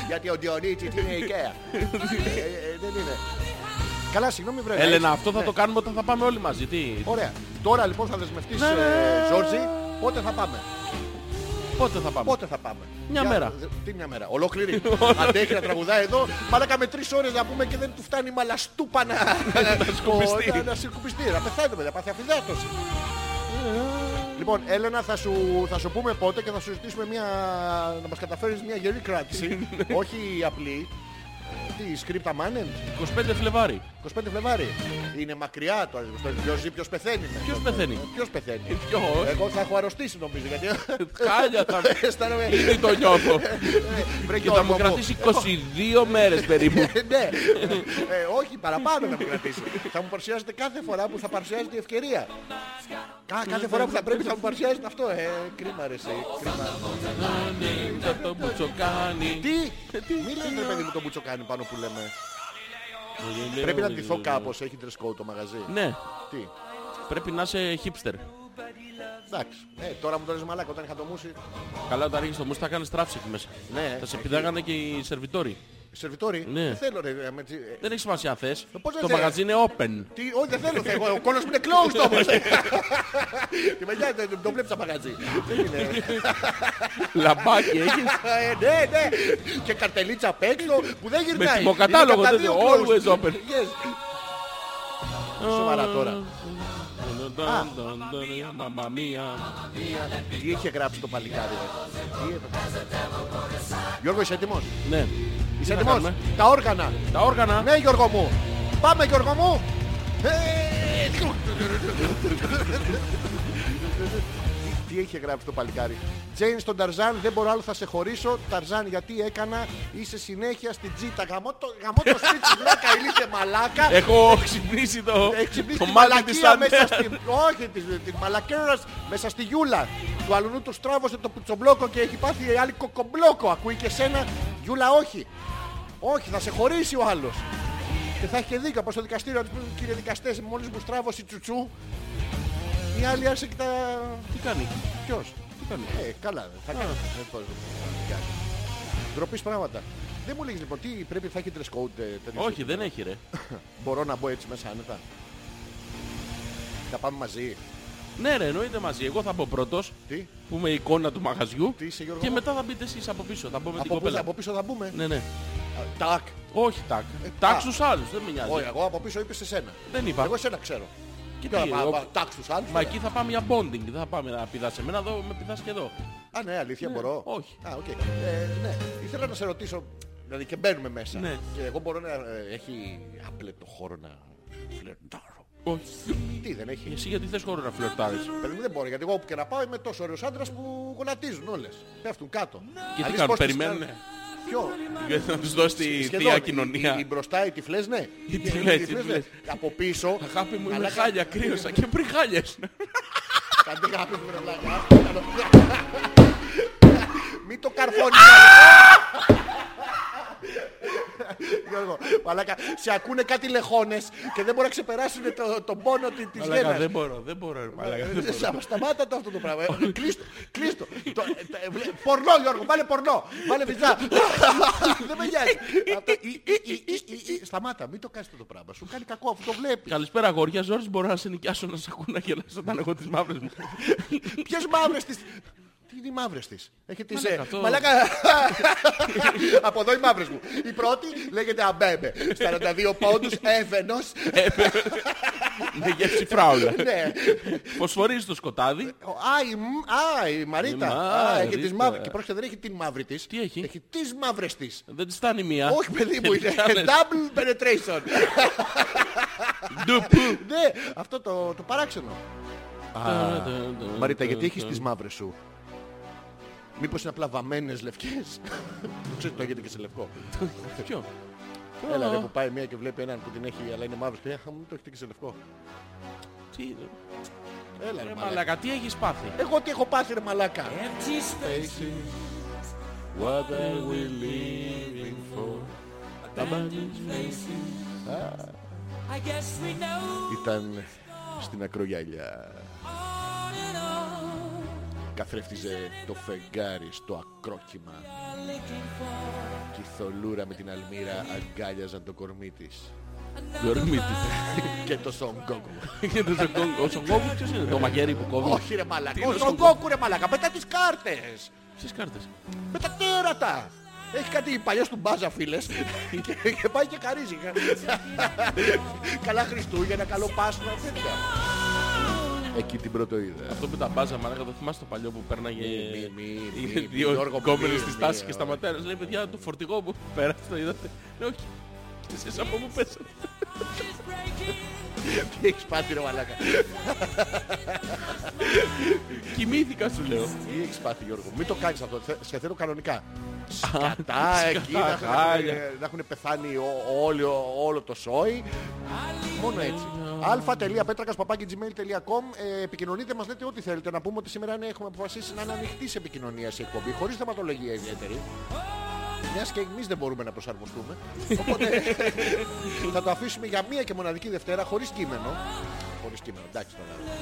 A: Γιατί ο Διονύτη τι είναι IKEA. Ε, ε, Δεν είναι. Καλά, συγγνώμη βρε.
B: Έλενα,
A: έχεις-
B: αυτό θα
A: ναι.
B: το κάνουμε όταν θα πάμε όλοι μαζί. Τι,
A: Ωραία. Τώρα λοιπόν θα δεσμευτείς
B: Ναι,
A: ε, Ζόρζι. Πότε θα πάμε.
B: πότε θα πάμε.
A: Πότε θα πάμε.
B: Μια
A: Για-
B: μέρα.
A: δε- Τι μια μέρα. Ολόκληρη. Αντέχει να τραγουδάει εδώ. Μαλάκα με τρεις ώρες να πούμε και δεν του φτάνει η μαλαστούπα να...
B: σκουπιστεί.
A: να- Να σκουπιστεί. Να πεθάνει μετά. Πάθει αφιδάτωση.
B: Ε.
A: Λοιπόν, Έλενα, θα σου, θα σου πούμε πότε και θα σου ζητήσουμε μια, να μας καταφέρεις μια γερή κράτηση.
B: Ναι.
A: Όχι απλή. Ε, Τι, σκρίπτα μάνεν.
B: 25 Φλεβάρι.
A: 25 Φλεβάρι. Είναι μακριά το αριθμό. Ποιο ζει, ποιος πεθαίνει.
B: Ποιος πεθαίνει? Ε,
A: Ποιος πεθαίνει.
B: Ποιος?
A: Εγώ θα έχω αρρωστήσει νομίζω. Γιατί.
B: Χάλια θα
A: Αισθάνομαι.
B: Τι το νιώθω.
A: Βρε,
B: Ε, Και θα
A: Γιώργο
B: μου κρατήσει 22 μέρες περίπου.
A: Ναι, Ε, όχι, παραπάνω να μου κρατήσει. Θα μου παρουσιάζεται κάθε φορά που θα παρουσιάζεται η ευκαιρία. Κα- Κάθε φορά που θα πρέπει θα μου παρουσιάζεται αυτό. Ε, κρίμα ρε εσύ. Κρίμα.
B: Θα το μπουτσοκάνι.
A: Τι, μη λες ρε παιδί μου το μπουτσοκάνι πάνω που λέμε.
B: Ε,
A: Πρέπει να ντυθώ κάπως, έχει τρεσκό το μαγαζί.
B: Ναι,
A: Τι,
B: πρέπει να είσαι hipster.
A: εντάξει. Ε, τώρα μου το λες μαλάκα, όταν είχα το μουσι.
B: Καλά, όταν ανοίξεις το μουσ θα κάνεις τράψη εκεί μέσα.
A: Ναι,
B: Θα σε
A: εκεί.
B: πηδάγανε και οι σερβιτόροι.
A: Σερβιτόρι,
B: Ναι.
A: δεν θέλω ρε. με τσι- ε,
B: Δεν έχεις σημασία αν θες.
A: πώς δεν
B: Το
A: θες.
B: μαγαζί είναι open.
A: Τι, όχι δεν θέλω, θέλω. Ο κόλος μου είναι closed όμως. Τη μαγιά δεν το βλέπεις τα μαγαζί. Δεν είναι.
B: Λαμπάκι έχεις.
A: Ε, ναι, ναι. Και καρτελίτσα απ' έξω που δεν γυρνάει. Είναι
B: τιμοκατάλογο,
A: κατά
B: δεν
A: δύο
B: είναι.
A: closed.
B: Always open.
A: Yes. Σοβαρά τώρα.
B: Μαμά μία.
A: Τι είχε γράψει το παλικάρι. ρε. Τι έπρεπε. Γιώργος είσαι έτοιμος.
B: Ναι.
A: Είσαι
B: να
A: έτοιμος.
B: κάνουμε?
A: Τα όργανα.
B: Τα όργανα.
A: Ναι Γιώργο μου. Πάμε Γιώργο μου. Ε, τι είχε γράψει το παλικάρι. Τζέιν στον Ταρζάν, δεν μπορώ άλλο, θα σε χωρίσω. Ταρζάν, γιατί έκανα, είσαι συνέχεια στην τζίτα. Γαμώ το, γαμώ το σπίτι σου, μαλάκα, ηλίθεια μαλάκα.
B: Έχω ξυπνήσει το,
A: Έχει ξυπνήσει
B: το
A: τη
B: μάτι της
A: μαλακία μέσα
B: Αντέας.
A: στην. Όχι, της μαλακέρας μέσα στη γιούλα. Του αλουνού του στράβωσε το πουτσομπλόκο και έχει πάθει η άλλη κοκομπλόκο. Ακούει και σένα, γιούλα όχι. Όχι, θα σε χωρίσει ο άλλος. Και θα έχει και δίκιο από στο δικαστήριο να του πούνε κύριε δικαστές, μόλις μου στράβωσε η τσουτσού. Η άλλη άρχισε και τα.
B: Τι κάνει.
A: Ποιος.
B: Τι κάνει.
A: Ε, καλά, θα κάνω. Δεν το- Ντροπής πράγματα. Δεν μου λέγεις λοιπόν τι πρέπει, θα έχει dress code ε, τέτοιο.
B: Όχι, δεν έχει ρε.
A: Μπορώ να μπω έτσι μέσα άνετα. Θα πάμε μαζί.
B: Ναι ρε, εννοείται μαζί. Εγώ θα μπω πρώτος,
A: Τι,
B: που είμαι η εικόνα του μαγαζιού.
A: Τι είσαι, Γιώργο
B: Και
A: μου?
B: μετά θα μπείτε εσείς από πίσω. Θα μπω με την
A: από, πού,
B: κοπέλα.
A: από πίσω θα μπούμε.
B: Ναι, ναι.
A: Τάκ.
B: Όχι τάκ.
A: Ε, α.
B: Τάκ στους άλλους, δεν με
A: Όχι,
B: νοιάζει.
A: εγώ από πίσω είπες σε σένα.
B: Δεν είπα.
A: Εγώ εσένα ξέρω.
B: Και
A: Τώρα
B: Ναι. τι,
A: πάω-
B: εγώ-
A: πάω- Τάκ στους άλλους.
B: Μα
A: ωραία.
B: εκεί θα πάμε για bonding. Δεν θα πάμε να πηδάς εμένα, εδώ με πηδάς και εδώ.
A: Α, ναι, αλήθεια μπορώ.
B: όχι.
A: Α, οκ. Ε, ναι. Ήθελα να σε ρωτήσω, δηλαδή και μπαίνουμε μέσα.
B: Ναι.
A: Και εγώ μπορώ να ε, έχει άπλετο χώρο να φλερτάρω.
B: Όχι.
A: Τι δεν έχει.
B: Εσύ γιατί θες χώρο να φλερτάρεις.
A: Παιδί μου, δεν μπορώ, γιατί εγώ όπου και να πάω είμαι τόσο ωραίος άντρας που γονατίζουν όλες. Πέφτουν κάτω.
B: τι
A: Αλήθεια,
B: κάνουν,
A: πώς τις
B: περιμένουνε?
A: κάνουν. Ποιο.
B: Γιατί να τους δώσει τη
A: Σχεδόν.
B: θεία
A: Οι- Οι, οι
B: κοινωνία.
A: μπροστά οι τυφλές, ναι.
B: Οι τυφλές, οι
A: τυφλές, ναι.
B: τυφλές.
A: Από πίσω.
B: Αγάπη μου, είναι
A: Αλλά-
B: χάλια, κρύωσα και πριν χάλιες.
A: Κάντε αγάπη μου, ρε βλάκα. Άστο, καλό. Μην το καρφώνεις. Γιώργο, μαλάκα, σε ακούνε κάτι λεχόνες και δεν μπορούν να ξεπεράσουν το, τον πόνο τη- της
B: Μαλάκα, δεν
A: γένας.
B: μπορώ, δεν μπορώ. ρε μαλάκα, δεν μπορώ.
A: Σα- Σταμάτα το αυτό το πράγμα. Ε, Κλείστο, κλείστο. Το- ε, τα- ε, βλέ- Πορνό, Γιώργο, βάλε πορνό. Βάλε βυζά. Δεν με νοιάζει. Αυτό- Ι- ι- ι- ι- ι- ι. Σταμάτα, μην το κάνεις αυτό το πράγμα. Σου κάνει κακό, αυτό το βλέπεις.
B: Καλησπέρα αγόρια, ζόρις μπορώ να σε νοικιάσω να σε ακούω να γελάς όταν έχω τις μαύρες μου.
A: Ποιες μαύρες τις... Τι είναι οι μαύρες της. Έχει τις...
B: Μαλάκα,
A: ε,
B: το-
A: Μαλάκα. Από εδώ οι μαύρες μου. Η πρώτη λέγεται Αμπέμπε. 42 πόντους, έφενος.
B: Με γεύση φράουλα.
A: Ναι.
B: Φωσφορίζει το σκοτάδι.
A: Ο- Α, η, Μ- α, η Μαρίτα.
B: Η
A: Α, έχει
B: Μαρίτα.
A: τις μαύρες. Και πρόσεχε δεν έχει την μαύρη της.
B: Τι έχει?
A: Έχει τις μαύρες της.
B: Δεν της στάνει μία.
A: Όχι παιδί μου, είναι
B: Κάνες
A: double penetration.
B: ντουπ.
A: Ναι, αυτό το, το παράξενο. Μαρίτα, γιατί έχεις τις μαύρες σου. Μήπως είναι απλά βαμμένες λευκές. Το ξέρεις, το έχετε και σε λευκό.
B: Ποιο?
A: Έλα ρε που πάει μία και βλέπει έναν που την έχει αλλά είναι μαύρος και «Αχ, μου το έχετε και σε λευκό.
B: Τι
A: Έλα ρε
B: ρε
A: μαλάκα.
B: μαλάκα, τι έχεις πάθει.
A: Εγώ τι έχω πάθει ρε μαλάκα.
B: What are we living for? Τα
E: I guess we know
A: Ήταν στην ακρογιαλιά.
E: all in all
A: Καθρέφτιζε το φεγγάρι στο ακρόκυμα.
E: I'm looking for.
A: Και η θολούρα με την αλμύρα αγκάλιαζαν το κορμί της. Και το Σονγκόκου.
B: Ο Σογκόβου ποιος είναι, το μαγέρι που κόβει.
A: Όχι ρε μαλάκα.
B: είναι
A: Ο
B: ο
A: Σονγκόκου ρε μαλάκα. Πετά τις κάρτες.
B: Στις κάρτες.
A: Με τα τέρατα. Έχει κάτι παλιές του μπάζα φίλες και- και πάει και καρίζει. Καλά Χριστούγεννα, καλό Πάσχα, τέτοια. Εκεί την πρώτο είδα.
B: Αυτό με τα μπάζα μαλάκα, το θυμάσαι το παλιό που πέρναγε
A: Μη, μη, μη,
B: οι
A: μη, Γιώργο,
B: δύο κόμενες
A: μη,
B: στη
A: μη,
B: στάση και
A: ε,
B: στα ματέρα. Λέει παιδιά το φορτηγό που πέρασε το είδατε. Λέω όχι. Εσείς από πού πέσατε.
A: Τι έχεις πάθει ρε μαλάκα.
B: Κοιμήθηκα σου λέω.
A: Τι έχεις πάθει Γιώργο. Μην το κάνεις αυτό. Θε- Σε θέλω κανονικά. Σκατά εκεί να έχουν-
B: χάλια.
A: να έχουν πεθάνει ό- όλοι- όλο το σόι. Μόνο έτσι. α.πέτρακας.gmail.com ε, Επικοινωνείτε, μας λέτε ό,τι θέλετε. Να πούμε ότι σήμερα ναι, έχουμε αποφασίσει να είναι ανοιχτή σε επικοινωνία σε εκπομπή, χωρίς θεματολογία ιδιαίτερη. Μιας και εμείς δεν μπορούμε να προσαρμοστούμε. Οπότε θα το αφήσουμε για μία και μοναδική Δευτέρα, χωρίς κείμενο. Χωρίς κείμενο, εντάξει τώρα.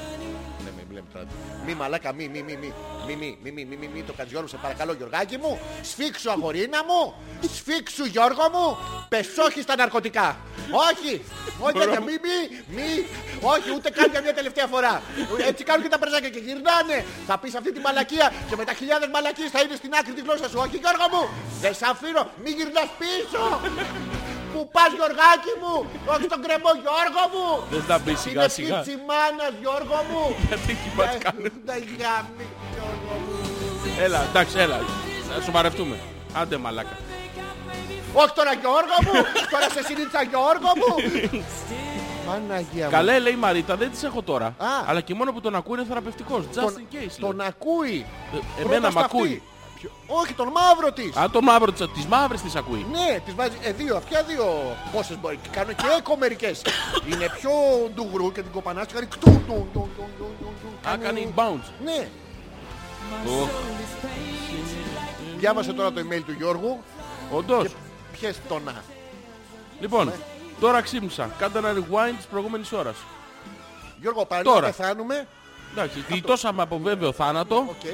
A: Ναι, μη, μη λέμε τώρα. Μη μαλάκα, μη, μη, μη, μη, μη, μη, μη, μη, μη, μη, μη, το κάνεις Γιώργο, σε παρακαλώ Γιωργάκη μου. Σφίξου αγορίνα μου, σφίξου Γιώργο μου, πες όχι στα ναρκωτικά. Όχι, όχι, όχι, μη, μη, μη, όχι, ούτε καν για μια τελευταία φορά. Έτσι κάνουν και τα περζάκια και γυρνάνε. Θα πεις αυτή τη μαλακία και με τα χιλιάδες μαλακίες θα είναι στην άκρη της γλώσσας σου. Όχι Γιώργο μου, δεν σε αφήνω, μη γυρνάς πίσω. Πού πας Γιωργάκη μου, όχι στον κρεμό Γιώργο μου.
B: Δεν θα μπει σιγά
A: Είναι Ναι.
B: σιγά.
A: πίτσι μάνας Γιώργο μου.
B: Γιατί κοιμάται κανένα.
A: Τα γάμι, Γιώργο μου.
B: Έλα, εντάξει, έλα. Να σοβαρευτούμε. Άντε μαλάκα.
A: Όχι τώρα Γιώργο μου, τώρα σε συνήθισα Γιώργο μου. Παναγία μου.
B: Καλέ, λέει η Μαρίτα, δεν τις έχω τώρα.
A: Α.
B: Αλλά και μόνο που τον ακούει είναι θεραπευτικός. Just
A: Τον,
B: in case.
A: τον
B: λέει.
A: ακούει.
B: Ε,
A: Πρώτα
B: εμένα μ'
A: στα αυτή.
B: ακούει.
A: Ποιο- Όχι, τον μαύρο της.
B: Α, το μαύρο της, τις μαύρες τις ακούει.
A: Ναι, τις βάζει ε, δύο αυτιά, δύο πόσες μπορεί. Και Κάνω και έκο μερικές. Είναι πιο ντουγρού και την κοπανάς και κάνει κτου, ντου, ντου, ντου, ντου, ντου, ντου.
B: Α, κάνει bounce.
A: Ναι. Διάβασε τώρα το email του Γιώργου
B: Όντως.
A: και Ναι. πιες τον α.
B: Λοιπόν, τώρα ξύπνησα. Κάντε ένα rewind της προηγούμενης ώρας.
A: Γιώργο, πάλι
B: Τώρα.
A: πεθάνουμε.
B: Εντάξει, γλιτώσαμε από βέβαιο θάνατο,
A: Οκ.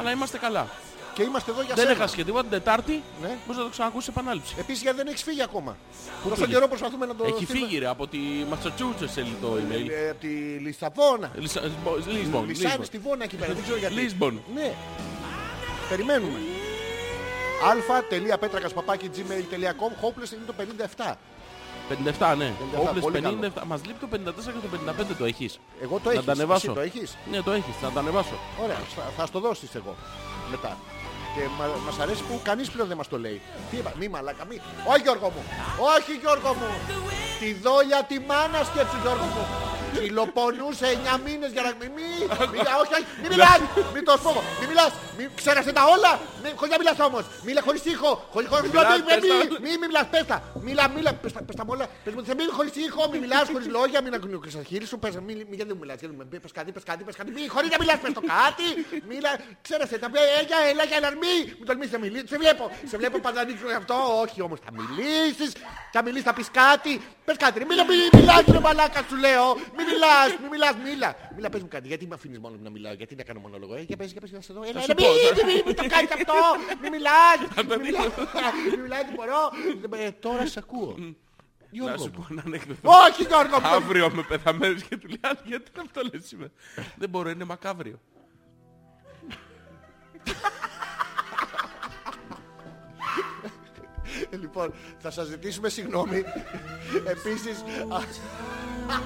B: αλλά είμαστε καλά.
A: Και είμαστε εδώ για
B: Δεν
A: σένα.
B: έχασε και τίποτα. Την Τετάρτη
A: Ναι.
B: μπορείς να το ξανακούσεις σε επανάληψη.
A: Επίσης γιατί δεν έχεις φύγει ακόμα. Τόσο
B: φύγει?
A: καιρό προσπαθούμε να το
B: Έχει
A: στείλουμε.
B: φύγει ρε, από τη Massachusetts έλεγε το email.
A: Ε, από τη Λισαβόνα.
B: Λισμπον, Λισμπον.
A: Λυσάνει στη Βόνα εκεί πέρα. Δεν ξέρω γιατί.
B: Λίσμπον.
A: Ναι. Περιμένουμε. α.πέτρακας.gmail.com Hopeless είναι το 57.
B: 57, ναι.
A: 57,
B: Όπλες
A: πολύ
B: 57. Μας λείπει το 54 και το 55 το έχεις.
A: Εγώ το
B: Να
A: έχεις.
B: τα ανεβάσω.
A: Εσύ το έχεις.
B: Ναι, το έχεις. Θα τα ανεβάσω.
A: Ωραία. Θα, θα στο δώσεις εγώ. Μετά. Και μα μας αρέσει που κανείς πλέον δεν μας το λέει. Τι είπα. Μη μαλάκα. Μη. Όχι Γιώργο μου. Όχι Γιώργο μου. Τη δόλια τη μάνα σκέψου Γιώργο μου. Κυλοπονούσε 9 μήνες για να μην... Μη, μη, όχι, όχι, μη μιλάς, μη το σπόγω, μη μιλάς, μη ξέρασε τα όλα, μη, χωρίς να μιλάς όμως, μίλα χωρίς ήχο, χωρίς, χωρίς,
B: Μιλάς,
A: μη,
B: πες τα
A: μη,
B: όλα.
A: μη, μη μιλάς, πες τα, μίλα, μίλα, πες τα, πες τα μ' όλα, πες μου ότι σε μίλη χωρίς ήχο, μη μιλάς χωρίς λόγια, μην αγνιούκρεις τα χείλη σου, πες, μη, μη, γιατί δεν μου μιλάς, γιατί μου πες κάτι, πες κάτι, πες κάτι, μη, χωρίς να μιλάς, πες το κάτι, μίλα, ξέρασε τα, έλα, έλα, έλα, μη, μην τολμήσεις να μιλήσεις, σε βλέπω, σε βλέπω πάντα να ανοίξουν αυτό, όχι όμως, θα μιλήσεις, θα μιλήσεις, θα πεις κάτι, πες κάτι, ρε, μίλα, μη μιλάς, ρε μαλάκα, σου λέω, μη μιλάς, μη μιλάς, μίλα, μίλα, πες μου κάτι, γιατί με αφήνεις μόνο να μιλάω, γιατί να κάνω μονόλογο, ε, για πες, για πες, για σε δω, έλα,
B: σου
A: έλα, μη,
B: πω τώρα.
A: μη, μη, μη το κάνεις αυτό, μη μιλάς, μη μιλάς, μη μιλάς, δεν μπορώ, Ε, τώρα σε ακούω.
B: Να
A: Γιώργο
B: σου
A: μου.
B: πω ένα ανέκδοτο.
A: Όχι Γιώργο μου.
B: Αύριο με πεθαμένες και του λέει «Α, γιατί αυτό λες σήμερα. Δεν μπορώ, είναι μακάβριο.
A: Λοιπόν, θα σας ζητήσουμε συγγνώμη. Επίσης... α,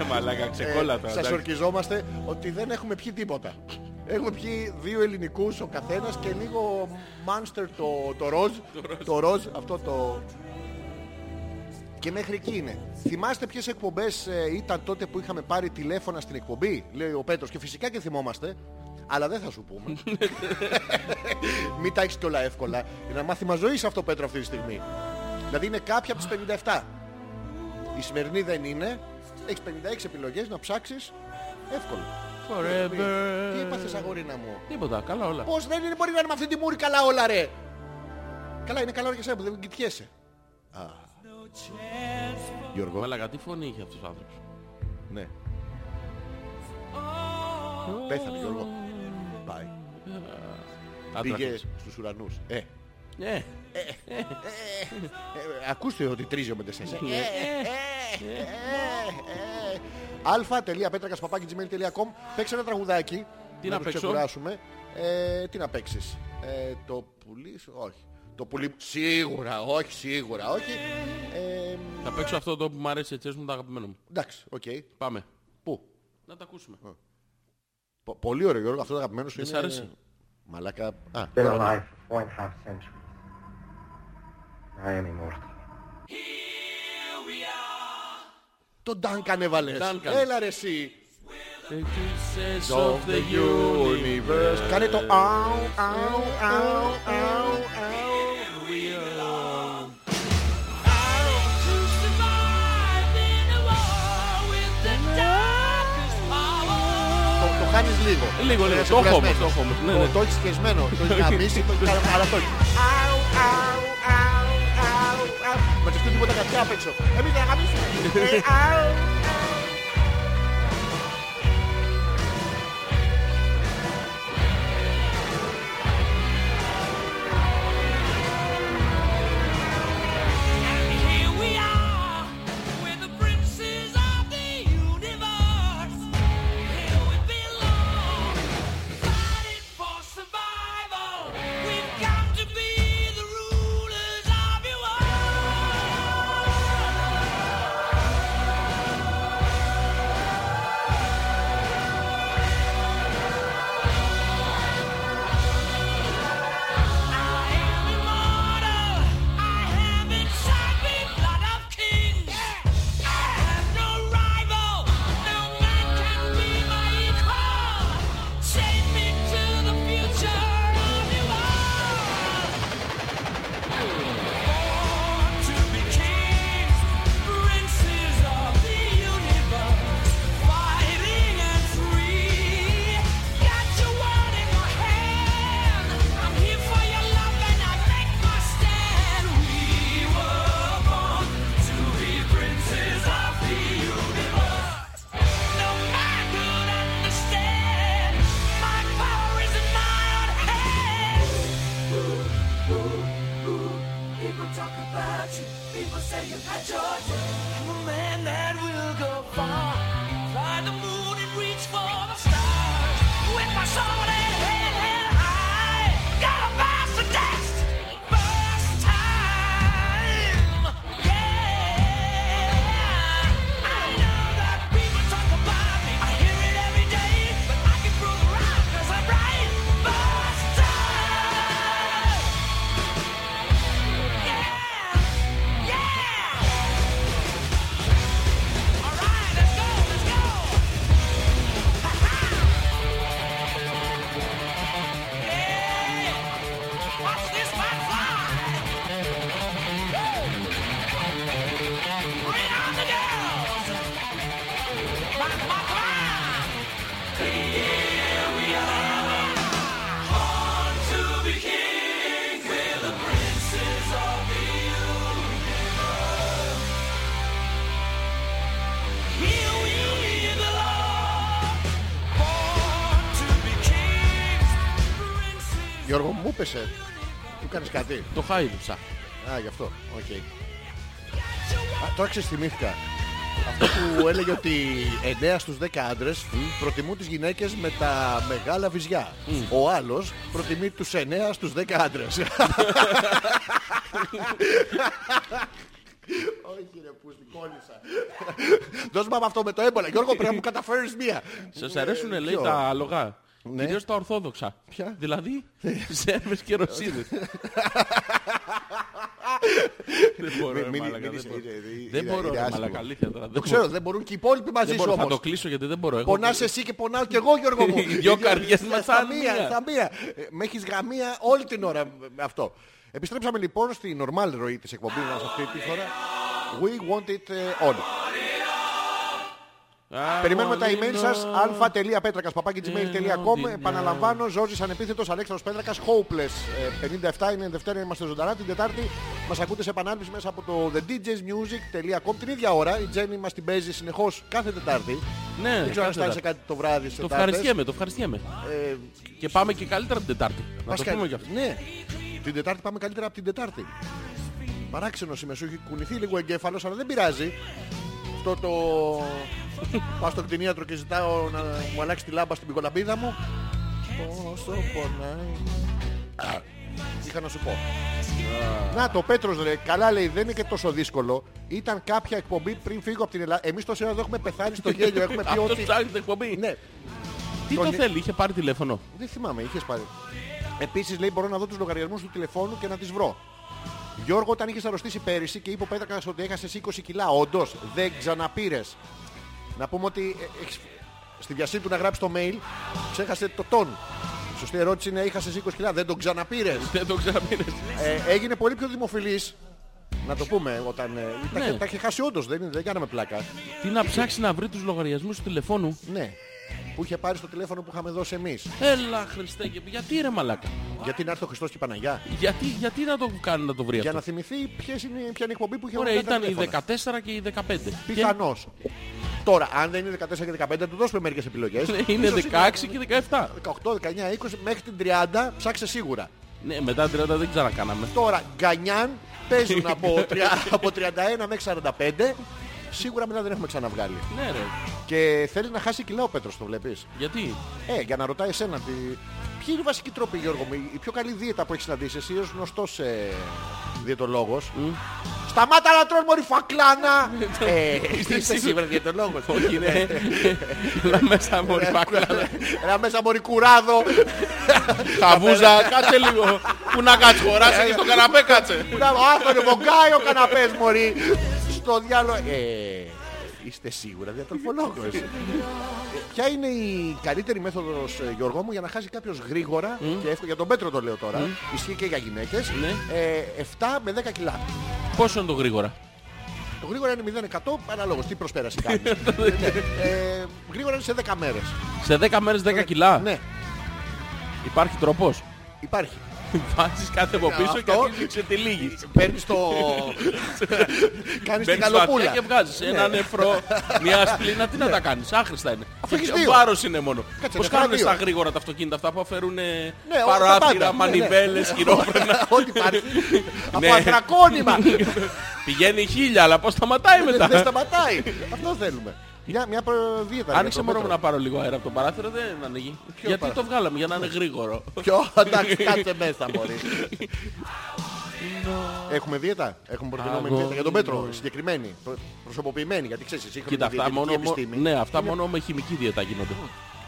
B: Ε, μαλάκα, ξεκόλατα.
A: Σας
B: εντάξει.
A: ορκιζόμαστε ότι δεν έχουμε πιει τίποτα. Έχουμε πιει δύο ελληνικούς ο καθένας και λίγο Monster το, το ροζ. Το ροζ, αυτό το... Και μέχρι εκεί είναι. Θυμάστε ποιες εκπομπές ε, ήταν τότε που είχαμε πάρει τηλέφωνα στην εκπομπή, λέει ο Πέτρος. Και φυσικά και θυμόμαστε, αλλά δεν θα σου πούμε. Μην τα έχεις κιόλα εύκολα. Είναι ένα μάθημα ζωής αυτό, Πέτρο, αυτή τη στιγμή. Δηλαδή είναι κάποια από τις 57. Η σημερινή δεν είναι. Έχεις 56 επιλογές να ψάξεις εύκολο.
B: Forever.
A: Τι έπαθες αγορίνα μου.
B: Τίποτα, καλά όλα.
A: Πώς δεν είναι, μπορεί να είναι με αυτή τη μούρη καλά όλα ρε. Καλά είναι καλά όλα για σένα που δεν κοιτιέσαι. Α. Γιώργο.
B: Μαλάκα, τι φωνή είχε αυτός ο άνθρωπος.
A: Ναι. Πέθανε Γιώργο. Πάει.
B: Άντρα
A: Πήγε
B: της.
A: στους ουρανούς. Ε. ε,
B: Ναι.
A: ε, ακούστε ότι τρίζει ο Μεντεσές. Ε,
B: Ναι.
A: αλφα.πέτρακας.gmail.com Παίξε ένα τραγουδάκι
B: Τι
A: να
B: να
A: το
B: παίξω?
A: ξεκουράσουμε. Ε, τι να παίξεις. Ε, το πουλί σου, όχι. Το πουλί μου, σίγουρα, όχι, σίγουρα, όχι. Ε,
B: Θα παίξω αυτό το που μου αρέσει έτσι, έτσι μου το αγαπημένο μου.
A: εντάξει, οκ.
B: Πάμε.
A: Πού.
B: Να τα ακούσουμε.
A: Πο- Πολύ ωραίο Γιώργο, αυτό το αγαπημένο σου
B: Δεν σ'
A: είναι...
B: άρεσε?
A: Μαλάκα... Α,
F: Been alive four and a half centuries. I am immortal.
A: τον Duncan έβαλες.
B: Duncan.
A: Έλα ρε εσύ.
B: Princess
A: of ναι. the universe. Κάνε το αου, αου, αου, αου, αου. Το- Το χάνεις λίγο.
B: Λίγο, λίγο.
A: Είσαι
B: Το έχω όμως,
A: κουρασμένος.
B: το έχω όμως. Ναι,
A: Το-
B: ναι.
A: Το έχεις κλεισμένο. Το έχεις γαμίσει, το έχεις κάνει αλλά το έχεις. Αου, αου, αου, αου, αου. Μα και αυτό τίποτα καθιά απ' έξω. Εμείς δεν γαμίσουμε. Ε, αου.
E: Survival,
A: Γιώργο μου έπεσε. Του κάνεις κάτι.
B: Το χάιδεψα.
A: Α, γι' αυτό. Οκ. Α, Τώρα ξεστημήθηκα. Αυτό που έλεγε ότι 9 στους 10 άντρες προτιμούν τις γυναίκες με τα μεγάλα βυζιά. Ο άλλος προτιμεί τους 9 στους 10 άντρες. Όχι ρε που στην κόλλησα. Δώσ' μου αυτό με το έμπολα. Γιώργο πρέπει να μου καταφέρεις μία. Ε,
B: Σας αρέσουν λέει
A: ποιο?
B: τα αλογά.
A: Ναι.
B: Κυρίως τα ορθόδοξα.
A: Ποια?
B: Δηλαδή, σέρβες και ρωσίδες. Δεν μπορώ, ρε
A: μην-
B: μαλάκα,
A: μην
B: δεν
A: είσαι-
B: μπορώ.
A: είναι- είναι-
B: Δεν
A: είναι-
B: μπορώ,
A: είναι
B: ρε
A: άσχημο.
B: μαλάκα, αλήθεια τώρα.
A: Το ξέρω, δεν μπορούν και οι υπόλοιποι μαζί
B: Δεν
A: σου
B: μπορώ, θα το
A: όμως.
B: κλείσω γιατί δεν μπορώ. Έχω-
A: Πονάς εσύ και πονάω κι εγώ Γιώργο μου.
B: Οι δυο καρδιές
A: Ε,
B: μας
A: Στα
B: σαν
A: μία,
B: μία.
A: στα μία. Ε, Με έχεις γαμία όλη την ώρα με αυτό. Επιστρέψαμε λοιπόν στη normal ροή της εκπομπής μας αυτή τη φορά. We want it eh, all.
B: Α,
A: Περιμένουμε τα
B: Μολύνο.
A: email σας αλφα.πέτρακας.gmail.com Επαναλαμβάνω, Ζόρζης Ανεπίθετος, Αλέξανδρος Πέτρακας, Hopeless ε, 57 είναι Δευτέρα, είμαστε ζωντανά. Την Τετάρτη μας ακούτε σε επανάληψη μέσα από το thedjsmusic.com την ίδια ώρα. Η Τζέννη μας την παίζει συνεχώς κάθε Τετάρτη.
B: Ναι,
A: Δεν ξέρω αν
B: κάθε
A: αισθάνεσαι
B: Τετάρτη.
A: κάτι το βράδυ στις
B: Το
A: Τετάρτες.
B: ευχαριστιέμαι, το ευχαριστιέμαι.
A: Ε,
B: Και πάμε και καλύτερα την Τετάρτη. Να το
A: βασικά,
B: πούμε κι αυτό.
A: Ναι. Την Τετάρτη πάμε καλύτερα από την Τετάρτη. Παράξενος σήμερα σου έχει κουνηθεί λίγο εγκέφαλος, αλλά δεν πειράζει. Αυτό το... Πάω στον κτηνίατρο και ζητάω να μου αλλάξει τη λάμπα στην πικολαμπίδα μου. Πόσο πονάει. Α, Είχα να σου πω. Να το Πέτρος ρε, καλά λέει, δεν είναι και τόσο δύσκολο. Ήταν κάποια εκπομπή πριν φύγω από την Ελλάδα. Εμείς τόση ώρα εδώ έχουμε πεθάνει στο γέλιο, έχουμε πει
B: Αυτό
A: ότι...
B: ψάχνει την εκπομπή.
A: Ναι,
B: Τι
A: τον-
B: το θέλει, είχε πάρει τηλέφωνο.
A: δεν θυμάμαι, είχες πάρει. Επίσης λέει: Μπορώ να δω τους λογαριασμούς του τηλεφώνου και να τις βρω. Γιώργο, όταν είχες αρρωστήσει πέρυσι και είπε ο Πέτρακας ότι έχασες 20 κιλά, όντως δεν ξαναπήρες. Να πούμε ότι ε, έχεις- στη βιασύνη του να γράψεις το mail, ξέχασε το τόν. Η σωστή ερώτηση είναι: Έχασες 20 κιλά, δεν τον ξαναπήρες.
B: Δεν το ξαναπήρες.
A: Ε, έγινε πολύ πιο δημοφιλής. Να το πούμε όταν. ε, τα,
B: Ναι.
A: τα είχε χάσει όντως, δεν, είναι- δεν κάναμε πλάκα.
B: Τι να ψάξει να βρει τους λογαριασμούς του τηλεφώνου.
A: Ναι. Που είχε πάρει στο τηλέφωνο που είχαμε δώσει εμείς.
B: Έλα Χριστέ, και- γιατί ρε μαλάκα.
A: Γιατί να έρθει ο Χριστός και η Παναγιά.
B: Γιατί, γιατί να το κάνει να το βρει
A: Για
B: αυτό.
A: να θυμηθεί ποιες είναι, ποια είναι η εκπομπή που είχε
B: Ωραία,
A: βγάλει τα
B: ήταν οι
A: τηλέφωνα.
B: 14 και οι 15.
A: Πιθανώς. Τώρα, αν δεν είναι 14 και 15, του δώσουμε μερικές επιλογές.
B: Και- Ναι, Είναι 16 και 17.
A: 18, 19, 20, μέχρι την 30 ψάξε σίγουρα.
B: Ναι, μετά 30 δεν ξανακάναμε.
A: Τώρα, γκανιάν παίζουν από, 30 από 31 μέχρι 45. Σίγουρα μετά δεν έχουμε ξαναβγάλει.
B: Ναι, ρε.
A: Και θέλεις να χάσει κιλά ο Πέτρος, το βλέπεις.
B: Γιατί.
A: Ε, για να ρωτάει εσένα, τι... ποιοι είναι οι βασικοί τρόποι, Γιώργο μου, η πιο καλή δίαιτα που έχεις συναντήσει εσύ ως γνωστός ε, διαιτολόγος. Σταμάτα να τρως μωρή φακλάνα! ε,
B: Είστε
A: είσαι
B: σίγουροι.
A: σίγουρα διαιτολόγος.
B: Όχι, ναι. Έλα μέσα μου, ρε μάκλα.
A: Ένα Ε, μέσα μωρή κουράδο.
B: Χαβούζα, κάτσε λίγο. Πού να κάτσε, χωράσε και στο καναπέ κάτσε.
A: Κουράδο, άστο ρε βογκάει ο καναπές μωρή. Στο διάλογο. Ε, είστε σίγουρα διατροφολόγος. Ε, Ποια είναι η καλύτερη μέθοδος ε, Γιώργο μου για να χάσει κάποιος γρήγορα και εύκολα. Για τον Πέτρο το λέω τώρα. Ισχύει και για γυναίκες.
B: Ναι.
A: Ε, 7 με 10 κιλά.
B: Πόσο είναι το γρήγορα.
A: Το γρήγορα είναι 0% αναλόγως τι προσπέραση κάνει. ε, γρήγορα είναι σε 10 μέρες.
B: Σε 10 μέρες 10 κιλά.
A: Ναι,
B: Υπάρχει τρόπος.
A: υπάρχει.
B: Βάζεις κάτι από πίσω και
A: Αυτό.
B: αρχίζεις και τη λύγεις.
A: Παίρνεις το... Κάνεις την
B: Μπαίνεις στο
A: καλοπούλα. Ναι.
B: αυτιά και βγάζεις ένα νεφρό, μια σπλήνα, τι να τα κάνεις, άχρηστα είναι.
A: Αφού έχεις
B: Και
A: δύο.
B: βάρος είναι μόνο.
A: Κάτσε,
B: Πώς
A: νεφρά
B: κάνουν
A: δύο.
B: στα γρήγορα τα αυτοκίνητα αυτά που αφαιρούν
A: όλα τα πάντα.
B: παράθυρα,
A: Ναι, ναι.
B: μανιβέλες, χειρόφρενα.
A: Ό,τι υπάρχει. Από
B: Ναι.
A: ανθρακόνημα.
B: Πηγαίνει χίλια, αλλά πώς σταματάει
A: Ναι, Δεν
B: μετά.
A: σταματάει. Αυτό θέλουμε. Μια, μια προ- δίαιτα.
B: Άνοιξε
A: για το
B: μόνος μου
A: μέτρο.
B: να πάρω λίγο αέρα από το παράθυρο, δεν ανοίγει. Γιατί
A: παράθυρο?
B: το βγάλαμε, για να είναι γρήγορο.
A: Ποιο, εντάξει, κάτσε μέσα μπορεί. Έχουμε δίαιτα. Έχουμε προτινόμενη
B: Αγόρι
A: δίαιτα για τον Πέτρο.
B: μου.
A: Συγκεκριμένη. προ- Προσωποποιημένη. Γιατί ξέρεις, η σύγχρονη
B: Κοίτα, αυτά
A: διαιτητική
B: μόνο,
A: επιστήμη.
B: ναι, αυτά μόνο με χημική δίαιτα γίνονται.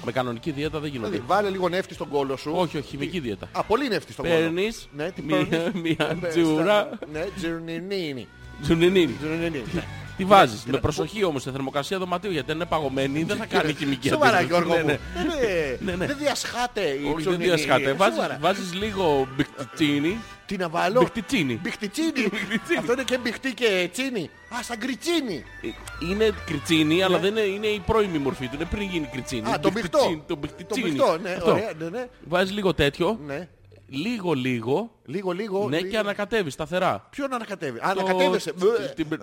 B: Με κανονική δίαιτα δεν γίνονται.
A: Δηλαδή, βάλε λίγο νεύτη στον κόλο σου.
B: Όχι, όχι, χημική δίαιτα.
A: Α, πολύ νεύτη στον κόλο.
B: Παίρνεις
A: Ναι, τι
B: μία,
A: παίρνεις.
B: μία
A: Ε,
B: τζούρα
A: στα- Ναι, τζουρνινίνι.
B: τζουνινίνη.
A: Τζουρνινίνι, ναι.
B: Τι βάζεις, με προσοχή όμως σε θερμοκρασία δωματίου γιατί αν είναι παγωμένη δεν θα κάνει χημική
A: Σοβαρά,
B: αντίδραση.
A: Γιώργο
B: Ναι,
A: μου.
B: ναι.
A: Δεν-
B: Ναι, ναι.
A: Δεν διασχάται η
B: Όχι, δεν
A: τζουρνινίνι.
B: διασχάτε.
A: Σοβαρά.
B: Βάζεις, βάζεις λίγο μπικτιτσίνι.
A: Τι να βάλω.
B: Μπικτιτσίνι.
A: Μπιχτιτσίνι. Αυτό είναι και μπιχτί και τσίνι. Α, σαν κριτσίνι.
B: Ε, Είναι κριτσίνι, αλλά δεν είναι, είναι η πρώιμη μορφή του. Είναι πριν γίνει κριτσίνι.
A: Ναι. Α, το μπιχτό.
B: Μπικτιτσίνι, Το μπικτιτσίνι.
A: μπιχτό, ναι,
B: Αυτό.
A: ωραία, ναι, ναι.
B: Βάζεις λίγο τέτοιο,
A: Ναι.
B: λίγο λίγο,
A: Λίγο, λίγο.
B: ναι
A: λίγο.
B: και ανακατεύεις σταθερά.
A: Ποιον ανακατεύει.
B: Το-
A: Ανακατεύεσαι. Μπε.
B: την- την-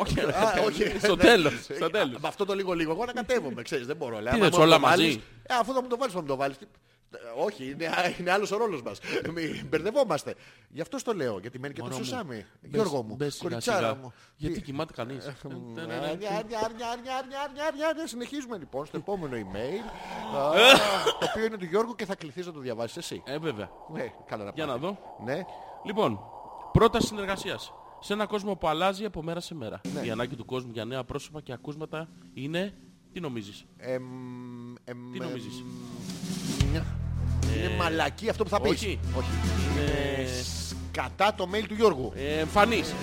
B: Όχι,
A: Α, όχι.
B: στο
A: Ναι.
B: τέλος. Στο τέλος.
A: Με αυτό το Ε, λίγο λίγο, εγώ ανακατεύομαι, ξέρεις, δεν μπορώ. Τι
B: θες, όλα μαζί?
A: Αφού θα μου το βάλεις, θα μου το βάλεις. Τι- Ε, Όχι, είναι, είναι άλλος ο ρόλος μας. Μπερδευόμαστε. Γι' αυτό στο λέω, γιατί μένει και το
B: Μωρό μου,
A: Σουσάμι.
B: μπες-
A: Γιώργο μου,
B: μπες σιγά
A: κοριτσάρα
B: σιγά.
A: μου.
B: Γιατί
A: Τι- Ε, ναι,
B: κοιμάται κανείς.
A: Μ, άρια, άρια, άρια, άρια, άρια, άρια, άρια. ναι, Συνεχίζουμε λοιπόν στο επόμενο email. Α, Το οποίο είναι του Γιώργου και θα κληθείς να το διαβάσεις εσύ.
B: Ε, βέβαια.
A: Ναι, καλά να
B: Για
A: πάμε.
B: να δω.
A: Ναι,
B: Λοιπόν, πρώτα συνεργασίας. Σε έναν κόσμο που αλλάζει από μέρα σε μέρα. Η ανάγκη του κόσμου για νέα πρόσωπα και ακούσματα είναι. Τι νομίζεις.
A: εμ, εμ,
B: Τι νομίζεις? Ε,
A: εμ, μια. Είναι μαλακή αυτό που θα πεις.
B: όχι.
A: Είναι κατά το mail του Γιώργου.
B: Ε, εμφανής.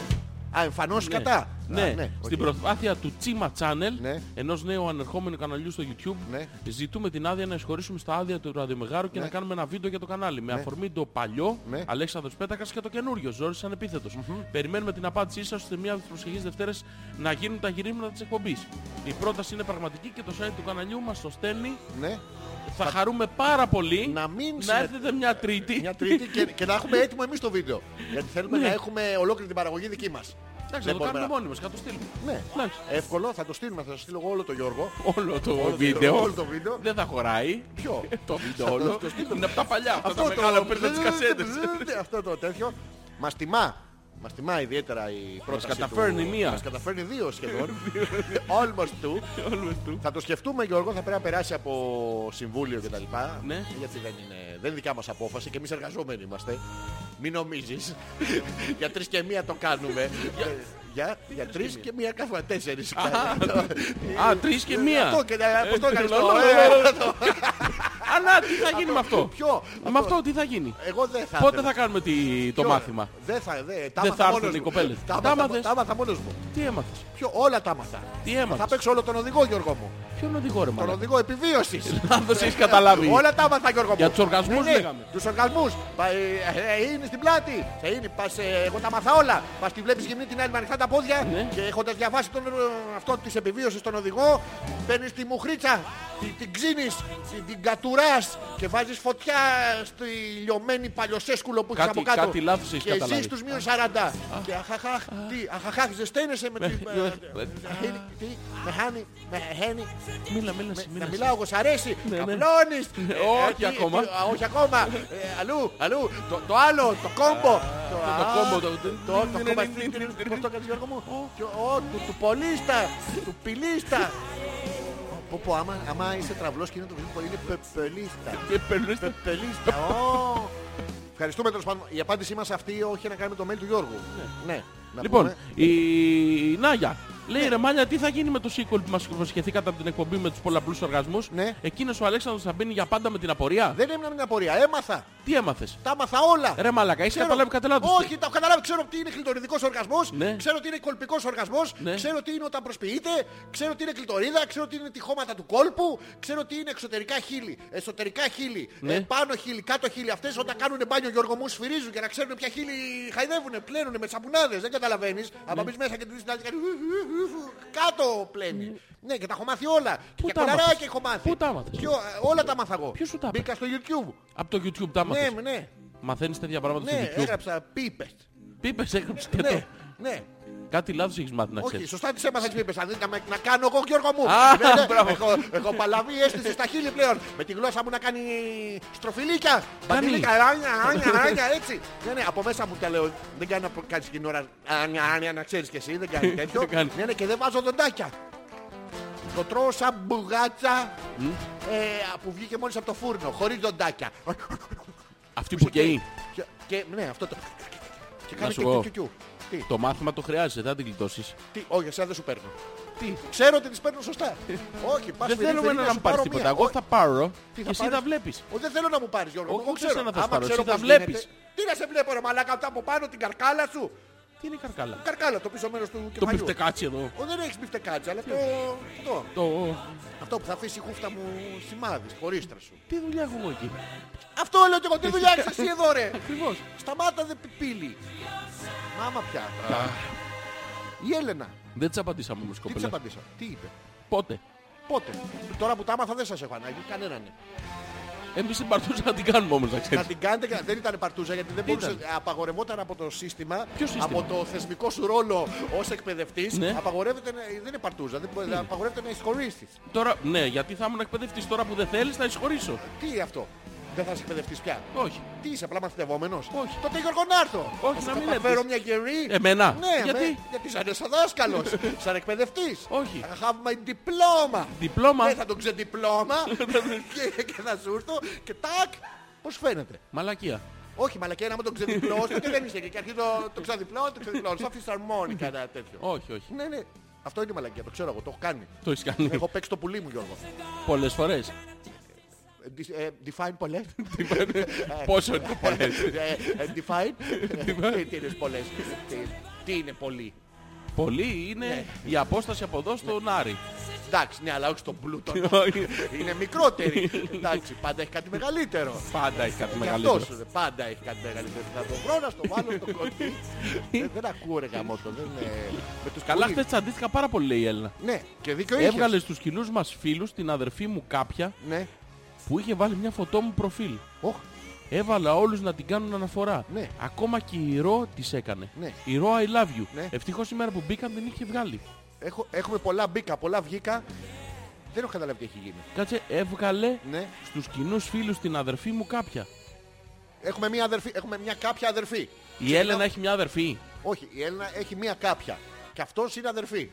A: Α, εμφανώς
B: Ναι.
A: κατά. Α,
B: Ναι. Στην
A: οκ.
B: προσπάθεια του Τσίμα Channel,
A: Ναι.
B: ενός νέου ανερχόμενου καναλιού στο YouTube,
A: Ναι.
B: ζητούμε την άδεια να εισχωρήσουμε στα άδεια του ραδιομεγάρου και να κάνουμε ένα βίντεο για το κανάλι. Με αφορμή το παλιό,
A: Ναι.
B: Αλέξανδρος Πέτακας και το καινούριο, Ζόρις Ανεπίθετος. Περιμένουμε την απάντησή σας ώστε μία από τις προσεχείς Δευτέρες να γίνουν τα γυρίσματα της εκπομπής. Η πρόταση είναι πραγματική και το site του καναλιού μας το στέλνει.
A: Ναι.
B: Θα χαρούμε πάρα πολύ
A: Να μην
B: να
A: συνε-
B: έρθετε μια Τρίτη.
A: Μια τρίτη και, και να έχουμε έτοιμο εμείς το βίντεο. Γιατί θέλουμε
B: Ναι.
A: να έχουμε ολόκληρη την παραγωγή δική μας.
B: Εντάξει,
A: Δεν
B: θα το
A: μπορούμε
B: κάνουμε
A: να-
B: μόνοι μας, θα το στείλουμε.
A: Ναι.
B: Εντάξει.
A: Εύκολο, θα το στείλουμε, θα σας στείλω εγώ όλο το Γιώργο.
B: Όλο το
A: Όλο το
B: βίντεο.
A: όλο το βίντεο.
B: Δεν θα χωράει.
A: Ποιο?
B: Το βίντεο όλο. Είναι από τα παλιά. Αυτά
A: Αυτό
B: τα μεγάλα
A: το Ναι,
B: που παίρνουν τις κασέτες.
A: Αυτό το τέτοιο. Μας τιμά. Μας τιμά ιδιαίτερα η πρόταση
B: καταφέρνει
A: του-
B: μία.
A: Μας καταφέρνει δύο σχεδόν. Almost two.
B: Όλους του.
A: Θα το σκεφτούμε Γιώργο, θα πρέπει να περάσει από συμβούλιο κτλ.
B: Ναι.
A: Γιατί δεν είναι, δεν είναι δικιά μας απόφαση και εμείς εργαζόμενοι είμαστε. Μην νομίζεις. για τρεις και μία το κάνουμε.
B: Ναι.
A: για, για τρεις και μία κάνουμε τέσσερις.
B: Α, τρεις και μία.
A: Αυτό και πώς το έκανες το, ε, το-
B: Αλλά τι θα γίνει με αυτό.
A: Ποιο?
B: Με αυτό τι θα γίνει.
A: Εγώ δεν θα
B: Πότε
A: ήθελα.
B: θα κάνουμε τη- το
A: Ποιο?
B: μάθημα.
A: Δεν θα, δε, τα
B: Δεν
A: άμαθα
B: θα
A: μόνος
B: έρθουν οι
A: μου.
B: κοπέλες.
A: Τα
B: Τα
A: άμαθα-
B: άμαθες.
A: Τα άμαθα μόνος μου.
B: Τι έμαθες.
A: Ποιο, όλα τα άμαθα.
B: Τι
A: Θα
B: έμαθες.
A: παίξω όλο τον οδηγό Γιώργο μου.
B: Ποιον οδηγό ρε
A: Τον
B: μάλλον.
A: οδηγό επιβίωσης.
B: Λάθος έχεις καταλάβει.
A: Όλα τα άμαθα Γιώργο μου.
B: Για τους οργασμούς
A: Ναι, ναι,
B: λέγαμε.
A: Τους οργασμούς. Πα- ε, ε, Είναι στην πλάτη. Θα είναι. Πας, ε, εγώ τα μάθα όλα. Πας τη βλέπεις γυμνή την άλλη με ανοιχτά τα πόδια.
B: Ναι.
A: Και έχοντας διαβάσει τον, ε, αυτό της επιβίωσης τον οδηγό. Παίρνεις τη μουχρίτσα. τη- Την ξύνεις. τη- Την κατουράς. Και βάζεις φωτιά στη λιωμένη παλιοσέσκουλο που έχεις
B: Κάτι-
A: από κάτω.
B: κάτι λάθος έχεις
A: Και
B: καταλάβει.
A: ζεις τους μείον 40. Και αχαχαχ. Τι. Αχαχαχ. Ζεσταίνεσαι με την...
B: Ε,
A: ε,
B: ε,
A: Τι. Με χάνει. Με χάνει.
B: Μίλα, μίλα,
A: Με-
B: μίλα.
A: Να μιλάω εγώ, σ' αρέσει.
B: Ναι, ναι.
A: Καπνώνεις.
B: Ναι,
A: Ε,
B: όχι
A: τι-
B: ακόμα.
A: τι- α, Όχι ακόμα. Ε, Αλλού, αλλού. Το- Το άλλο, το κόμπο.
B: το
A: α,
B: κόμπο, το-
A: Το το κόμπο. Πώς το έκανες Γιώργο μου. Και ο, του- Του πολίστα. Του πιλίστα. Πω πω, άμα, άμα είσαι τραυλός και είναι το βιβλίο πολύ, είναι πεπελίστα.
B: Και παίρνεις το-
A: Πεπελίστα, ω. Ευχαριστούμε τέλος πάντων. Η απάντησή μας αυτή όχι να κάνει με το mail του Γιώργου. Ναι. Να
B: Λοιπόν,
A: πούμε. Ναι.
B: η Νάγια. Λέει ρε Μάλια, τι θα γίνει με το sequel που μας υποσχεθήκατε από την εκπομπή με τους πολλαπλούς οργασμούς.
A: Ναι.
B: Εκείνος ο Αλέξανδρος θα μπαίνει για πάντα με την απορία.
A: Δεν έμεινα με την απορία. Έμαθα.
B: Τι έμαθες.
A: Τα έμαθα όλα.
B: Ρε μαλακά, είσαι καταλάβει κατά λάθος.
A: Όχι, τα έχω καταλάβει. Ξέρω τι είναι κλειτοριδικός οργασμός.
B: Ναι.
A: Ξέρω τι είναι κολπικός οργασμός.
B: Ναι.
A: Ξέρω τι είναι όταν προσποιείται. Ξέρω τι είναι κλειτορίδα. Ξέρω τι είναι τυχώματα του κόλπου. Ξέρω τι είναι εξωτερικά χείλη. Εσωτερικά χείλη.
B: Ναι.
A: Ε, πάνω χείλη, κάτω χείλη. Αυτές όταν κάνουν μπάνιο Γιώργο μου σφυρίζουν για να ξέρουν ποια χείλη χαϊδεύουν. Πλένουν με σαπουνάδες. Δεν καταλαβαίνεις.
B: Ναι.
A: Αν μπεις μέσα και την δει κάτω πλένει. Ναι, και τα έχω μάθει όλα.
B: Πού
A: και
B: τα
A: κολαράκι
B: έμαθες?
A: έχω μάθει.
B: Πού τα έμαθες?
A: Ποιο- Όλα τα μάθα εγώ.
B: Ποιος σου τα είπε?
A: Μπήκα στο YouTube.
B: Από το YouTube τα
A: Ναι,
B: μάθες.
A: ναι.
B: Μαθαίνεις τέτοια
A: Ναι,
B: πράγματα στο YouTube.
A: έγραψα πίπες.
B: Πίπες έγραψες και
A: Ναι,
B: το.
A: ναι.
B: Κάτι λάθος έχεις μάθει να
A: Όχι,
B: ξέρεις.
A: σωστά τις έμαθα τις πίπες. Αν δεν να, με- να κάνω εγώ Γιώργο μου.
B: Α,
A: Ναι, ναι,
B: μπράβο.
A: έχω, έχω παλαβή αίσθηση στα χείλη πλέον. Με τη γλώσσα μου να κάνει στροφιλίκια.
B: Κάνει.
A: Μπαντιλίκα, άνια, άνια, άνια, έτσι. Ναι, ναι, από μέσα μου τα λέω. Δεν κάνει να κάνεις την ώρα άνια, άνια, να ξέρεις κι εσύ. Δεν κάνει τέτοιο.
B: Δεν κάνεις.
A: Ναι, ναι, και δεν βάζω δοντάκια. Το τρώω σαν μπουγάτσα ε, που βγήκε μόλις από το φούρνο, χωρίς δοντάκια.
B: Αυτή που καίει.
A: Και, και- ναι, αυτό το... Και κάνει
B: σου πω.
A: κιου, κιου, κιου, κιου. Τι,
B: Το μάθημα το χρειάζεσαι, δεν θα την γλιτώσεις.
A: τι, όχι, εσένα δεν σου παίρνω.
B: Τι.
A: Ξέρω ότι τις παίρνω σωστά. Όχι, πας
B: Δεν
A: φίλε,
B: θέλουμε
A: φίλε,
B: να
A: σου
B: μου πάρεις
A: πάρω
B: τίποτα.
A: μία.
B: Εγώ
A: Όχι,
B: θα πάρω
A: τι
B: και
A: θα
B: εσύ
A: πάρεις?
B: θα βλέπεις.
A: όχι, δεν θέλω να μου πάρεις Γιώργο.
B: Όχι,
A: Εγώ
B: δεν
A: ξέρω.
B: θέλω να θα
A: Άμα
B: πάρω,
A: ξέρω
B: εσύ τα
A: πώς
B: βλέπεις.
A: γίνεται- Τι να σε βλέπω ρε μαλάκα αυτά από πάνω την καρκάλα σου.
B: Τι είναι η καρκάλα.
A: Καρκάλα το πίσω μέρος του
B: Το
A: κεφαλιού.
B: πιφτεκάτσι εδώ.
A: Ο, δεν έχεις μπιφτεκάτσα, αλλά το... αυτό.
B: Το...
A: Αυτό που θα αφήσει η χούφτα μου σημάδι, χωρίστρα σου.
B: Τι δουλειά έχω εγώ εκεί.
A: Αυτό λέω και εγώ, τι δουλειά έχεις εσύ εδώ ρε.
B: Ακριβώς.
A: Σταμάτα δε πύλη. Μάμα πια. Η Έλενα,
B: Δεν της απαντήσαμε όμως
A: τι της
B: κοπέλα.
A: απαντήσα, τι είπε.
B: Πότε.
A: Πότε. Τώρα που τα άμαθα δεν σας έχω ανάγκη, κανέναν.
B: Εμείς την παρτούσα να την κάνουμε όμως να
A: Να
B: ξέρεις.
A: την κάνετε και δεν ήταν παρτούζα γιατί δεν
B: Τι
A: μπορούσε.
B: ήταν?
A: Απαγορευόταν από το σύστημα,
B: Ποιο σύστημα?
A: από το θεσμικό σου ρόλο ως εκπαιδευτής
B: Ναι.
A: Απαγορεύεται, να- δεν είναι παρτούζα, δεν, μπορεί- απαγορεύεται να εισχωρήσεις.
B: Τώρα, ναι, γιατί θα ήμουν εκπαιδευτής τώρα που δεν θέλεις να εισχωρήσω.
A: Τι είναι αυτό. Δεν θα σε εκπαιδευτείς πια.
B: Όχι.
A: Τι είσαι, απλά μαθητευόμενος. Όχι. Τότε Γιώργο να έρθω.
B: Όχι,
A: Θα σου
B: να μην
A: καταφέρω
B: έρθεις.
A: μια γερή.
B: Εμένα.
A: Ναι,
B: Γιατί?
A: με- γιατί σαν είσαι δάσκαλος. σαν εκπαιδευτής.
B: Όχι.
A: Θα have my diploma.
B: Διπλώμα.
A: Ναι, θα τον ξεδιπλώμα και, και θα σου έρθω και τάκ. Πώς φαίνεται.
B: Μαλακία.
A: Όχι, μαλακιά, να μην τον ξεδιπλώσω και δεν είσαι. Και αρχίζω το ξαδιπλώ, το ξεδιπλώ. Σαν φυσαρμόνικα ένα τέτοιο.
B: Όχι, όχι.
A: Ναι, ναι. Αυτό είναι η μαλακιά, το ξέρω εγώ, το έχω κάνει.
B: Το έχεις κάνει.
A: Έχω παίξει το πουλί μου, Γιώργο.
B: Πολλές φορές.
A: Ε, dis- ε, Define πολλές.
B: Πόσο είναι το πολλές.
A: Ε, ε, Define. Ε, Τι- Τι είναι πολλές. Τι- Τι είναι πολύ.
B: Πολύ είναι
A: Ναι.
B: η απόσταση από εδώ στον Άρη.
A: Εντάξει, ναι, αλλά όχι στον πλούτο.
B: Όχι.
A: Είναι μικρότερη. Εντάξει, πάντα έχει κάτι μεγαλύτερο.
B: Πάντα έχει κάτι
A: Και αυτός
B: μεγαλύτερο.
A: ε, πάντα έχει κάτι μεγαλύτερο. Θα το βρω να στο βάλω στο κοντί. Ε, Δεν δεν ακούω ρε γαμότο. δεν, ε, με τους
B: Καλά,
A: πουλί.
B: χθες τσαντίστηκα πάρα πολύ, λέει η Έλληνα.
A: Ναι, και δίκιο είχες.
B: Έβγαλε στους κοινούς μας φίλους την αδερφή μου κάποια
A: Ναι.
B: που είχε βάλει μια φωτό μου προφίλ.
A: Οχ,
B: Έβαλα όλους να την κάνουν αναφορά.
A: Ναι.
B: Ακόμα και η Ρο της έκανε.
A: Ναι.
B: Η Ρο I love you.
A: Ναι.
B: Ευτυχώς η μέρα που μπήκαν δεν είχε βγάλει.
A: έχω- Έχουμε πολλά μπήκα, πολλά βγήκα. Δεν έχω καταλάβει τι έχει γίνει.
B: Κάτσε, έβγαλε
A: Ναι.
B: στους κοινούς φίλους την αδερφή μου κάποια.
A: Έχουμε μια, αδερφή, έχουμε μια κάποια αδερφή.
B: Η Έλενα έχει μια αδερφή.
A: Όχι, η Έλληνα έχει μια κάποια. Και αυτός είναι αδερφή.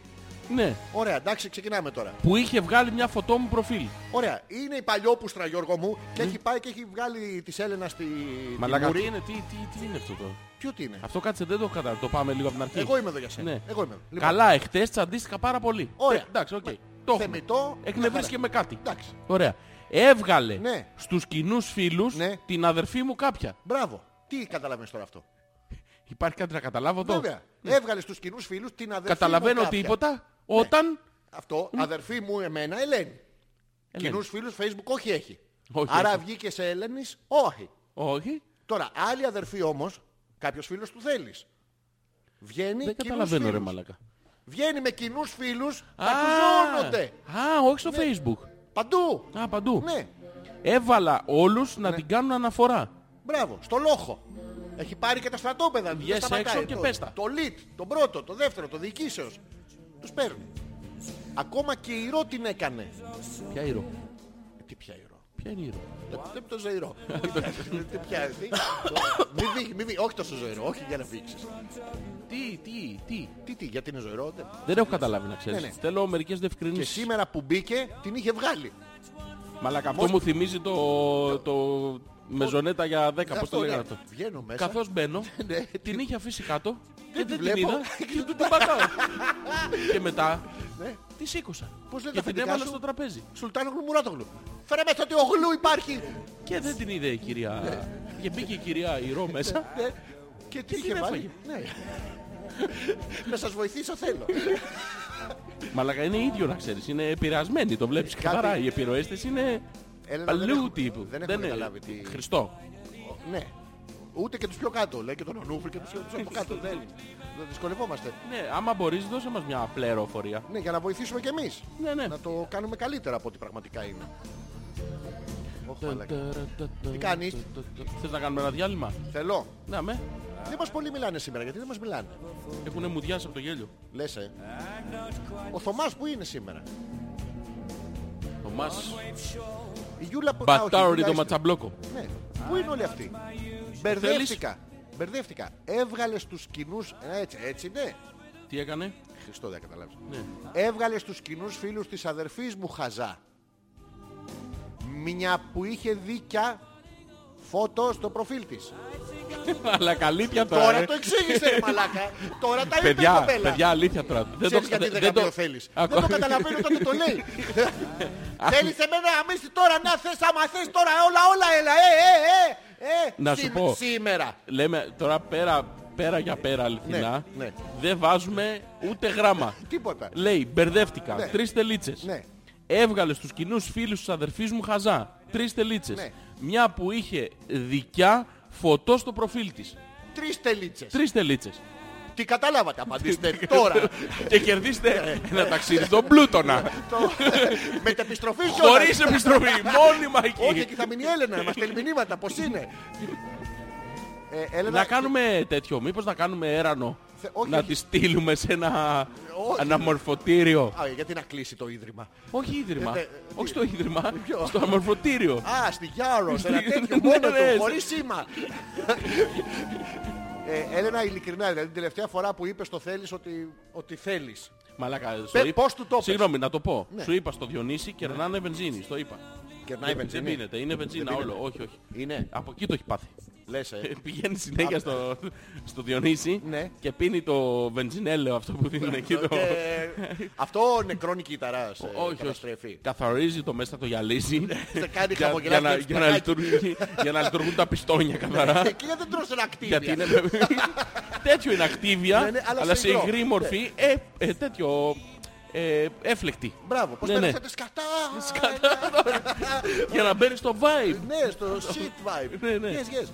B: Ναι.
A: Ωραία, εντάξει, ξεκινάμε τώρα.
B: Που είχε βγάλει μια φωτό μου προφίλ.
A: Ωραία, είναι η παλιόπουστρα Γιώργο μου και έχει πάει και έχει βγάλει της Έλενας στη. τη
B: Ναι. Μαλάκα, τι
A: μουρή.
B: είναι, τι, τι, τι είναι αυτό το.
A: Ποιο τι είναι.
B: Αυτό κάτσε δεν το κατάλαβα. Το πάμε λίγο από την αρχή.
A: Εγώ είμαι εδώ για σένα.
B: Ναι.
A: Εγώ είμαι. εδώ. Λοιπόν,
B: Καλά, εχθές τσαντίστηκα πάρα πολύ.
A: Ωραία.
B: Ε, εντάξει, οκ.
A: Ναι.
B: Το έχουμε.
A: Θεμητό.
B: Εκνευρίστηκε με κάτι.
A: Εντάξει.
B: Ωραία. Έβγαλε
A: Ναι.
B: στους κοινούς φίλους
A: Ναι.
B: την αδερφή μου κάποια.
A: Μπράβο. Τι καταλαβαίνεις τώρα αυτό.
B: Υπάρχει κάτι να καταλάβω εδώ. Ναι.
A: Βέβαια. Έβγαλε στους κοινούς φίλους την αδερφή. μου
B: Καταλαβαίνω
A: κάποια. Ναι.
B: τίποτα όταν...
A: Αυτό, αδερφή μου εμένα, Ελένη.
B: Ελένη.
A: Κοινούς φίλους Facebook όχι έχει.
B: Όχι,
A: Άρα
B: όχι.
A: βγήκε σε Ελένης, όχι. Ναι,
B: Όχι.
A: Τώρα, άλλη αδερφή όμως, κάποιος φίλος του θέλεις. Βγαίνει κοινούς
B: Δεν καταλαβαίνω ρε
A: φίλους.
B: μαλακά.
A: Βγαίνει με κοινούς φίλους,
B: Α,
A: τα κουζώνονται.
B: Α, όχι στο facebook.
A: Παντού.
B: Α, παντού.
A: Ναι,
B: Έβαλα όλους να την κάνουν αναφορά.
A: μπράβο, στο λόχο. Έχει πάρει και τα στρατόπεδα. δεν
B: Βγες
A: σταματάει.
B: έξω και
A: το,
B: πες τα.
A: Το lead, τον πρώτο, το δεύτερο, το διοικήσεως. Τους παίρνει. Ακόμα και η Ρο την έκανε.
B: Ποια ήρω.
A: Ε, Τι πια η Ρο.
B: Ποια είναι η ήρω.
A: Το- Το το ζωηρό. Τι πιάζει. Μην βγει, μην βγει. Όχι τόσο ζωηρό, όχι για να βγήξεις.
B: Τι, τι, τι.
A: Τι, τι, γιατί είναι ζωηρό. δεν-
B: Δεν έχω καταλάβει να ξέρεις.
A: Ναι, ναι.
B: Θέλω μερικές
A: Και
B: διευκρινήσεις.
A: σήμερα που μπήκε την είχε βγάλει.
B: Μαλάκα, αυτό μου θυμίζει το, το μεζονέτα για 10, πώς το
A: Αυτό,
B: λέγανε
A: ναι.
B: αυτό.
A: Βγαίνω μέσα.
B: Καθώς μπαίνω,
A: Ναι.
B: την είχε αφήσει κάτω
A: τη
B: και δεν την
A: βλέπω.
B: είδα και του την πατάω. Και μετά
A: Ναι.
B: τη σήκωσα
A: Πώς λένε
B: και
A: τα
B: την
A: αφεντικά
B: έβαλα
A: σου?
B: στο τραπέζι.
A: Σουλτάνο Γλουμουράτογλου. Φέρε μέσα ότι ο γλου υπάρχει.
B: Και δεν την είδε η κυρία. Και μπήκε η κυρία Ηρώ μέσα.
A: Ναι. Και τι είχε
B: την
A: βάλει. Ναι. Να σας βοηθήσω θέλω.
B: Ναι. Μαλάκα είναι ίδιο να ξέρεις. Είναι επηρεασμένη, το βλέπεις
A: Κάτι-
B: καθαρά. Οι επιρροές της είναι
A: Έλενα, δεν
B: παλιού
A: έχουμε-
B: τύπου.
A: δεν έχουμε
B: είναι-
A: καταλάβει τι-
B: Χριστό.
A: Ναι. Ούτε και τους πιο κάτω. Λέει και τον Ονοούφρη και τους τους από κάτω. Δεν δεν δυσκολευόμαστε.
B: Ναι, άμα μπορείς δώσε μας μια πληροφορία.
A: Ναι, για να βοηθήσουμε κι εμείς.
B: Ναι, ναι.
A: Να το κάνουμε καλύτερα από ό,τι πραγματικά είναι. Ωχ,
B: Ε,
A: μαλάκα.
B: Τι
A: κάνεις?
B: Θες να κάνουμε ένα διάλειμμα. Ναι,
A: Θέλω.
B: Να με.
A: Δεν μας πολύ μιλάνε σήμερα, γιατί δεν μας μιλάνε.
B: Έχουνε μουδιάσει από το γέλιο.
A: Λες, ε. Ο Θωμάς που είναι σήμερα.
B: Ο Μάς
A: Η Γιούλα που... Α, όχι, η
B: μπατάρει
A: Γιούλα
B: το
A: είστε.
B: ματσαμπλόκο.
A: Ναι. Πού είναι όλοι αυτοί. Μπερδεύτηκα. Μπερδεύτηκα. Έβγαλες στους κοινούς... Έτσι, έτσι, ναι.
B: Τι έκανε.
A: Χριστό δεν καταλάβεις.
B: Ναι.
A: Έβγαλες στους κοινούς φίλους της αδερφής μου Χαζά. Μια που είχε δίκια φώτο στο προφίλ της.
B: Αλλά καλύπια τώρα.
A: Τώρα
B: ε.
A: το εξήγησε ρε μαλάκα. Τώρα τα είπε η
B: Παιδιά,
A: κοπέλα.
B: παιδιά, αλήθεια τώρα. Δεν
A: Ξέρεις γιατί δεν το θέλεις. Δεν το καταλαβαίνω όταν το λέει. Θέλεις εμένα να μίσει τώρα, να θες, άμα θες τώρα, όλα, όλα, έλα, ε, ε, ε, ε.
B: Να σου
A: Σήμε-
B: πω.
A: Σήμερα.
B: Λέμε τώρα πέρα, πέρα για πέρα αληθινά.
A: Ναι, ναι.
B: Δεν βάζουμε ούτε γράμμα.
A: Τίποτα.
B: Λέει, μπερδεύτηκα.
A: Ναι.
B: Τρεις τελίτσες.
A: Ναι.
B: Έβγαλε στους κοινούς φίλους της αδερφής μου Χαζά. Τρεις τελίτσες.
A: Ναι.
B: Μια που είχε δικιά φωτό στο προφίλ της.
A: Τρεις τελίτσες.
B: Τρεις τελίτσες.
A: Τι καταλάβατε, απαντήστε τώρα.
B: Και κερδίστε
A: Ναι.
B: ένα ταξίδι στον Πλούτονα.
A: Το- Με την επιστροφή κιόλας.
B: Χωρίς επιστροφή. Μόνιμα
A: Όχι,
B: εκεί.
A: εκεί θα μείνει η Έλενα, να μας στέλνει μηνύματα, πώς είναι. Ε, Έλενα,
B: Να κάνουμε τέτοιο, μήπως να κάνουμε έρανο.
A: θε- όχι,
B: να
A: όχι.
B: τη στείλουμε σε ένα
A: Όχι.
B: αναμορφωτήριο.
A: Α, γιατί να κλείσει το ίδρυμα.
B: Όχι ίδρυμα.
A: Ε, ε,
B: Όχι
A: τι-
B: στο ίδρυμα.
A: Ποιο?
B: Στο αναμορφωτήριο.
A: Α, στη Γιάρο, σε ένα
B: Στη-
A: τέτοιο
B: ναι,
A: μόνο
B: ναι,
A: του,
B: σε-
A: χωρίς σήμα. ε, Έλενα, ειλικρινά, δηλαδή την τελευταία φορά που είπες το θέλεις ότι, ότι θέλεις.
B: Μαλάκα.
A: Πε-
B: στο είπα-
A: πώς του το είπες?
B: Συγγνώμη, να το πω.
A: Ναι.
B: Σου είπα στο Διονύση κερνάνε βενζίνη. Το είπα. Ε,
A: Κερνάει
B: Δεν-
A: βενζίνη.
B: Δεν πίνεται, είναι βενζίνα
A: πίνεται. Ε.
B: όλο. Όχι, όχι.
A: Είναι.
B: Από εκεί το έχει πάθει.
A: Λες, ε.
B: Ε, Πηγαίνει συνέχεια στο, στο Διονύση
A: Ναι.
B: και πίνει το βενζινέλαιο αυτό που δίνουν εκεί. Το...
A: Ε, Και αυτό νεκρώνει κύτταρα σε
B: όχι, όχι.
A: καταστρέφει.
B: Καθαρίζει το μέσα, το γυαλίζει.
A: Ναι. Σε κάνει
B: για,
A: χαμογελάκι
B: για να,
A: το
B: για, να
A: ψητακάκι.
B: λειτουργεί- για να λειτουργούν τα πιστόνια καθαρά.
A: Εκεί Ε, δεν τρως ένα κτίριο.
B: γιατί είναι. τέτοιο είναι ακτίβια,
A: Ναι, ναι, αλλά
B: αλλά,
A: σε
B: σε
A: υγρό. Ναι.
B: υγρή μορφή. Ε, ε, τέτοιο. Ε, έφλεκτη.
A: Μπράβο, πώς
B: Ναι, ναι.
A: πέρασατε σκατά.
B: Για να μπαίνει στο vibe.
A: Ναι, στο shit vibe.
B: Ναι, ναι.
A: Yes, yes.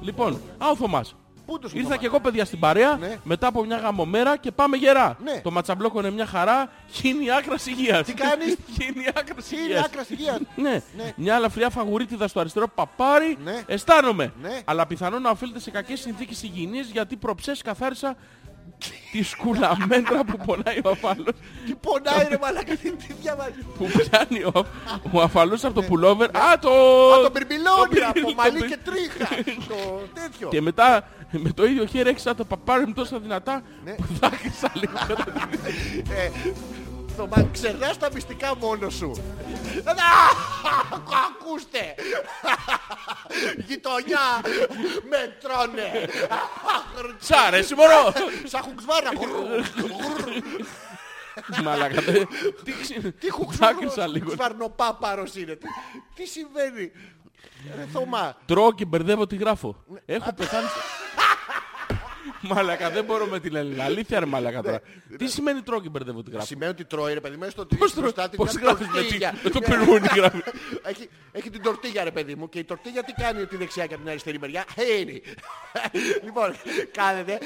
B: Λοιπόν, α, ο Θωμάς.
A: Πού τους
B: Ήρθα
A: Θωμάς?
B: και εγώ παιδιά στην παρέα
A: Ναι.
B: μετά από μια γαμομέρα και πάμε γερά.
A: Ναι.
B: Το ματσαμπλόκο είναι μια χαρά, χύνει άκρα υγείας. Τι
A: κάνεις?
B: χύνει άκρα
A: Είναι
B: υγείας.
A: άκρα υγείας.
B: Ναι.
A: Ναι.
B: μια ελαφριά φαγουρίτιδα στο αριστερό παπάρι.
A: Ναι.
B: Αισθάνομαι.
A: Ναι.
B: Αλλά πιθανόν να οφείλεται σε κακές συνθήκες υγιεινής γιατί προψές καθάρισα τη σκουλαμέντρα που πονάει ο αφάλος.
A: Τι πονάει ρε μαλάκα, τι τι διαβάζει.
B: που πιάνει ο, ο αφαλός από το πουλόβερ. Α, το...
A: Ναι. Α, το μπιρμπιλόνι
B: το
A: από
B: μπιρμπι-
A: μαλλί
B: το
A: και
B: μπι-
A: τρίχα. Το τέτοιο.
B: Και μετά με το ίδιο χέρι έξα το παπάρι μου τόσο δυνατά που δάκρυσα λίγο.
A: Ε, Θωμά, ξερνάς τα μυστικά μόνο σου. Α, Ακούστε! Γειτονιά! Με τρώνε!
B: Σ' αρέσει μωρό!
A: Σαν χουξβάρα!
B: Μαλάκα. δε- Τι ξύ-
A: Τι
B: Δάκρυσα λίγο.
A: Σβαρνοπάπαρος είναι. Τι- Τι συμβαίνει. Ρε Θωμά.
B: Τρώω και μπερδεύω τι γράφω. Έχω πεθάνει. Μαλάκα, δεν μπορώ με την Ελληνική. Αλήθεια ρε μαλάκα τώρα. Τι σημαίνει τρώω και μπερδεύω τι γράφω.
A: Σημαίνει ότι τρώει ρε παιδί μέσα στο ότι
B: ναι. Πώς
A: έχει μπροστά
B: τρώω,
A: της
B: πώς
A: μια
B: γράφεις με τι- Ναι.
A: τορτίγια.
B: με το πυρούνι γράφεις.
A: Έχει, έχει την τορτίγια ρε παιδί μου και η τορτίγια τι κάνει τη δεξιά και από την αριστερή μεριά. Χέρι. λοιπόν, κάνετε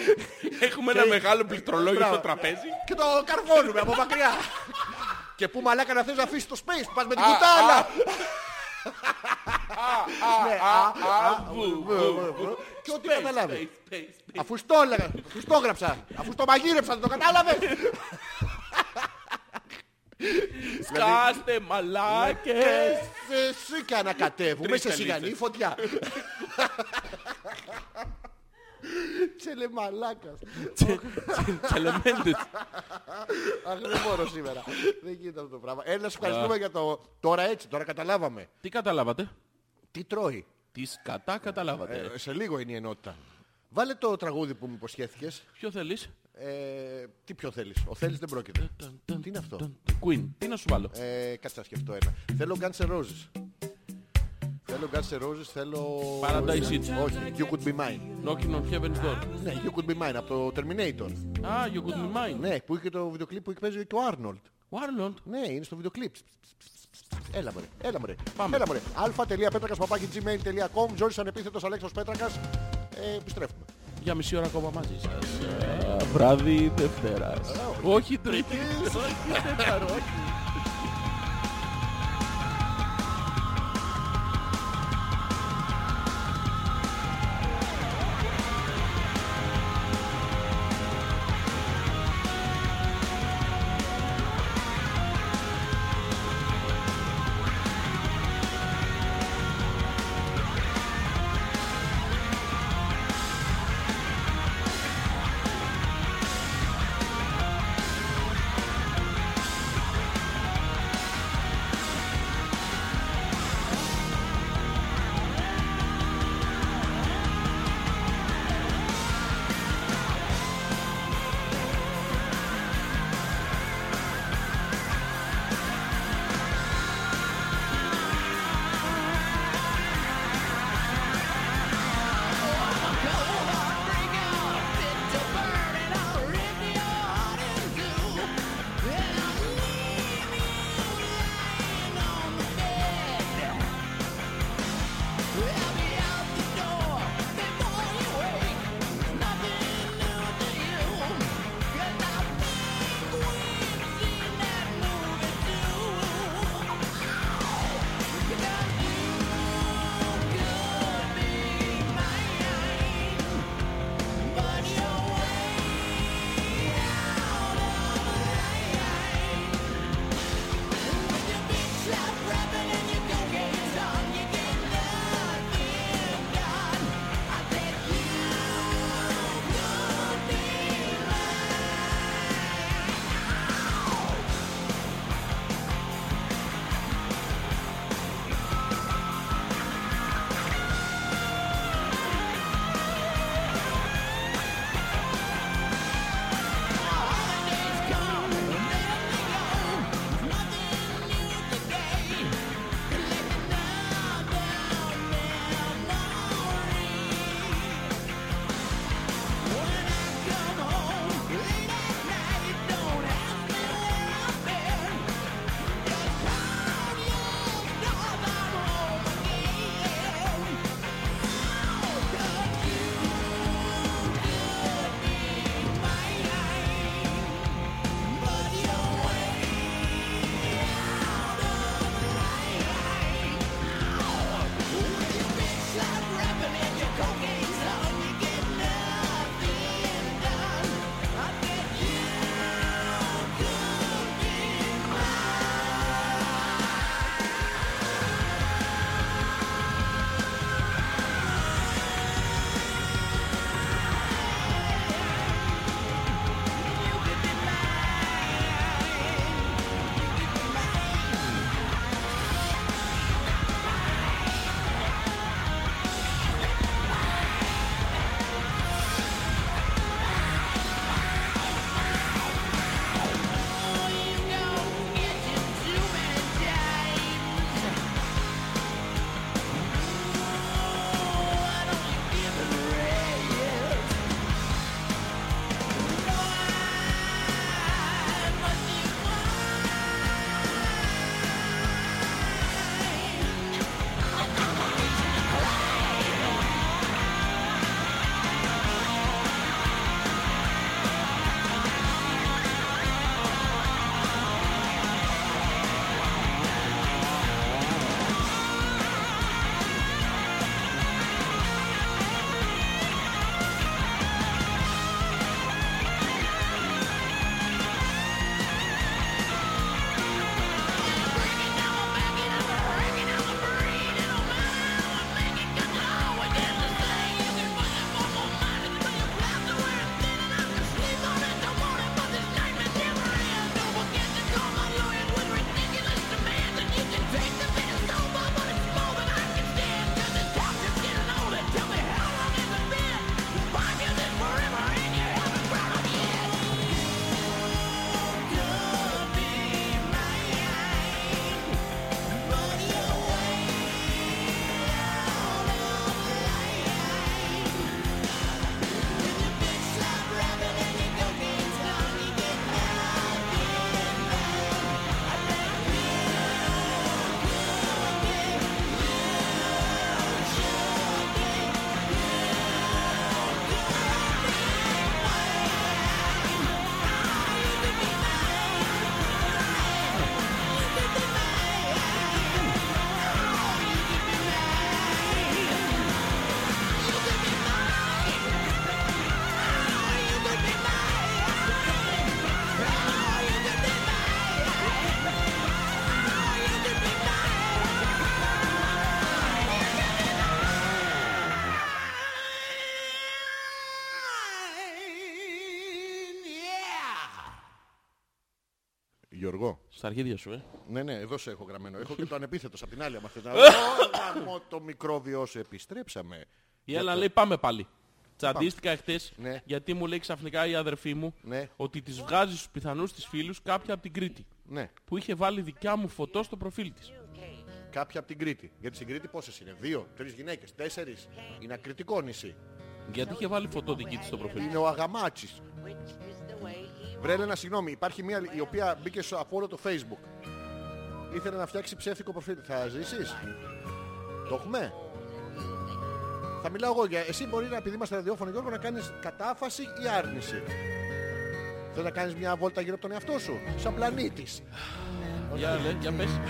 B: Έχουμε ένα μεγάλο πληκτρολόγιο
A: Μπράβο.
B: στο τραπέζι.
A: και το καρφώνουμε από μακριά. και που μαλάκα να θες να αφήσεις το space που πας με την
B: Α,
A: κουτάλα.
B: α.
A: Ναι, α, α, βου, βου, βου. Και ό,τι καταλάβει. Αφού στο έλεγα, αφού στο έγραψα, αφού στο μαγείρεψα, δεν το κατάλαβες.
B: Δηλαδή- Σκάστε μαλάκες.
A: Σε σου Ε, και ανακατεύουμε σε
B: Ε, Τρεις
A: σιγανή
B: καλύτσες.
A: φωτιά. Τσελεμαλάκας.
B: Ναι. Τσελεμέντες.
A: Αχ, δεν μπορώ σήμερα. Δεν γίνεται αυτό το πράγμα. Έλα, να σου ευχαριστούμε για το... Τώρα έτσι, τώρα καταλάβαμε.
B: Τι καταλάβατε.
A: Τι τρώει.
B: Τις σκατά καταλάβατε. ρε.
A: Ε, Σε λίγο είναι η ενότητα. Βάλε το τραγούδι που μου υποσχέθηκες.
B: Ποιο θέλεις.
A: Ε, τι πιο θέλεις. Ο θέλεις δεν πρόκειται. Τι είναι αυτό.
B: Queen. Τι να σου βάλω.
A: Ε, κάτσε να σκεφτώ ένα. Θέλω Guns N' Roses. Θέλω Guns N' Roses, θέλω...
B: Paradise City.
A: Όχι, You Could Be Mine.
B: Knocking on Heaven's Door.
A: Ναι, You Could Be Mine από το Terminator.
B: Α, you could be mine.
A: Ναι, που είχε το βιντεοκλίπ που είχε παίζει και ο Άρνολτ.
B: Warlord.
A: Ναι, είναι στο βιντεοκλίπ. Έλα μωρέ, έλα μωρέ.
B: Πάμε.
A: Έλα μωρέ. αλφα.πέτρακας παπάκι gmail.com Ζόρις ανεπίθετος Αλέξος Πέτρακας. Ε, επιστρέφουμε.
B: Για μισή ώρα ακόμα μαζί σας. Α, Βράδυ Δευτέρας. Όχι Τρίτη.
E: Thank
A: Γιώργο.
B: Στα αρχίδια σου, ε.
A: Ναι, ναι, εδώ σε έχω γραμμένο. Έχω και το ανεπίθετο απ' την άλλη. άμα θες να Ω, το μικρόβιό σου, επιστρέψαμε.
B: Η Έλληνα λέει πάμε πάλι. Τσαντίστηκα χθε
A: Ναι.
B: γιατί μου λέει ξαφνικά η αδερφή μου
A: Ναι.
B: ότι της βγάζεις στους πιθανούς της φίλους κάποια από την Κρήτη.
A: Ναι,
B: Που είχε βάλει δικιά μου φωτό στο προφίλ της.
A: κάποια από την Κρήτη. Γιατί στην Κρήτη πόσες είναι, δύο, τρεις γυναίκες, τέσσερις. Είναι ακριτικό νησί.
B: Γιατί είχε βάλει φωτό δική της στο προφίλ. της.
A: Είναι ο Αγαμάτσι. Βρε Έλενα, συγγνώμη, υπάρχει μία η οποία μπήκε στο- από όλο το Facebook. Ήθελε να φτιάξει ψεύτικο προφίλ. Θα ζήσεις? Το έχουμε. Θα μιλάω εγώ για... Εσύ μπορεί να, επειδή είμαστε ραδιόφωνο Γιώργο, να κάνεις κατάφαση ή άρνηση. Θες να κάνεις μια βόλτα γύρω από τον εαυτό σου, σαν πλανήτης.
B: Για, λέ, για πες.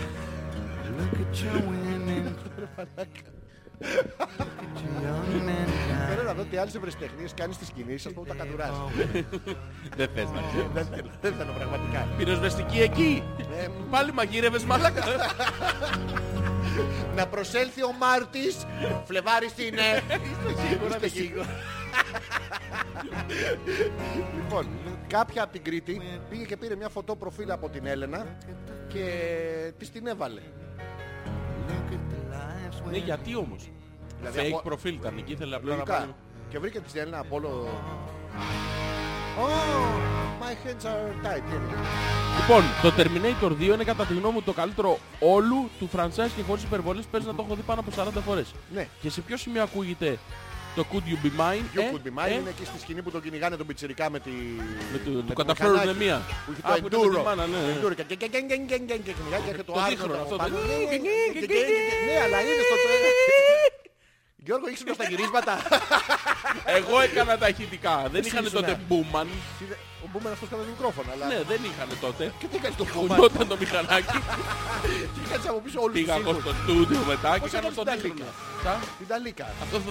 D: Look at your women. Look at your young men.
A: Θέλω να δω τι άλλες ευρεσιτεχνίες κάνεις τις κινήσεις, ας πούμε τα κατουράζει.
B: Δεν θες να ξέρεις.
A: δεν θέλω, δεν θέλω πραγματικά.
B: Πυροσβεστική εκεί.
A: Ε,
B: Πάλι μαγείρευες μαλάκα.
A: να προσέλθει ο Μάρτης, Φλεβάρης είναι. Είστε σίγουροι. Λοιπόν, κάποια από την Κρήτη πήγε και πήρε μια φωτό προφίλ από την Έλενα και της την έβαλε.
D: Look at the lives
B: Ναι,
D: we
B: γιατί όμως.
A: Δηλαδή,
B: Fake
A: απο-
B: προφίλ ήταν εκεί, ήθελε απλά να
A: Λογικά.
B: βάλει.
A: Και βρήκε της Έλενα από όλο... Oh, my hands are tight.
B: Λοιπόν, το Terminator 2 είναι κατά τη γνώμη μου το καλύτερο όλου του franchise και χωρίς υπερβολές παίζει να το έχω δει πάνω από 40 φορές.
A: Ναι.
B: Και σε ποιο σημείο ακούγεται το Could You Be Mine.
A: You
B: ε,
A: could be mine
B: ε,
A: είναι εκεί στη σκηνή που τον κυνηγάνε τον πιτσιρικά με τη...
B: Με το,
A: το
B: του καταφέρουνε
A: μηχανάκι.
B: μία.
A: Που είχε το
B: Α, που ήταν με τη
A: Enduro.
B: μάνα, ναι, ναι.
A: Enduro. Και- και- και- και- και- και- και- και- και- κυνηγάει και το
B: Το
A: άρθρο
B: δίχρονο
A: το
B: αυτό,
A: πάνω.
B: το-
A: Ναι, ναι, ναι, ναι, Ναι, αλλά είναι στο... Γιώργο, ήξερε στα γυρίσματα.
B: Εγώ έκανα τα ηχητικά. Δεν
A: Εσύ
B: είχαν
A: ήσουν,
B: τότε
A: ναι.
B: Booman.
A: Ο Μπούμεν αυτός κατά μικρόφωνο, αλλά...
B: Ναι, δεν είχαν τότε.
A: Και τι έκανε το Μπούμεν.
B: Κουνόταν το μηχανάκι.
A: Τι έκανε από πίσω όλους τους
B: Πήγα εγώ
A: ήχους.
B: στο στούντιο μετά και
A: Πώς
B: έκανα
A: έκανες
B: το
A: την
B: τέχνο.
A: Αλίκα. Την ταλίκα.
B: Αυτό το...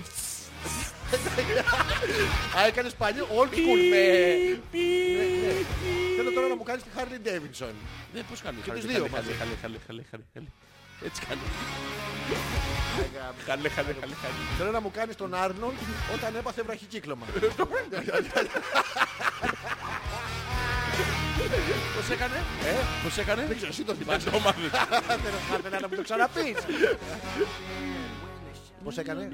A: Α, έκανες παλιό old school με... Θέλω τώρα να μου κάνεις τη Χάρλι Ντέβινσον.
B: Δεν Ναι, πώς κάνει.
A: τους
B: χαλέ,
A: δύο
B: χαλέ,
A: μαζί.
B: χαλέ, χαλέ, χαλέ, χαλέ, χαλέ. Έτσι κάνει. Χαλέ, χαλέ, χαλέ, χαλέ.
A: Θέλω να μου κάνεις τον Άρνον όταν έπαθε βραχικύκλωμα.
B: Πώς έκανε. Ε, πώς έκανε.
A: Δεν ξέρω, εσύ το
B: Δεν
A: θυμάσαι.
B: το μάθες.
A: Θα ήθελα να μου το ξαναπείς. Πώς έκανε.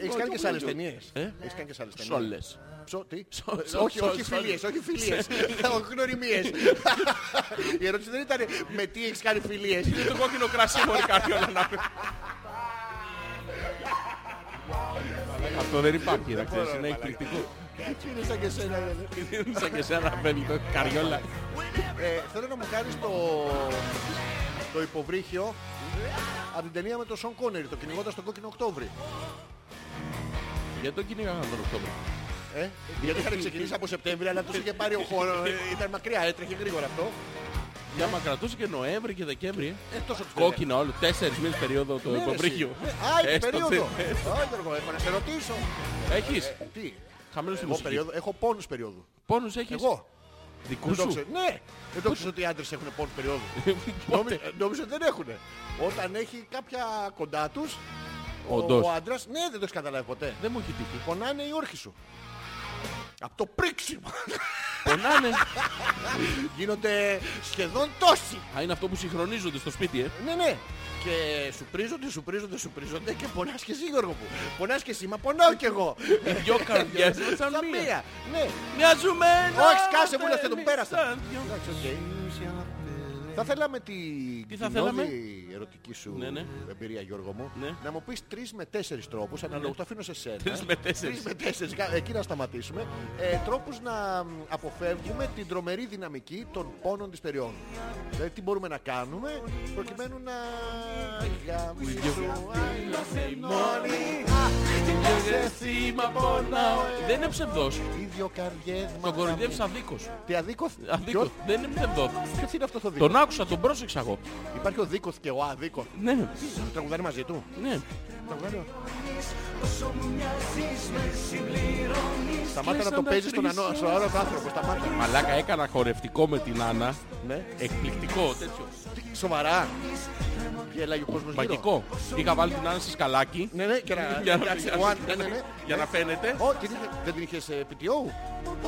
A: Έχεις κάνει και σε άλλες ταινίες.
B: Ε?
A: Έχεις κάνει και σε άλλες ταινίες.
B: Σόλες.
A: Ψω, τι. Ε,
B: σο-
A: Όχι,
B: σο-
A: όχι
B: σο-
A: φιλίες, όχι φιλίες. Όχι γνωριμίες. Η ερώτηση δεν ήταν με τι έχεις κάνει φιλίες.
B: Είναι το κόκκινο κρασί μπορεί κάποιον να πει. Αυτό δεν υπάρχει, να ξέρεις, είναι εκπληκτικό.
A: Είναι σαν και σένα. ρε.
B: Είναι σαν και σένα παίρνει το καριόλα.
A: Ε, Θέλω να μου κάνεις το... Το υποβρύχιο από την ταινία με τον Σον Κόνερι, το κυνηγώντας τον κόκκινο Οκτώβρη.
B: Γιατί το κυνήγαγα τον Οκτώβριο.
A: Ε, γιατί είχαν ξεκινήσει από Σεπτέμβριο, αλλά τους είχε πάρει ο χώρο. ε, Ήταν μακριά, έτρεχε γρήγορα αυτό.
B: Για άμα κρατούσε και Νοέμβρη και Δεκέμβρη.
A: Ε, τόσο τους
B: Κόκκινα όλο, τέσσερις μήνες περίοδο το
A: Ναι, ρε,
B: υποβρύχιο.
A: εσύ. Ναι, Α, έχει
B: Έστω
A: περίοδο.
B: τε-
A: Α, Γιώργο, έχω να σε ρωτήσω.
B: Έχεις
A: Ε, Τι,
B: χαμένους
A: εγώ
B: μουσική.
A: περίοδο, έχω πόνους περίοδου.
B: Πόνους έχεις.
A: Εγώ.
B: Δικού
A: Δεν το
B: σου.
A: ξέρω. Ναι, δεν το ξέρω ότι οι άντρες έχουν πόνους περίοδου.
B: Ε,
A: Νόμι- Νόμιζα ότι δεν έχουν. Όταν έχει κάποια κοντά τους, ο-
B: Όντως.
A: ο άντρας, ναι, δεν το έχεις καταλάβει ποτέ.
B: Δεν μου έχει τύχει.
A: Πονάνε οι όρχοι σου. Από το πρίξιμο
B: Πονάνε.
A: γίνονται σχεδόν τόσοι.
B: Α, είναι αυτό που συγχρονίζονται στο σπίτι, ε.
A: Ναι, ναι. Και σου πρίζονται, σου πρίζονται, σου πρίζονται και πονάς και εσύ Γιώργο μου. Πονάς και εσύ, μα πονάω κι εγώ.
B: Οι δυο καρδιές μας σαν
A: Σαν
B: μία.
A: μία. Ναι.
B: Μοιάζουμε
A: Όχι, σκάσε μου, λες, τον πέρασα. Εντάξει, οκ.
D: use your belly.
A: Θα θέλαμε τη
B: Τι θα
A: κοινόδη
B: θέλαμε?
A: ερωτική σου
B: Ναι, ναι.
A: εμπειρία Γιώργο μου
B: Ναι.
A: να μου πεις τρεις με τέσσερις τρόπους αναλόγως, το αφήνω σε σένα.
B: Τρεις με τέσσερις.
A: Τρεις με τέσσερις, κα- εκεί να σταματήσουμε. Ε, τρόπους να μ, αποφεύγουμε την τρομερή δυναμική των πόνων της περιόδου. Δηλαδή τι μπορούμε να κάνουμε προκειμένου να... γαμίσω, I love you, money.
B: Σήμα πονάω.
A: ε.
B: Δεν είναι ψευδός.
A: Οι δύο καρδιές μας.
B: Τον κοροϊδεύεις αδίκως.
A: Τι αδίκως.
B: Αδίκως.
A: Ποιος-
B: Δεν είναι ψευδός.
A: Ποιος είναι αυτός ο δίκος.
B: Τον άκουσα, τον πρόσεξα εγώ.
A: Υπάρχει ο δίκος και ο αδίκος.
B: Ναι,
A: Τραγουδάνε μαζί του.
B: ναι.
A: Τραγουδάνε. Σταμάτα να το
B: σαν τα
A: παίζεις στον
B: τρεις.
A: ανώ- στον άλλο άνθρωπο. Σταμάτα.
B: Μαλάκα έκανα χορευτικό με την Άννα.
A: Ναι.
B: Εκπληκτικό τέτοιο.
A: Τι, Σοβαρά. γέλαγε ο κόσμος γύρω.
B: Μαγικό. Είχα βάλει την Άννα Σκαλάκη.
A: Ναι, ναι, και να...
B: Για να
A: Εντάξει, ο Άν- ναι, ναι, ναι.
B: Για να φαίνεται.
A: Ω, τι είναι, δεν την είχες ε, PTO.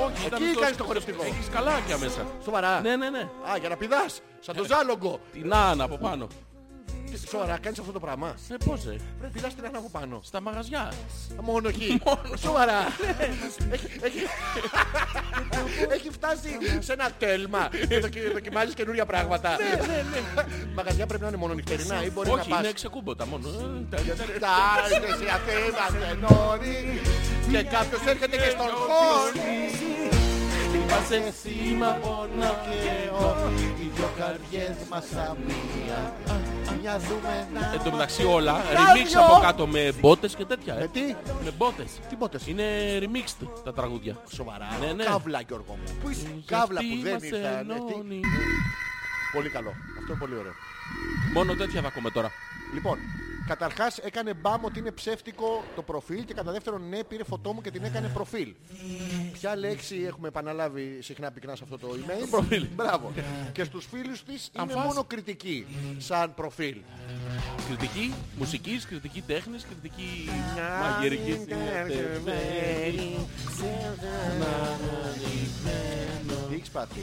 B: Όχι,
A: Εκεί
B: ήταν
A: κάνεις το χορευτικό.
B: Έχεις σκαλάκια μέσα.
A: Σοβαρά.
B: Ναι, ναι, ναι.
A: Α, για να πηδάς. Σαν το ζάλογο.
B: Την Άννα από πάνω.
A: Σοβαρά, κάνεις αυτό το πράγμα.
B: Σε πώς ε,
A: Πρέπει πηδάς την ανάγω πάνω.
B: στα μαγαζιά.
A: Μόνο εκεί. Σοβαρά. Έχει- έχει- Έχει φτάσει σε ένα τέλμα. Και δοκι- Δοκιμάζεις καινούρια πράγματα. Μαγαζιά πρέπει να είναι μόνο νυχτερινά ή μπορεί να
B: Ναι, Όχι, είναι
A: πας.
B: ξεκούμποτα μόνο. ε,
A: Κοιτάξτε σε Αθήνα στενόρι και κάποιος έρχεται και στον χώρο.
B: Είμαστε σήμα πόνο και
G: Οι δυο καρδιές μας αμία Μια δούμε να
B: Εν τω μεταξύ όλα, remix από κάτω με μπότες και τέτοια. ε.
A: Με τι,
B: Με μπότες.
A: τι πότες.
B: Είναι remixed τα τραγούδια.
A: Σοβαρά.
B: Ναι, ναι.
A: Καύλα Γιώργο μου. Πού είσαι
B: Γι'
A: καύλα
B: αυτή
A: που δεν
B: μας
A: ήρθαν. ε, τι-
B: ενώνει.
A: Πολύ καλό. Αυτό είναι πολύ ωραίο.
B: Μόνο τέτοια θα ακούμε τώρα.
A: Λοιπόν, καταρχάς έκανε μπάμ ότι είναι ψεύτικο το προφίλ και κατά δεύτερον ναι πήρε φωτό μου και την έκανε προφίλ. Ποια λέξη έχουμε επαναλάβει συχνά πυκνά σε αυτό το email.
B: προφίλ.
A: Μπράβο. και στους φίλους της είναι
B: φας.
A: μόνο κριτική σαν προφίλ.
B: Κριτική μουσικής, κριτική τέχνης, κριτική μαγειρικής.
A: Τι έχεις πάθει.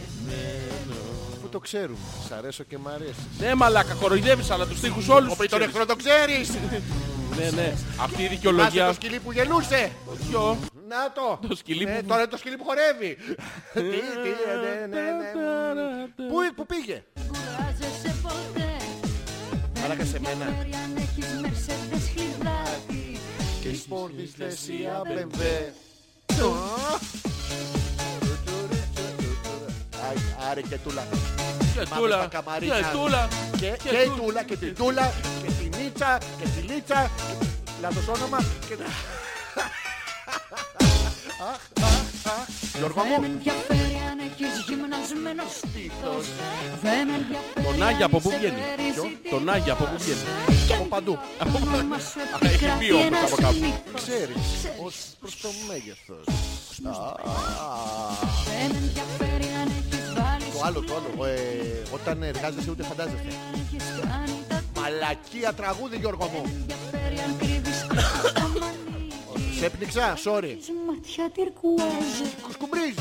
A: Αφού το ξέρουμε. Σ' αρέσω και μ' αρέσει.
B: Ναι, μαλάκα, κοροϊδεύεις, αλλά τους στίχους όλους.
A: Οπότε
B: τους
A: τον
B: ξέρεις.
A: εχθρό το ξέρεις.
B: Ναι, ναι. Αυτή η
A: Άσε το
B: δικαιολογία.
A: σκυλί που γελούσε.
B: Ποιο?
A: Να το.
B: Το σκυλί
A: Ναι,
B: που-
A: Τώρα το σκυλί που χορεύει. Τι, τι, ναι, ναι, ναι. Πού- Πού πήγε.
E: Κουράζεσαι ποτέ.
A: Μαλάκα, σε μένα.
E: Φέρει αν έχεις Mercedes χιλιάδι.
A: Και η πόρτη θέση απεμβέ. Άρε και τούλα.
B: Και
A: Μα με
B: τούλα.
A: τα καμαρίνα.
B: Και τούλα.
A: Και,
B: Και
A: και η
B: τού-
A: τούλα και την τούλα και την νίτσα και τη λίτσα. Λάθος όνομα. Και... τα- Αχ, αχ, αχ. Γιώργο
E: Δεν με
A: μου.
E: ενδιαφέρει αν έχεις γυμνασμένο στήθος. Δεν με ενδιαφέρει
B: Τον Άγια
E: αν
B: από πού
E: σε
B: βγαίνει.
E: φέρει
B: Ποιο?
E: ζητή
B: Τον Άγια από πού βγαίνει.
E: Και
A: Από παντού.
E: το όνομα σου
B: έχει
E: επικρατεί
B: πει όμως
E: ένας
B: από κάπου.
E: μύθος.
A: Ξέρεις,
E: Ξέρεις.
A: ως προς το μέγεθος.
E: Δεν με ενδιαφέρει αν έχεις βάλει
A: Το άλλο, το άλλο. ε, Όταν εργάζεσαι ούτε φαντάζεσαι.
E: σκουλιά, αν έχεις κάνει τα
A: Μαλακία τραγούδι Γιώργο μου.
E: ενδιαφέρει αν κρύβεις στο μανίκι.
A: Σε έπνιξα, sorry.
E: Έχεις Ματιά τυρκουάζε.
A: Κουσκουμπρίζ.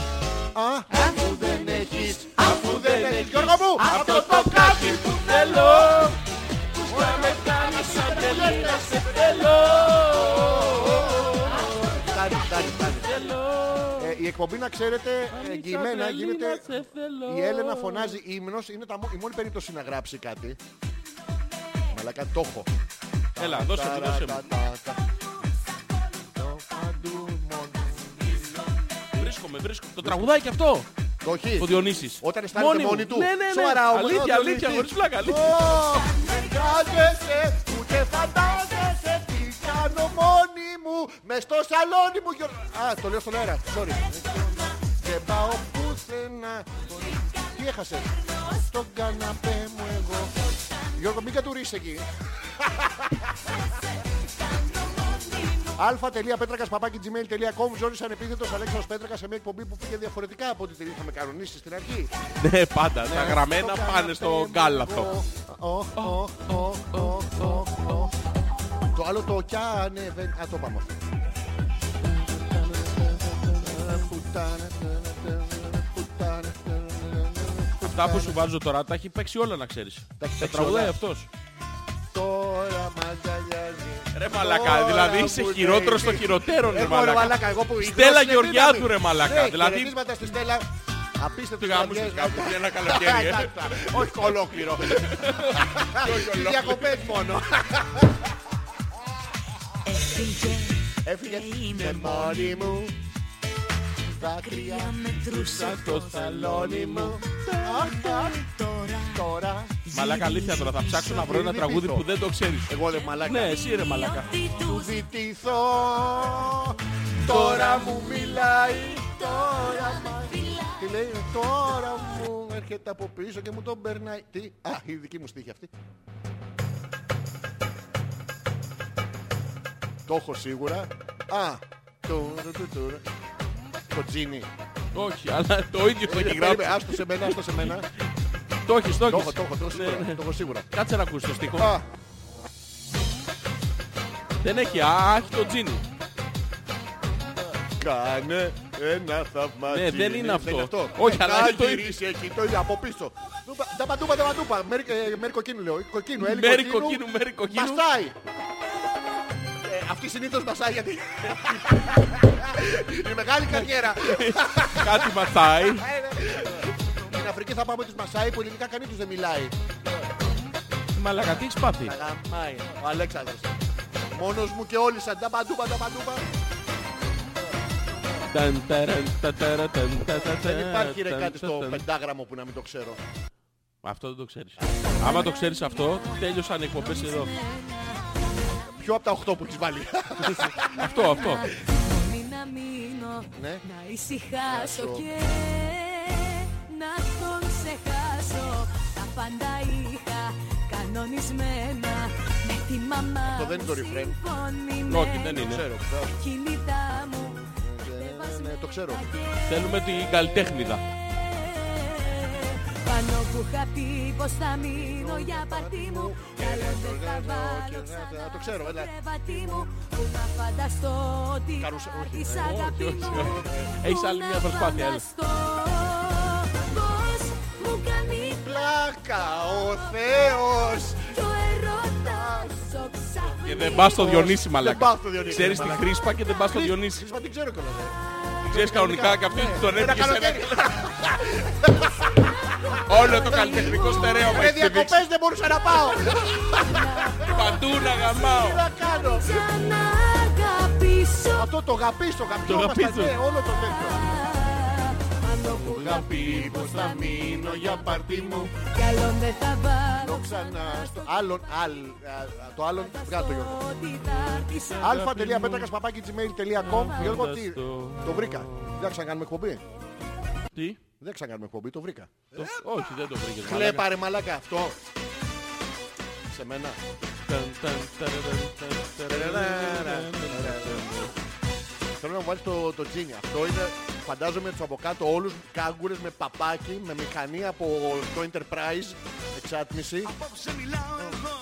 A: Α, αφού δεν έχεις, αφού δεν έχεις. Γιώργο μου, αυτό το κάτι που θέλω. Που με κάνει σαν τελή να σε θέλω. Φτάνει, φτάνει, φτάνει. Ε, Η εκπομπή να ξέρετε εγγυημένα γίνεται... Η Έλενα φωνάζει ύμνος, είναι τα μο- η μόνη περίπτωση να γράψει κάτι. Μαλακά, το έχω.
B: Έλα, δώσε μου, δώσε μου.
A: Το παντού μόνο.
B: Βρίσκομαι, βρίσκομαι. Το τραγουδάει και αυτό.
A: Το έχει.
B: Ο Διονύσης.
A: Όταν αισθάνεται
B: μου.
A: μόνη του.
B: Ναι, ναι, ναι.
A: Σοβαρά, ο- ο-
B: αλήθεια,
A: ο-
B: αλήθεια,
A: ο-
B: χωρίς φλάκα.
A: Ω,
B: αλήθεια.
A: Δεν κάθεσαι, ούτε φαντάζεσαι τι κάνω μόνη μου. Μες στο σαλόνι μου, Γιώργο. Α, το λέω στον αέρα. Sorry. Δεν πάω πουθενά. Τι έχασες. Στον καναπέ μου εγώ. Γιώργο, μην κατουρείς εκεί. αλφα.πέτρακα.gmail.com Ζόρις ανεπίθετος Αλέξανδρος Πέτρακας σε μια εκπομπή που πήγε διαφορετικά από ό,τι την είχαμε κανονίσει στην αρχή.
B: Ναι, πάντα. Τα γραμμένα πάνε στο κάλαθο.
A: Το άλλο το κι ανεβαίνει. Α, το πάμε.
B: Αυτά που σου βάζω τώρα τα έχει παίξει όλα να ξέρεις.
A: Τα έχει
B: Τα
A: παίξει
B: τραγουδάει
A: όλα.
B: αυτός.
A: Τώρα μαγκαλιάζει.
B: Ρε μαλακά, δηλαδή είσαι χειρότερο στο χειρότερο, ρε μαλακά.
A: εγώ που Ναι,
B: Στέλλα Γεωργιάδου, ρε μαλακά, δηλαδή-
A: Χαιρετίσματα στη Στέλλα. Απίστευτο.
B: Του γάμου σου κάπου για ένα καλοκαίρι. ε.
A: Όχι ολόκληρο. Τι διακοπές μόνο. Έφυγε. Με μόνη μου. Δάκρυα μετρούσα το σαλόνι μου. Αχ, αχ, Τώρα.
B: Μαλάκα, αλήθεια τώρα θα ψάξω να βρω ένα
A: Μην
B: τραγούδι
A: λυπηθώ.
B: που δεν το ξέρεις.
A: Εγώ δεν μαλάκα.
B: Ναι, εσύ ρε μαλάκα.
A: Του ζητηθώ. Τώρα μου μιλάει. Τώρα μα- Τι λέει, τώρα μου έρχεται από πίσω και μου τον περνάει. Τι, α, η δική μου στίχη αυτή. Το έχω σίγουρα. Α, το, το, το, το, το τζίνι.
B: Όχι, αλλά το ίδιο το έχει
A: Περίμενε,
B: γράψει.
A: Άστο σε μένα, άστο σε μένα.
B: Το έχεις, το
A: Το
B: έχεις.
A: έχω, το έχω, το έχω
B: Ναι,
A: σίγουρα.
B: ναι.
A: Το έχω σίγουρα.
B: Κάτσε να ακούσεις το στίχο.
A: Α,
B: Δεν έχει, α, έχει το τζίνι.
A: Κάνε ένα θαυμάτι.
B: Ναι, δεν είναι αυτό. Όχι,
A: Όχι,
B: αλλά
A: αλλά
B: έχει το
A: γυρίσει εκεί, το ίδιο από πίσω. Ντούπα, Νταπα, ντούπα, νταπα, ντούπα. Μέρι- ε, Μέρι κοκκίνου λέω. Κοκκίνου, Έλλη
B: Μέρι κοκκίνου, μέρι κοκκίνου.
A: Μασάει. Ε, Αυτή συνήθως μασάει γιατί... Η
B: Ναι.
A: μεγάλη καριέρα.
B: Κάτι ματάει.
A: Στην Αφρική θα πάμε τους Μασάι που ελληνικά κανείς τους δεν μιλάει.
B: Μαλάκα, τι έχεις πάθει.
A: Τα γαμάει ο Αλέξανδρος. Μόνος μου και όλοι σαν ταμπα ντούπα νταμπα ντούπα.
B: Ταν, ταραν, τα, ταρα, ταν, τα, τα,
A: Δεν
B: τα,
A: υπάρχει ρε
B: ταν,
A: κάτι
B: τα,
A: στο
B: ταν.
A: πεντάγραμμο που να μην το ξέρω.
B: Αυτό δεν το ξέρεις. Άμα το ξέρεις αυτό, τέλειωσαν οι εκπομπές εδώ.
A: Ποιο από τα 8 που έχεις βάλει.
B: Αυτό, αυτό.
H: Μην να μείνω,
A: Ναι.
H: να ησυχάσω και να τον ξεχάσω. Τα πάντα είχα κανονισμένα με τη μαμά
A: Αυτό δεν είναι το
H: μου
A: refrain.
H: συμφωνημένα.
B: Όχι, δεν είναι.
A: Ξέρω, ξέρω.
H: Κινητά μου
A: Ναι, ναι, το ξέρω.
B: Θέλουμε την καλλιτέχνηδα.
H: Ε, Πάνω που είχα πει πως θα μείνω για παρτί μου Καλό δεν θα βάλω ξανά
A: Το ξέρω, έλα.
H: στο κρεβάτι μου Που να φανταστώ ότι
A: Καρούσα, όχι.
H: της αγάπη
B: όχι,
H: μου
B: όχι. Έχεις
H: Που
B: άλλη
H: να
B: μια προσπάθεια, έλα.
H: φανταστώ Πως μου κάνει
A: Πλάκα ο Θεός.
H: κι ο ερώτας ο ξαφνικός
B: Και δεν πας στο Διονύση,
A: πάω
B: μαλάκα.
A: στο Διονύση,
B: Ξέρεις τη
A: μαλάκα.
B: χρήσπα και δεν πας στο Διονύση.
A: Χρήσπα την ξέρω κιόλας. ε.
B: Ξέρεις κανονικά και αυτή τον
A: Ένα
B: έφυγε σε
A: καλοκαίρι.
B: ένα... Όλο το καλλιτεχνικό στερέωμα
A: Με
B: έχει δείξει.
A: διακοπές δεν μπορούσα να πάω.
B: Παντού να
A: Τι
B: γαμάω.
A: να κάνω.
H: Σαν αγαπήσω
A: Αυτό το γαπίστο,
B: γαπίστο.
A: γαπιόμαστε, ναι, όλο το τέτοιο.
H: Πάνω που
A: Είχα πει πως θα μείνω για παρτί μου
H: καλό δεν θα βάλω
A: Το ξανά στο άλλον, άλλ, α, το άλλον, βγάλω το Γιώργο
H: Ότι θα έρθεις
A: α.πέτρακας παπάκι gmail.com Γιώργο, τι,
B: φανταστώ.
A: το βρήκα. Δεν ξανακάνουμε εκπομπή.
B: Τι?
A: Δεν ξανακάνουμε εκπομπή, το βρήκα.
B: Το- Όχι, δεν το βρήκες. μαλάκα.
A: Χλέπα ρε μαλάκα αυτό. Σε μένα.
B: Ταν, ταν, ταραραν, ταν, ταραραν.
A: Θέλω να μου βάλεις το, το τζίνι. Αυτό είναι, φαντάζομαι τους από κάτω όλους κάγκουρες με παπάκι, με μηχανή από το Enterprise, εξάτμιση.
I: Απόψε μιλάω εγώ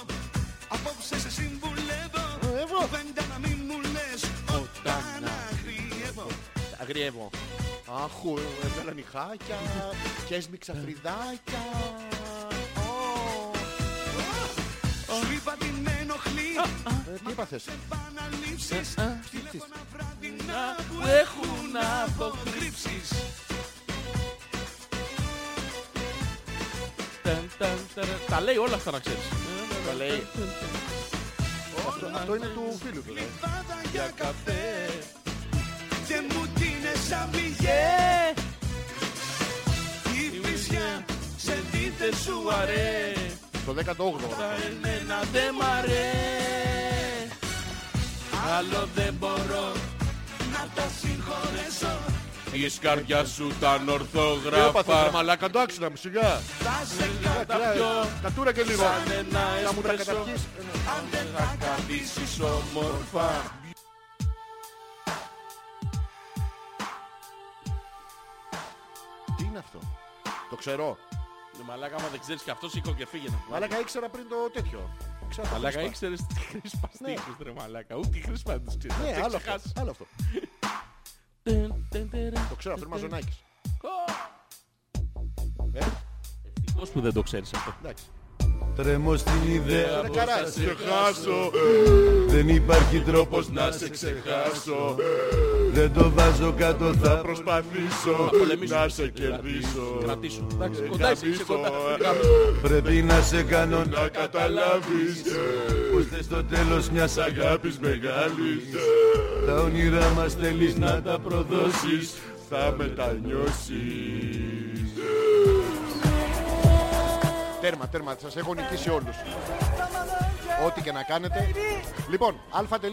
I: Απόψε σε συμβουλεύω
A: Εγώ.
I: Κουβέντα να μην μου λες Όταν αγριεύω
A: Αγριεύω. Αχού, έβγαλα νυχάκια και έσμιξα φρυδάκια.
I: Σου είπα τι με ενοχλεί
A: Ε, Τι έπαθες.
I: Επαναλήψεις Τηλέφωνα βραδινά που
B: Που Έχουν αποκρύψει.
I: αποκρύψεις
B: Ταν, ταν, ταρα- Τα λέει όλα αυτά να ξέρεις.
A: Το λέει. Αυτό- Αυτό είναι του φίλου του. λέει.
I: Πάντα για καφέ Και μου τίνε σαν πηγέ Η φυσιά σε δίθες σου αρέ
A: Το 18ο.
B: Τα εμένα δεν μ' αρέ. Άλλο δεν μπορώ.
I: Να τα συγχωρέσω
B: Της καρδιάς σου τα
A: Τι έπαθες ρε
B: ορθόγραφα.
A: μαλάκα, το άξινα μου σιγά.
I: Θα σε
B: Ναι,
I: κατά
A: Κρα-
B: πιω.
A: Κατούρα και λίγο.
B: Σαν ένα
A: Να μου τα
B: εσπρέσο.
A: καταπιείς. Ε,
I: αν δεν θα καθίσεις όμορφα
A: Τι είναι αυτό. Το ξέρω.
B: Ναι, Μαλάκα, άμα δεν ξέρεις και αυτός σήκω και φύγε.
A: Μαλάκα ήξερα πριν το τέτοιο. Ξέρω το
B: Μαλάκα,
A: χρήσπα.
B: ήξερες τις χρήσπα
A: Ναι.
B: στίχους, ρε μαλάκα. Ούτε η χρήσπα δεν τις ξέρεις.
A: Ναι,
B: Τα έχεις
A: άλλο αυτό.
B: ξεχάσεις.
A: άλλο αυτό. Το ξέρω, αυτό είναι μαζονάκης. Ε,
B: Πώς που δεν το ξέρεις αυτό.
A: εντάξει.
J: Τρέμω στην ιδέα
A: Ρε καρά, σε χάσω.
J: Δεν υπάρχει τρόπος
B: Να σε ξεχάσω,
J: Δεν το βάζω κάτω θα προσπαθώ
B: να πολεμήσω. Να σε κερδίσω. Κρατήσω. Εντάξει, κοντά είσαι, είσαι κοντά.
J: Πρέπει να σε κάνω να
B: καταλάβεις.
J: Ώστε στο τέλος μιας αγάπης μεγάλης Τα όνειρά μας θέλεις να τα προδώσεις Θα μετανιώσεις
A: Τέρμα, τέρμα, σας έχω νικήσει όλους. Ό,τι και να κάνετε. Λοιπόν,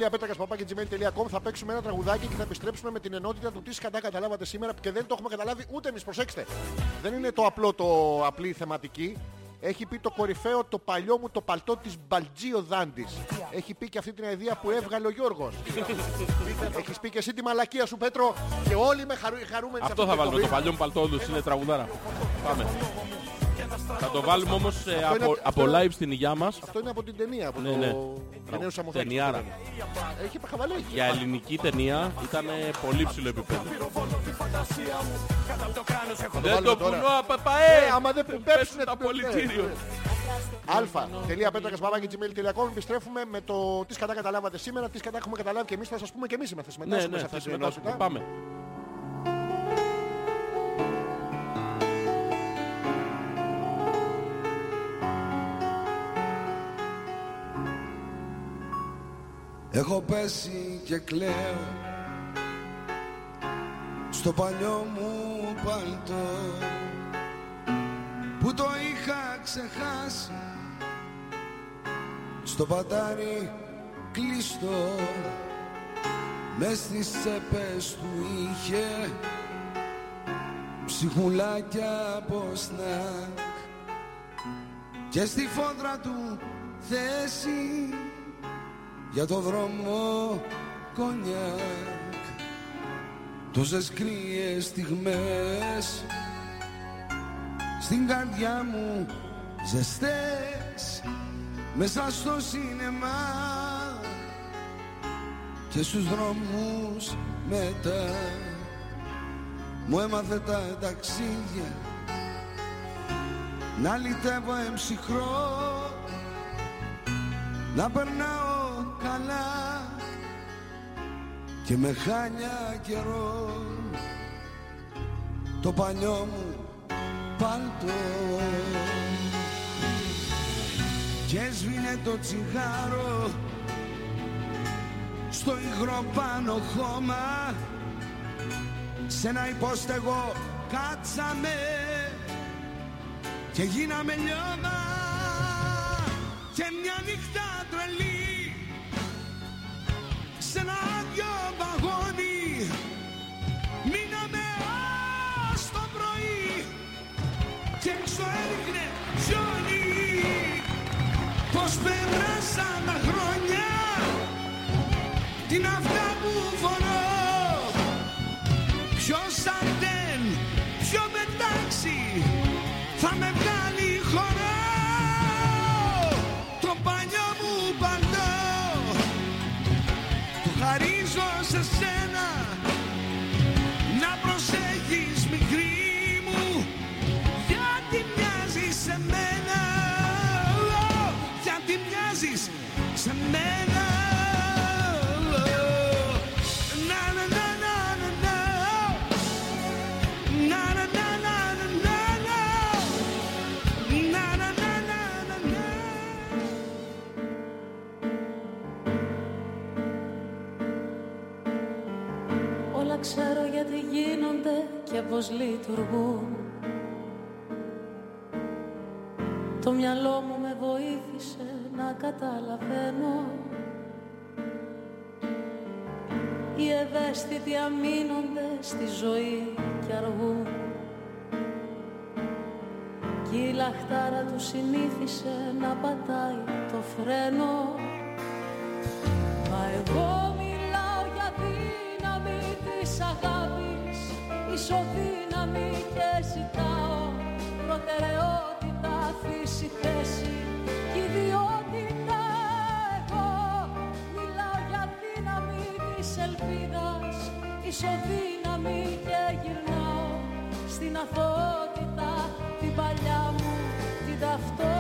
A: α.πέτρακα.gmail.com θα παίξουμε ένα τραγουδάκι και θα επιστρέψουμε με την ενότητα του τι σκατά καταλάβατε σήμερα και δεν το έχουμε καταλάβει ούτε εμείς, προσέξτε. Δεν είναι το απλό το απλή θεματική. Έχει πει το κορυφαίο το παλιό μου το παλτό της Μπαλτζίο Δάντης. Έχει πει και αυτή την ιδέα που έβγαλε ο Γιώργος. Έχεις πει και εσύ τη μαλακία σου Πέτρο και όλοι με χαρου... χαρούμενοι σε
B: Αυτό
A: την
B: θα βάλουμε.
A: εκπομπή.
B: Το παλιό μου παλτό όντως είναι τραγουδάρα. Πάμε. Θα το βάλουμε όμως
A: είναι
B: από,
A: απ-
B: από
A: αυτό-
B: live στην υγειά μας.
A: Αυτό είναι από την ταινία. Από
B: Ναι,
A: το...
B: ναι.
A: Γενναίος Σαμοθάκης.
B: Ταινιάρα.
A: Έχει χαβαλέ. έχει.
B: Για ελληνική ταινία ήταν πολύ ψηλό επίπεδο. Δεν
A: βάλουμε
B: το
A: τώρα.
B: πουνώ,
A: Ε,
B: παπαέ!
A: άμα δεν
B: Πέψουν
A: πέψουνε
B: τα
A: την ναι,
B: πολιτήριο.
A: ναι. αλφα.πέτρακα.gmail.com Επιστρέφουμε με το τι κατά καταλάβατε σήμερα, τι κατά έχουμε καταλάβει και εμείς θα σας πούμε και εμείς είμαστε.
B: Ναι,
A: Συμμετάσχουμε
B: ναι,
A: σε αυτή
B: θα
A: τη
B: συμμετάσχουμε.
A: συνενότητα.
B: Πάμε.
E: Έχω πέσει και κλαίω στο παλιό μου παλτό που το είχα ξεχάσει στο πατάρι κλειστό μες στις τσέπες του είχε ψυχουλάκια από σνακ και στη φόδρα του θέση για το δρόμο κονιάκ τόσες κρύες στιγμές στην καρδιά μου ζεστές μέσα στο σινεμά και στους δρόμους μετά μου έμαθε τα ταξίδια να λυτεύω εμψυχρό να περνάω καλά και με χάνια καιρός το παλιό μου παλτό και σβήνε το τσιγάρο στο υγρό πάνω χώμα σ' ένα υπόστεγο κάτσαμε και γίναμε λιώμα και μια νύχτα τρελή σε ένα άδειο βαγόνι μείναμε ως το πρωί και έξω έδειχνε χιόνι πως περάσαν τα χρόνια τι είναι αυτά που φορώ ποιος αν δεν ποιο μετάξει θα με βγάλει χωρά το παλιό μου παντό το χαρίζω σε σένα να προσέχεις μικρή μου γιατί μοιάζεις σε μένα Ω, γιατί μοιάζεις σε μένα Να, να, να, να, να, να. Na na na na na na na. Na na na na na na.
K: Όλα ξέρω γιατί γίνονται και πώς λειτουργούν Το μυαλό μου με βοήθησε να καταλαβαίνω Οι ευαίσθητοι αμήνονται στη ζωή και αργούν Κι η λαχτάρα του συνήθισε να πατάει το φρένο Μα εγώ μιλάω για δύναμη της αγάπης Ισοδύναμη και ζητάω Προτεραιότητα, φύση, θέση και ιδιότητα Εγώ μιλάω για δύναμη της ελπίδας Ισοδύναμη και γυρνάω Στην αθότητα, την παλιά μου, την ταυτότητα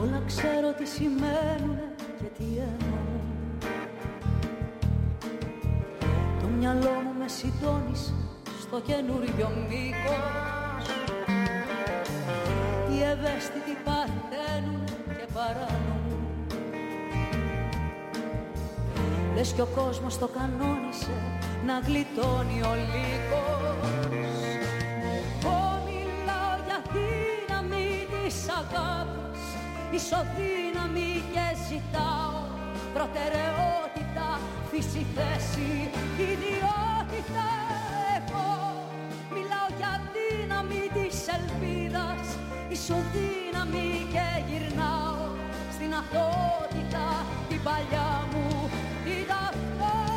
K: Όλα ξέρω τι σημαίνουν και τι εννοούν Το μυαλό μου με συντόνισε στο καινούριο μήκος Οι ευαίσθητοι παθαίνουν και παρανοούν Λες κι ο κόσμος το κανόνισε να γλιτώνει ο λύκος εγώ μιλάω για δύναμη της αγάπης Ισοδύναμη και ζητάω Προτεραιότητα, φύση, θέση, ιδιότητα Εγώ μιλάω για δύναμη της ελπίδας
E: ισοδύναμη και γυρνάω στην αθότητα την παλιά μου την ταυτότητα.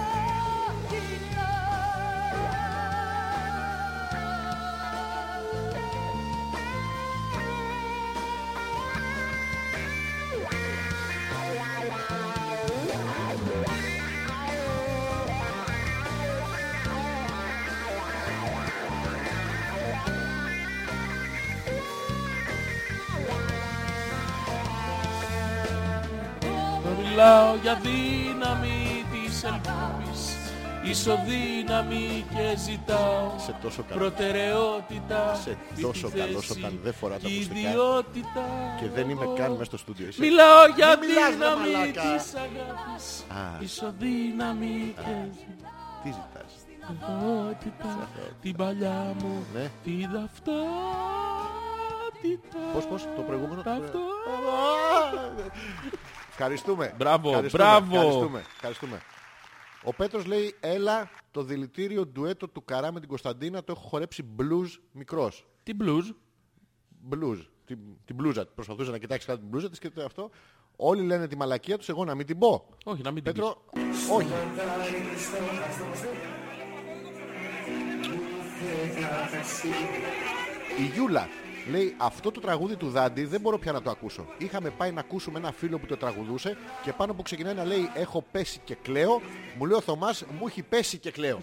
B: Μιλάω για δύναμη της ελπίδας Ισοδύναμη και ζητάω
A: Σε τόσο καλό.
B: Προτεραιότητα
A: Σε τόσο
B: επιθέση,
A: καλό όταν δεν φορά τα ακουστικά.
B: Ιδιότητα
A: Και δεν είμαι καν μέσα στο στούντιο. Εσύ.
B: Μιλάω για
A: Μην μιλάς, ρε
B: δύναμη
A: μαλάκα.
B: της αγάπης
A: Α.
B: Ισοδύναμη και
A: Τι ζητάς.
B: ζητότητα Την παλιά μου
A: Ναι.
B: τη ταυτότητα
A: Πώς, πώς, το προηγούμενο.
B: Ταυτότητα
A: Ευχαριστούμε.
B: Μπράβο,
A: Ευχαριστούμε.
B: μπράβο.
A: Ευχαριστούμε. Ευχαριστούμε. Ο Πέτρος λέει, έλα το δηλητήριο ντουέτο του Καρά με την Κωνσταντίνα το έχω χορέψει blues μικρός.
B: Τι blues
A: Blues. Την, την μπλούζα. Προσπαθούσε να κοιτάξεις κάτι την μπλούζα της και το αυτό. Όλοι λένε τη μαλακία τους, εγώ να μην την πω.
B: Όχι να μην την πεις
A: Πέτρο, όχι. Η Γιούλα λέει αυτό το τραγούδι του Δάντη δεν μπορώ πια να το ακούσω. Είχαμε πάει να ακούσουμε ένα φίλο που το τραγουδούσε και πάνω που ξεκινάει να λέει έχω πέσει και κλαίω μου λέει ο Θωμάς μου έχει πέσει και κλαίω.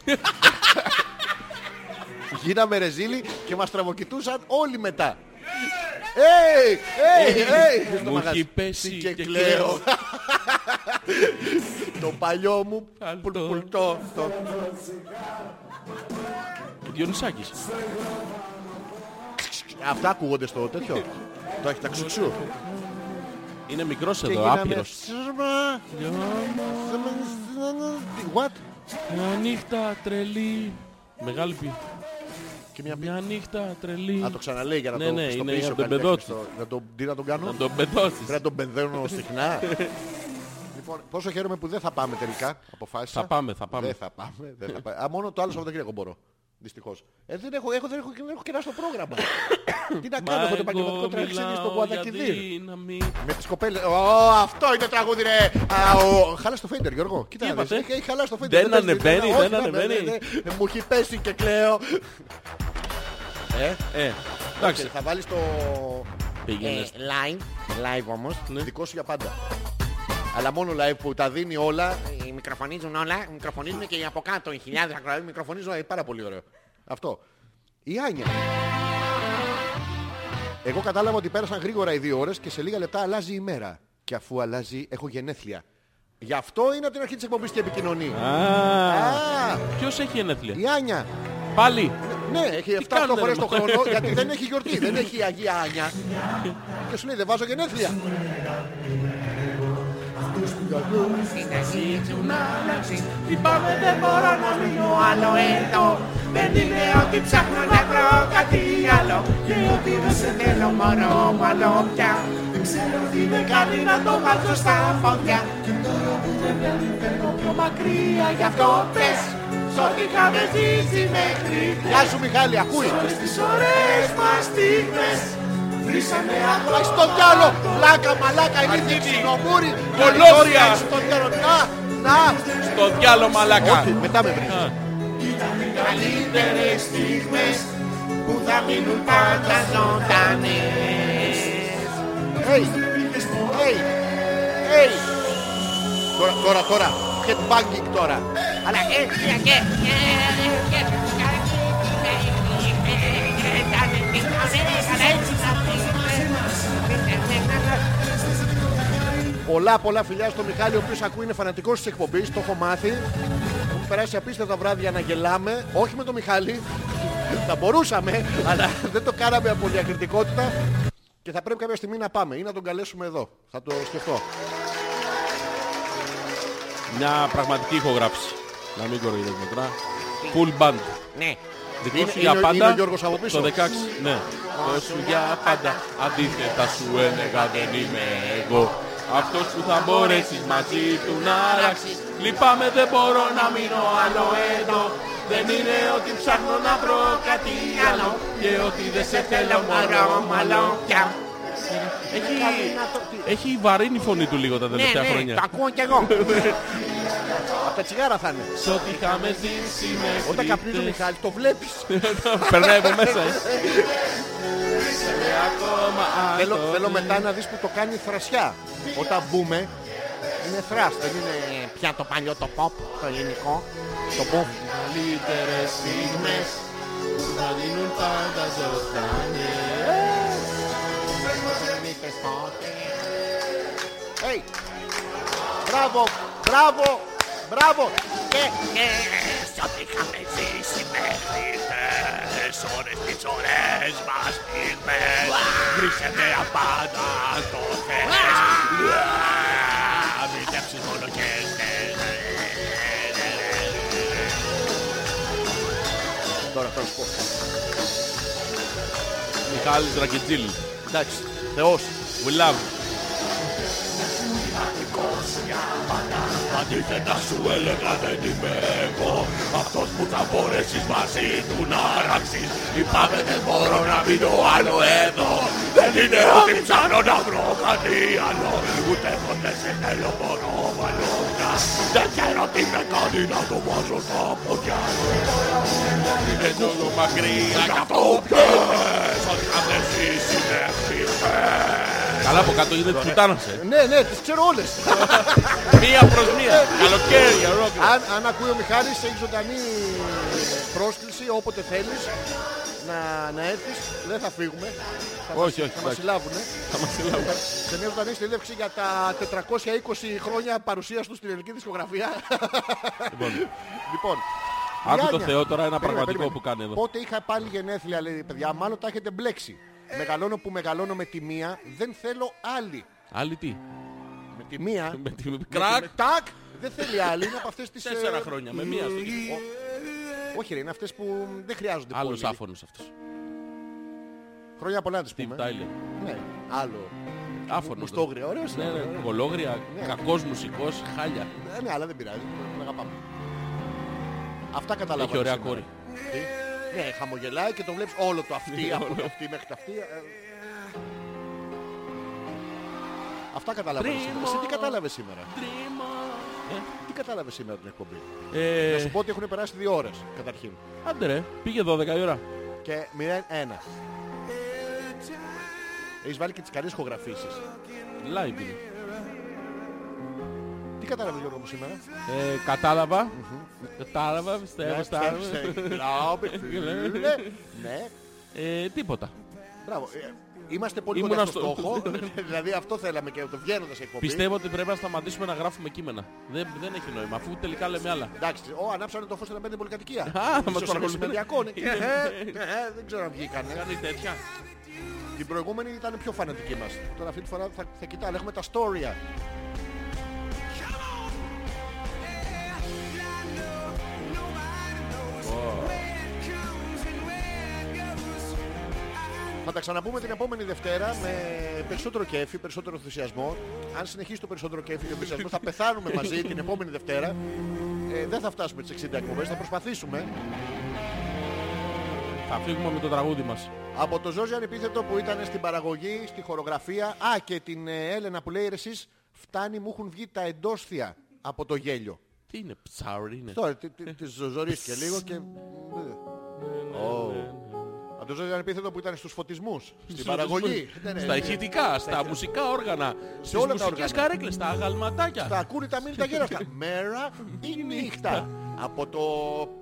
A: Γίναμε ρεζίλι και μας τραβοκοιτούσαν όλοι μετά. Hey, hey, hey, στο
B: Μου
A: μαγαζί.
B: έχει πέσει
A: και
B: και
A: κλαίω. Το παλιό μου
B: Παλτό.
A: πουλτό. το-
B: Ο Διονυσάκης
A: Αυτά ακούγονται στο τέτοιο. Το έχει τα ξουξού.
B: Είναι μικρός
A: Και
B: εδώ
A: γίναμε-
B: άπειρος
A: Σμα- What?
B: Μια νύχτα τρελή Μεγάλη πι...
A: Και μια
B: Μια νύχτα τρελή
A: Α, το ξαναλέει για να
B: Ναι,
A: το
B: ναι, είναι
A: πιστοποιήσω.
B: για τον
A: καλλιτέχνη
B: παιδότη.
A: στο- να τον- Τι να τον κάνω.
B: Να τον πετώσεις
A: Πρέπει να τον μπενδένω συχνά. Λοιπόν, πόσο χαίρομαι που δεν θα πάμε τελικά. Αποφάσισα.
B: Θα πάμε, θα πάμε.
A: Δεν θα πάμε. Δεν θα πάμε. Α, μόνο το άλλο Σαββατοκύριακο μπορώ. Δυστυχώς. Ε, δεν έχω, έχω, δεν έχω, δεν έχω κερά στο πρόγραμμα. Τι να κάνω, έχω το επαγγελματικό τραχίδι στο Γουαδακιδίρ. Με τις κοπέλες. Ω, αυτό είναι τραγούδι, ρε! Αο. Χάλα στο φέντερ, Γιώργο. Κοίτα,
B: Τι
A: να δεις.
B: είπατε?
A: Έχει χαλάσει το φέντερ.
B: Δεν
A: παίζει
B: ανεβαίνει,
A: τίποτα.
B: δεν
A: Όχι, να-
B: ανεβαίνει.
A: ναι, ναι, ναι. Μου έχει πέσει και κλαίω. Ε,
B: Ε,
A: και
B: εντάξει.
A: θα βάλεις το...
B: Πήγαινες.
A: ε, live, live όμως,
B: Ναι.
A: δικό σου για πάντα. Αλλά μόνο live που τα δίνει όλα, ε, μικροφωνίζουν όλα, μικροφωνίζουν και από κάτω οι χιλιάδες ακροατές, μικροφωνίζουν, ε, πάρα πολύ ωραίο. Αυτό. Η Άνια. Εγώ κατάλαβα ότι πέρασαν γρήγορα οι δύο ώρες και σε λίγα λεπτά αλλάζει η μέρα. Και αφού αλλάζει, έχω γενέθλια. Γι' αυτό είναι από την αρχή της εκπομπής και επικοινωνεί. Α,
B: Ποιος έχει ενέθλια.
A: η Άνια.
B: Πάλι.
A: Ναι, έχει 7-8
B: κάνουν,
A: φορές
B: ρε,
A: το
B: μα.
A: χρόνο γιατί δεν έχει γιορτή, δεν έχει η Αγία Άνια. και σου λέει δεν βάζω γενέθλια. Γεια σου Μιχάλη, ακούει. Πάει στο διάλο, πλάκα, μαλάκα, ηλίθιε, ξινομούρι.
B: Κολόγια.
A: Έχεις στο διάλο, να, να.
B: Το διάλο μαλακά.
A: Όχι, μετά με βρεις. Hey, hey, hey. Τώρα, τώρα, τώρα. Headbanging τώρα. Αλλά Πολλά πολλά φιλιά στο Μιχάλη, ο οποίος ακούει είναι φανατικός της εκπομπής, το έχω μάθει. Έχουμε περάσει απίστευτα βράδια να γελάμε, όχι με τον Μιχάλη, θα μπορούσαμε, αλλά δεν το κάναμε από διακριτικότητα και θα πρέπει κάποια στιγμή να πάμε ή να τον καλέσουμε εδώ. Θα το σκεφτώ.
B: Μια πραγματική ηχογράφηση. Να μην κοροϊδεύουμε τώρα. Full band.
A: Ναι.
B: Δικό
A: Είναι- είναι
B: σου
A: ο-
B: για
A: είναι ο
B: πάντα.
A: Γιώργος από πίσω.
B: Το 16. Ναι. Το σου για πάντα. Αντίθετα σου έλεγα δεν είμαι εγώ. Αυτός που θα μπορέσεις μαζί του να αλλάξεις. Λυπάμαι δεν μπορώ να μείνω άλλο εδώ. Δεν είναι ότι ψάχνω να βρω κάτι άλλο και ότι δεν σε θέλω μωρό, μαλό πια. Έχει, έχει βαρύνει η φωνή του λίγο τα
A: Ναι,
B: τελευταία
A: ναι, το
B: χρόνια.
A: ακούω κι εγώ. Από τα τσιγάρα θα είναι.
B: Σε ό,τι είχαμε ζήσει με
A: Όταν καπνίζει ο
B: φρύτες.
A: Μιχάλης, το βλέπεις.
B: Περνάει από μέσα. ε. Ακόμα
A: Θέλω,
B: αυτό.
A: θέλω μετά να δεις που το κάνει θρασιά. Όταν μπούμε, είναι θρας, δεν είναι πια το παλιό το pop, το ελληνικό. Το pop.
B: Καλύτερες στιγμές που θα δίνουν πάντα ζωντανές.
A: Hey. Μπράβο, μπράβο, μπράβο. Και, και στο είχαμε ζήσει μέχρι τες ώρες τις ωραίες μας στιγμές. Βρίσκε νέα πάντα το θες. Μητέψεις μόνο και θες. ναι, Τώρα θα σου πω.
B: Μιχάλης Ρακετζίλ.
A: Εντάξει, θεός.
B: We love.
G: Αντίθετα σου έλεγα δεν είμαι εγώ Αυτός που θα μπορέσεις μαζί του να αράξεις Λυπάμαι δεν μπορώ να μείνω άλλο εδώ Δεν είναι ότι ψάχνω να βρω κάτι άλλο Ούτε ποτέ σε θέλω μπορώ βαλόγια Δεν ξέρω τι με κάνει να το βάζω στα πόδια Είναι τόσο μακριά κι αυτό πιες Ότι αν δεν ζήσει με
B: Καλά από κάτω είναι πουτάνασε.
A: Ναι, ναι, τις ξέρω όλες.
B: Μία προς μία. Καλοκαίρι, ολόκληρο.
A: αν, αν ακούει ο Μιχάλης έχει ζωντανή πρόσκληση όποτε θέλεις να, να έρθεις. Δεν θα φύγουμε. Θα μας-
B: Όχι, όχι,
A: Θα μας
B: εντάξει.
A: συλλάβουνε.
B: Θα μας συλλάβουν.
A: Σε μια ζωντανή συνέντευξη για τα 420 χρόνια παρουσίας του στην ελληνική δισκογραφία.
B: Λοιπόν,
A: λοιπόν.
B: Άκου το
A: Διάνια.
B: Θεό τώρα ένα
A: Περίμενε,
B: πραγματικό
A: περίμενε.
B: που κάνει εδώ.
A: Πότε είχα πάλι γενέθλια, λέει παιδιά, μάλλον τα έχετε μπλέξει. Μεγαλώνω που μεγαλώνω με τη μία, δεν θέλω άλλη.
B: Άλλη τι.
A: Με τη μία.
B: Με τη
A: με
B: κράκ.
A: τη- Τάκ! Δεν θέλει άλλη, είναι από αυτές τις... ε,
B: Τέσσερα χρόνια με μία.
A: Ο- Όχι ρε, είναι αυτές που δεν χρειάζονται
B: Άλλος
A: πολύ.
B: άφωνος αυτός.
A: Χρόνια πολλά να τις
B: Steve
A: πούμε.
B: Tyler.
A: Ναι, άλλο.
B: Άφωνος.
A: Μουστόγρια, ωραίος.
B: Ναι, ναι, κολόγρια, κακός μουσικός, χάλια.
A: Ε, ναι, αλλά δεν πειράζει. Τον αγαπάμε. Αυτά καταλαβαίνω.
B: Έχει ωραία
A: σήμερα.
B: κόρη.
A: Τι? Ναι, χαμογελάει και το βλέπεις όλο το αυτή, από το αυτή μέχρι το αυτή. ε. Αυτά καταλαβαίνω σήμερα. Εσύ τι κατάλαβες σήμερα. Ε, Τι κατάλαβες σήμερα την εκπομπή.
B: Ε,
A: Να σου πω ότι έχουν περάσει δύο ώρες καταρχήν.
B: Άντε ρε, πήγε 12 η ώρα.
A: Και 0-1. Έχεις βάλει και τις καλές ηχογραφήσεις.
B: Live είναι.
A: Τι κατάλαβες Γιώργο μου σήμερα. Ναι,
B: Ε, κατάλαβα. Κατάλαβα, πιστεύω,
A: Ευχαριστώ,
B: πιστεύω.
A: Γκλάube, φίλε. Ναι,
B: Ε, τίποτα.
A: Μπράβο. Ε, Είμαστε πολύ
B: Ήμουνα
A: κοντά στο
B: στο-
A: στόχο. δηλαδή αυτό θέλαμε και το βγαίνοντας εκπομπή.
B: Πιστεύω ότι πρέπει να σταματήσουμε να γράφουμε κείμενα. Δεν, δεν έχει νόημα, αφού τελικά λέμε άλλα.
A: Εντάξει, ο, ανάψανε το φως να μπαίνει πολυκατοικία.
B: θα μας
A: Ίσως είναι
B: παρακολουθούν.
A: μεσημεριακό, ναι.
B: Είναι-
A: Ε, ε, Δεν ξέρω αν βγήκανε.
B: Κάνει τέτοια.
A: Την προηγούμενη ήταν πιο φανατική μας. Τώρα αυτή τη φορά θα, θα κοιτάμε. Έχουμε τα storia. Θα τα ξαναπούμε την επόμενη Δευτέρα με περισσότερο κέφι, περισσότερο ενθουσιασμό. Αν συνεχίσει το περισσότερο κέφι και ενθουσιασμό, θα πεθάνουμε μαζί την επόμενη Δευτέρα. Ε, δεν θα φτάσουμε τις 60 εκπομπές, θα προσπαθήσουμε.
B: Θα φύγουμε με το τραγούδι μας.
A: Από το Ζόζι Ανεπίθετο που ήταν στην παραγωγή, στη χορογραφία. Α, και την ε, Έλενα που λέει «Ρε εσείς φτάνει, μου έχουν βγει τα εντόσθια από το γέλιο.
B: Τι είναι, ψάρι είναι.
A: Τώρα τη- τη τη ζωζορίστηκε λίγο και... Ω. Από το Ζόζι Ανεπίθετο που ήταν ναι, στους φωτισμούς, στην παραγωγή. Ναι, ναι.
B: Στα ηχητικά, στα μουσικά όργανα, στις
A: όλα τα
B: μουσικές
A: όργανα.
B: καρέκλες, στα αγαλματάκια.
A: Τα ακούνε τα μήνυτα γέραστα. Μέρα ή νύχτα. Από το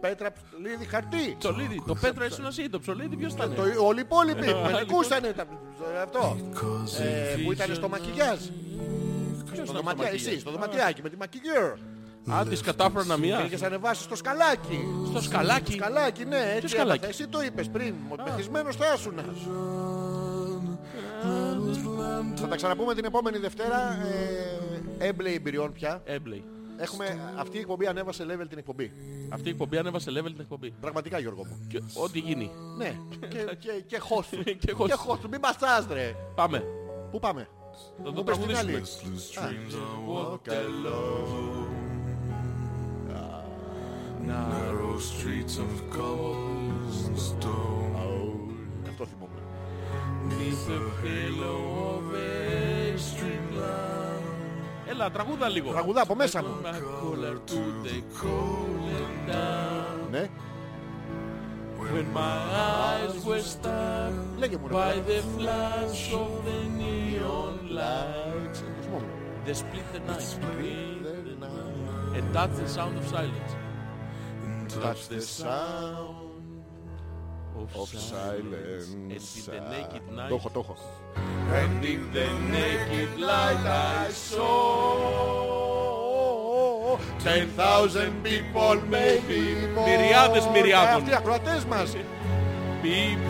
A: Πέτρα Λίδι χαρτί.
B: Ψολίδι, το Πέτρο εσύ ή το ψολίδι ποιος ήταν.
A: Το, όλοι οι υπόλοιποι που ελκούσανε τα- αυτό. Ε, που ήταν στο μακιγιάζ. Στο δωματιά, εσύ, στο δωματιάκι με τη μακιγιέρ.
B: Α, τις κατάφρανα μία.
A: Είχε ανεβάσεις στο σκαλάκι.
B: Στο σκαλάκι.
A: Σκαλάκι, ναι, έτσι
B: σκαλάκι?
A: έπαθα. Εσύ το είπες πριν. Πεθυσμένος θα ήσουν. Θα τα ξαναπούμε την επόμενη Δευτέρα. Ε, έμπλε εμπειριών πια.
B: Έμπλεϊ.
A: Έχουμε, αυτή η εκπομπή ανέβασε level την εκπομπή.
B: Αυτή η εκπομπή ανέβασε level την εκπομπή.
A: Πραγματικά Γιώργο μου.
B: Και ό,τι γίνει.
A: Ναι, και, και, και χώστου.
B: Και
A: και
B: χώστου.
A: χώστου, μην παστάς ρε.
B: Πάμε.
A: Πού πάμε.
B: Θα το
A: Πού πες την
B: τραγουδήσουμε.
A: άλλη.
G: Narrow
K: streets of cobblestone.
A: Αυτό θυμόμουν.
K: Neath the halo of extreme love,
B: Έλα, τραγούδα λίγο.
A: Τραγουδά από μέσα μου.
B: My collar to the cooling down
A: Ναι,
K: when
B: When my eyes were stung
A: λέγε μου. ρε
B: by
A: παιδί.
B: the flash of the neon light
A: Θυμόμουν.
B: They split the night And that's the sound of silence
A: Touch the sound
B: Of
A: of silence.
B: And in the naked night.
A: Το έχω, το έχω.
B: And in the naked light I saw
A: Ten thousand people maybe more.
B: Μυριάδες μυριάδων.
A: Ε, Αυτοί οι ακροατές μας.
B: People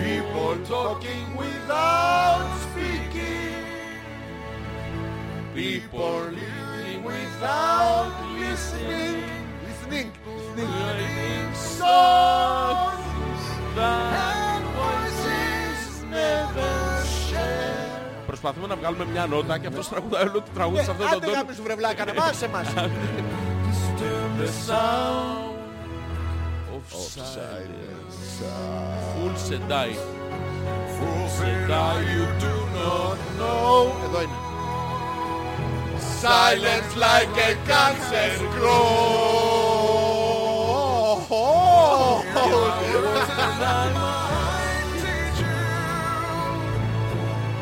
A: People talking without speaking. People living without listening. Ε, Listening.
B: Writing songs that voices never share. Προσπαθούμε να βγάλουμε μια νότα και αυτός τραγουδάει όλο το τραγούδι σε
A: Ε,
B: αυτόν τον
A: Άντε
B: τόνο.
A: γάμι σου βρε βλάκα, να πάσε μας.
B: The sound of silence. Fools and die. Fools and die, you do not know.
A: Εδώ είναι.
B: Silence like a cancer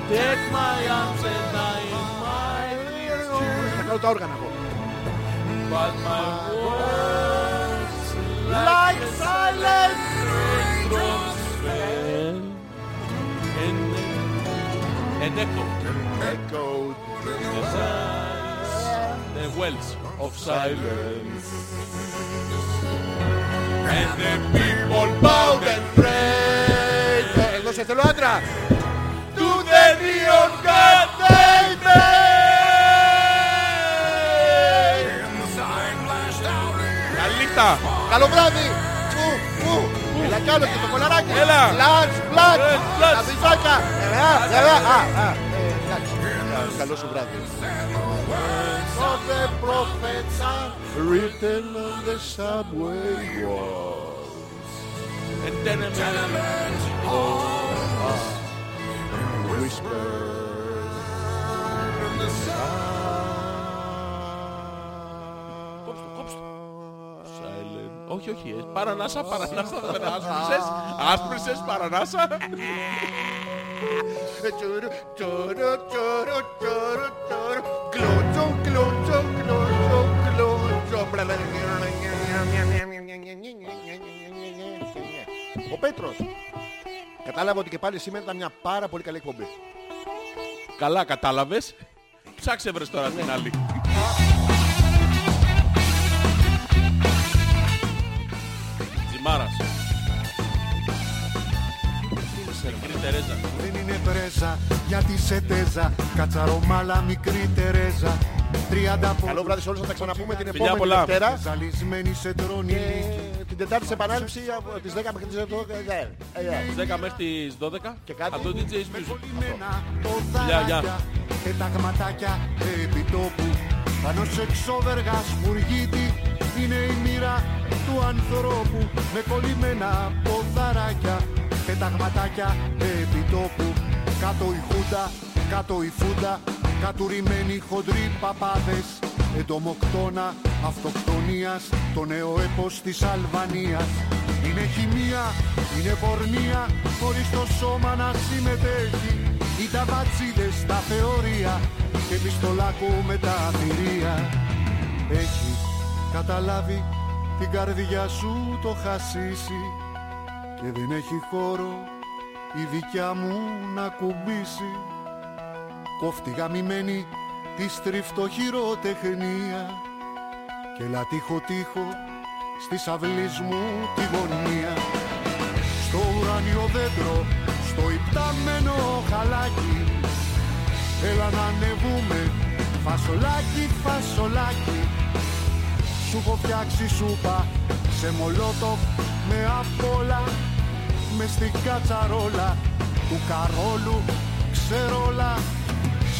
B: Take my arms and I
A: Θα κάνω τα όργανα εγώ.
B: But my words like silent raindrops fell and and echo
A: Echo
B: the sounds the wells of silence and the people bowed and prayed
A: Ε, Εγώ σε θέλω άντρα.
B: to the neon god they made. Καλή νύχτα.
A: Καλό βράδυ. Κου, κου. Έλα κι άλλο και το κολαράκι.
B: Έλα.
A: Λατς, πλατ.
B: Ε, πλατς.
A: Τα βυζάκια. Ελά, ελά. Α, α. Ε, εντάξει. Καλό σου βράδυ. Of the prophets are written on the subway walls.
B: And then a man
A: Whispers.
B: Κόψτε, κόψτε. Silent. Όχι, όχι. ε, Παρανάσα, παρανάσα. δεν περνάω. Άσπρησες, άσπρησες, παρανάσα.
A: Τσουρου, τσουρου, τσουρου, τσουρου, τσουρου. Κλωτσό, κλωτσό, κλωτσό, κλωτσό. Ο Πέτρος Κατάλαβα ότι και πάλι σήμερα ήταν μια πάρα πολύ καλή εκπομπή.
B: Καλά, κατάλαβες. Ψάξε βρες τώρα την άλλη. Τζιμάρας. Μικρή Τερέζα.
J: Δεν είναι πρέζα, γιατί σε τέζα. Κατσαρομάλα, μικρή Τερέζα. 30
A: Καλό βράδυ σε όλους, θα τα ξαναπούμε την
B: Φιλιά
A: επόμενη
B: πολλά.
A: Δευτέρα.
J: Ζαλισμένη σε τρώνει
A: Και την Τετάρτη σε επανάληψη από τις 10 μέχρι τις 12.
B: Στις 10 μέχρι τις 12.
A: Και κάτι.
B: Από το DJ's Music.
J: λιμένα το
B: γεια.
J: δάκια. Πεταγματάκια επί τόπου. Πάνω σε ξόβεργα σπουργίτη είναι η μοίρα του ανθρώπου. Με κολλημένα ποδαράκια. Πεταγματάκια επί τόπου. Κάτω η χούντα, κάτω η φούντα. Κατουρημένοι χοντροί παπάδες εντομοκτώνα αυτοκτονίας το νέο έπος της Αλβανίας. Είναι χημεία, είναι πορνεία, χωρίς το σώμα να συμμετέχει. Οι ταβατσίδες στα θεωρία και πιστολάκο με τα θηρία. Έχει καταλάβει την καρδιά σου το χασίσει και δεν έχει χώρο η δικιά μου να κουμπίσει κόφτη γαμημένη τη στριφτοχειροτεχνία και λατήχο τείχο στη αυλής μου τη γωνία στο ουράνιο δέντρο, στο υπτάμενο χαλάκι έλα να ανεβούμε φασολάκι, φασολάκι σου έχω φτιάξει σούπα σε μολότοφ με απόλα μες στην κατσαρόλα του Καρόλου ξερόλα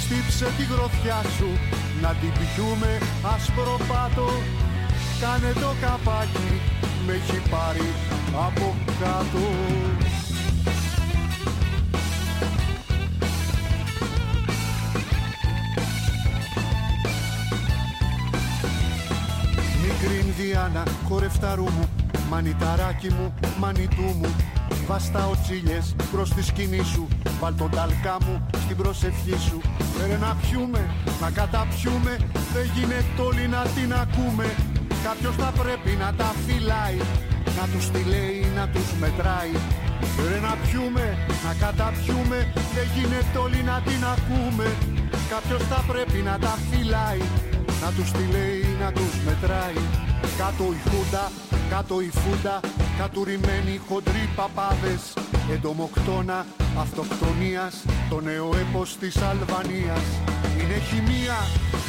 J: στύψε τη γροθιά σου να την πιούμε ασπροπάτο κάνε το καπάκι με έχει πάρει από κάτω Μικρή Ινδιάνα, χορευταρού μου, μανιταράκι μου, μανιτού μου Βάστα ο τσίλιες προς τη σκηνή σου Βάλ τον ταλκά μου στην προσευχή σου Φέρε να πιούμε, να καταπιούμε Δεν γίνεται όλοι να την ακούμε Κάποιος θα πρέπει να τα φυλάει Να τους τη λέει, να τους μετράει Φέρε να πιούμε, να καταπιούμε Δεν γίνεται όλοι να την ακούμε Κάποιος θα πρέπει να τα φυλάει Να τους τη λέει, να τους μετράει Κάτω η χούντα, κάτω η φούντα Κατουρημένοι χοντροί παπάδες Εντομοκτώνα αυτοκτονίας Το νέο έπος της Αλβανίας Είναι χημεία,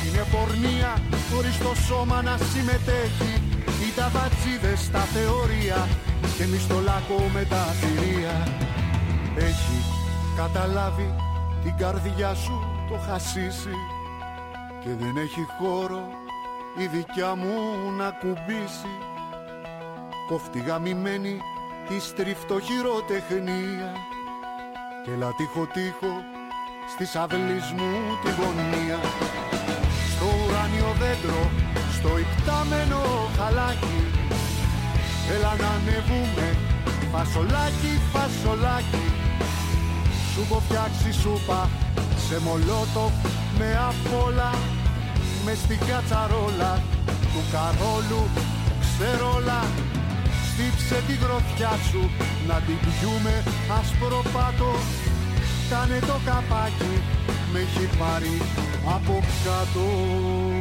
J: είναι πορνεία Χωρίς το σώμα να συμμετέχει Οι ταβατσίδες στα θεωρία Και εμείς το λάκκο με τα θηρία Έχει καταλάβει την καρδιά σου το χασίσει Και δεν έχει χώρο η δικιά μου να κουμπίσει κόφτη γαμημένη τη στριφτοχειροτεχνία και λατήχο τείχο στις αυλής μου τη γωνία στο ουράνιο δέντρο, στο υπτάμενο χαλάκι έλα να ανεβούμε φασολάκι, φασολάκι σου έχω φτιάξει σούπα σε μολότο με απόλα μες στην κατσαρόλα του Καρόλου ξερόλα στύψε τη γροθιά σου να την πιούμε ασπροπάτο κάνε το καπάκι με έχει πάρει από κάτω